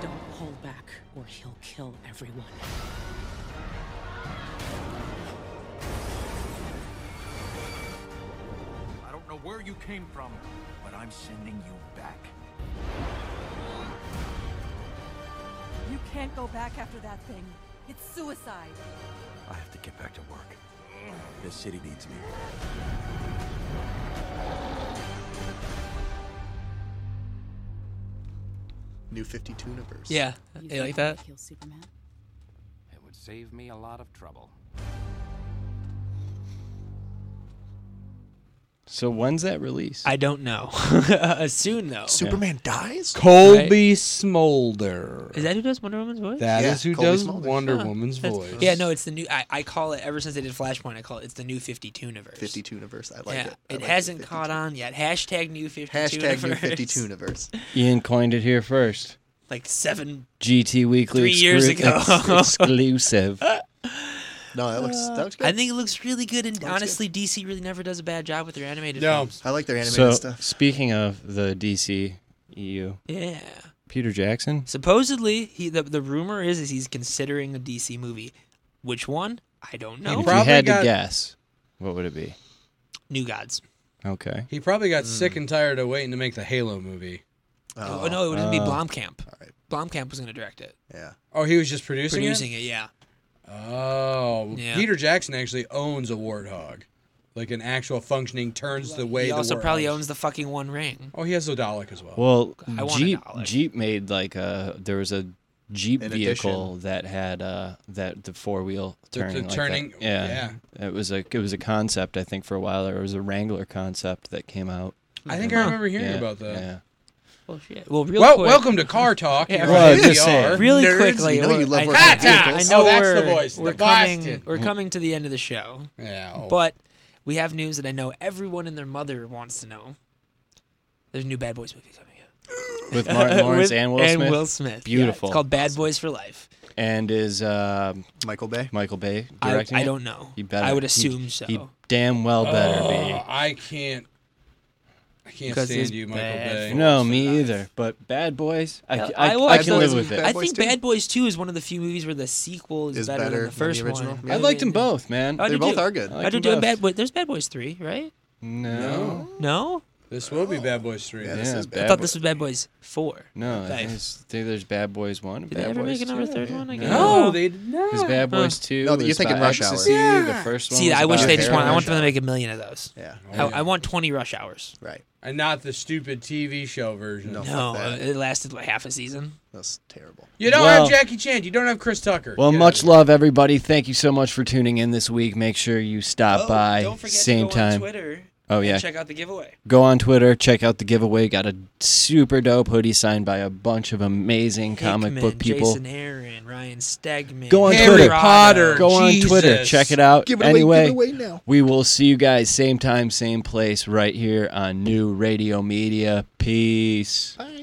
[SPEAKER 10] Don't hold back, or he'll kill everyone.
[SPEAKER 21] I don't know where you came from, but I'm sending you back.
[SPEAKER 9] You can't go back after that thing. It's suicide.
[SPEAKER 21] I have to get back to work. This city needs me.
[SPEAKER 4] New 52 numbers.
[SPEAKER 2] Yeah,
[SPEAKER 10] You
[SPEAKER 2] you like
[SPEAKER 10] think I
[SPEAKER 2] that?
[SPEAKER 10] could kill Superman?
[SPEAKER 13] It would save me a lot of trouble.
[SPEAKER 1] So when's that release?
[SPEAKER 2] I don't know. uh, soon though.
[SPEAKER 1] Superman
[SPEAKER 2] dies.
[SPEAKER 3] Colby Smolder.
[SPEAKER 2] Is that who does Wonder Woman's voice? That
[SPEAKER 3] That Yeah,
[SPEAKER 2] is
[SPEAKER 3] is who Colby does Smulders. Wonder Woman's voice.
[SPEAKER 2] Yeah, no, it's the new. I, I call it ever since I did Flashpoint. I call it it's the new Fifty Two universe.
[SPEAKER 4] 52 universe. I like
[SPEAKER 2] yeah,
[SPEAKER 4] it. I like the
[SPEAKER 2] hasn't caught on yet. Hashtag new Fifty Two
[SPEAKER 4] Hashtag
[SPEAKER 2] universe.
[SPEAKER 4] new 52 universe.
[SPEAKER 1] Ian coined it here first.
[SPEAKER 2] Like seven.
[SPEAKER 1] GT Weekly
[SPEAKER 2] Three years
[SPEAKER 1] exclu-
[SPEAKER 2] ago.
[SPEAKER 1] ex- exclusive.
[SPEAKER 4] No, that looks, that looks good.
[SPEAKER 2] I think it looks really good, and
[SPEAKER 4] Looks
[SPEAKER 2] honestly, DC really never does a bad job with their animated films.
[SPEAKER 4] I like their animated
[SPEAKER 1] so
[SPEAKER 4] stuff.
[SPEAKER 1] speaking of the DC EU,
[SPEAKER 2] Yeah.
[SPEAKER 1] Peter Jackson.
[SPEAKER 2] Supposedly, he the, the rumor is is he's considering a DC movie. Which one? I don't know.
[SPEAKER 1] if you had to guess, what would it be?
[SPEAKER 2] New Gods.
[SPEAKER 1] Okay.
[SPEAKER 3] He probably
[SPEAKER 2] Mm.
[SPEAKER 3] got sick and tired of waiting to make the Halo movie.
[SPEAKER 2] Oh, no, it would be
[SPEAKER 1] Oh.
[SPEAKER 2] Blomkamp. Blomkamp was going to direct it.
[SPEAKER 4] Yeah.
[SPEAKER 3] Oh, he was just producing,
[SPEAKER 2] Producing
[SPEAKER 3] it.
[SPEAKER 2] it, yeah.
[SPEAKER 3] Oh,
[SPEAKER 2] Yeah.
[SPEAKER 3] Peter Jackson actually owns a warthog, like an actual functioning turns the way.
[SPEAKER 2] he also
[SPEAKER 3] the
[SPEAKER 2] probably
[SPEAKER 3] warthog-
[SPEAKER 2] owns the fucking One Ring.
[SPEAKER 3] Oh, he has Zodalic as well.
[SPEAKER 1] Well,
[SPEAKER 2] I want a
[SPEAKER 1] Jeep Jeep made like a there was a Jeep
[SPEAKER 3] An
[SPEAKER 1] vehicle that had uh that the four wheel
[SPEAKER 3] The- the
[SPEAKER 1] turning like that.
[SPEAKER 3] turning-
[SPEAKER 1] Yeah. It was a it was a concept I think for a while there was a Wrangler concept that came out.
[SPEAKER 3] I think I
[SPEAKER 1] And-
[SPEAKER 3] remember hearing
[SPEAKER 1] yeah,
[SPEAKER 3] about that.
[SPEAKER 1] Yeah.
[SPEAKER 2] Well, shit. Well, real
[SPEAKER 3] Well,
[SPEAKER 2] quick.
[SPEAKER 3] welcome to Car Talk.
[SPEAKER 2] Yeah,
[SPEAKER 3] You're
[SPEAKER 1] Well,
[SPEAKER 3] on
[SPEAKER 1] I'm just
[SPEAKER 3] NPR.
[SPEAKER 1] saying.
[SPEAKER 2] Really
[SPEAKER 3] Nerds,
[SPEAKER 2] quickly,
[SPEAKER 3] you know
[SPEAKER 2] we're-
[SPEAKER 3] you love
[SPEAKER 2] I,
[SPEAKER 3] working with
[SPEAKER 2] I
[SPEAKER 3] vehicles.
[SPEAKER 2] know
[SPEAKER 3] Oh, that's
[SPEAKER 2] we're,
[SPEAKER 3] the voice, the
[SPEAKER 2] We're
[SPEAKER 3] Boston.
[SPEAKER 2] coming. We're coming to the end of the show.
[SPEAKER 3] Yeah.
[SPEAKER 1] Oh.
[SPEAKER 2] But we have news that I know everyone and their mother wants to know. There's a new Bad Boys movie coming out
[SPEAKER 1] With Martin Lawrence
[SPEAKER 2] With-
[SPEAKER 1] and Will Smith.
[SPEAKER 2] Smith. Yeah,
[SPEAKER 1] Beautiful.
[SPEAKER 2] it's called Bad Boys for Life.
[SPEAKER 1] And is uh,
[SPEAKER 4] Michael Bay?
[SPEAKER 1] Michael Bay
[SPEAKER 2] I-
[SPEAKER 1] directing?
[SPEAKER 2] I
[SPEAKER 1] it?
[SPEAKER 2] don't know.
[SPEAKER 1] He better.
[SPEAKER 2] I would
[SPEAKER 1] he-
[SPEAKER 2] assume so.
[SPEAKER 1] He damn well better
[SPEAKER 3] Oh, I can't. I can't
[SPEAKER 1] Because
[SPEAKER 3] stand
[SPEAKER 1] it's
[SPEAKER 3] you, Michael
[SPEAKER 1] bad
[SPEAKER 3] Bay.
[SPEAKER 1] be. No, me either. But Bad Boys, I,
[SPEAKER 2] Yeah,
[SPEAKER 1] I, I,
[SPEAKER 2] will
[SPEAKER 1] can
[SPEAKER 2] actually-
[SPEAKER 1] live with it.
[SPEAKER 2] I think Bad Boys 2 is one of the few movies where the sequel is,
[SPEAKER 1] Is
[SPEAKER 2] better,
[SPEAKER 1] better
[SPEAKER 2] than the first
[SPEAKER 1] than the original.
[SPEAKER 2] one.
[SPEAKER 1] I liked them both, man.
[SPEAKER 2] I
[SPEAKER 1] They
[SPEAKER 2] do
[SPEAKER 1] both
[SPEAKER 2] too.
[SPEAKER 1] are good. I
[SPEAKER 2] I,
[SPEAKER 1] liked
[SPEAKER 2] do
[SPEAKER 1] them
[SPEAKER 2] too.
[SPEAKER 1] both.
[SPEAKER 2] Bad Boy. There's Bad Boys 3, right?
[SPEAKER 1] No.
[SPEAKER 2] No?
[SPEAKER 3] This will be Bad Boys Three.
[SPEAKER 1] Yeah, this Yeah, is
[SPEAKER 2] I
[SPEAKER 1] Bad
[SPEAKER 2] thought
[SPEAKER 1] Boy-
[SPEAKER 2] this was Bad Boys 4.
[SPEAKER 1] No, I
[SPEAKER 2] Five.
[SPEAKER 1] think it's- I think there's Bad Boys One. and
[SPEAKER 2] Did they
[SPEAKER 1] Bad
[SPEAKER 2] ever
[SPEAKER 1] Boys
[SPEAKER 2] make another
[SPEAKER 1] two.
[SPEAKER 2] third one? I guess.
[SPEAKER 3] No, they did not.
[SPEAKER 1] Because Bad
[SPEAKER 2] Huh.
[SPEAKER 1] Boys Two.
[SPEAKER 4] No, you're
[SPEAKER 1] was
[SPEAKER 4] thinking
[SPEAKER 1] about
[SPEAKER 4] Rush Hour.
[SPEAKER 1] ecstasy,
[SPEAKER 4] Yeah.
[SPEAKER 1] The first one.
[SPEAKER 2] See,
[SPEAKER 1] was
[SPEAKER 2] I wish
[SPEAKER 1] about
[SPEAKER 2] they just want. I
[SPEAKER 1] heroin.
[SPEAKER 2] want them to make a million of those.
[SPEAKER 4] Yeah.
[SPEAKER 2] I, I want 20 rush hours.
[SPEAKER 4] Right.
[SPEAKER 3] and not the stupid TV show version.
[SPEAKER 2] No, uh, it lasted like half a season.
[SPEAKER 4] That's terrible.
[SPEAKER 3] you don't
[SPEAKER 1] Well-
[SPEAKER 3] have Jackie Chan. You don't have Chris Tucker.
[SPEAKER 1] Well,
[SPEAKER 3] Get
[SPEAKER 1] much love, everybody. Thank you so much for tuning in this week. Make sure you stop
[SPEAKER 2] Oh,
[SPEAKER 1] by.
[SPEAKER 2] don't forget to
[SPEAKER 1] same
[SPEAKER 2] go on
[SPEAKER 1] time.
[SPEAKER 2] Twitter
[SPEAKER 1] Oh
[SPEAKER 2] and
[SPEAKER 1] yeah.
[SPEAKER 2] check out the giveaway.
[SPEAKER 1] Go on Twitter. Check out the giveaway. Got a super dope hoodie signed by a bunch of amazing comic book
[SPEAKER 2] Hickman,
[SPEAKER 1] people.
[SPEAKER 2] Jason Aaron, Ryan Stegman.
[SPEAKER 1] Go on
[SPEAKER 2] Harry
[SPEAKER 1] Twitter.
[SPEAKER 2] Rodham.
[SPEAKER 1] Go on Twitter. Check it out.
[SPEAKER 2] Give it away, give
[SPEAKER 1] anyway,
[SPEAKER 2] it away now.
[SPEAKER 1] we will see you guys same time, same place, right here on New Radio Media. Peace. Bye.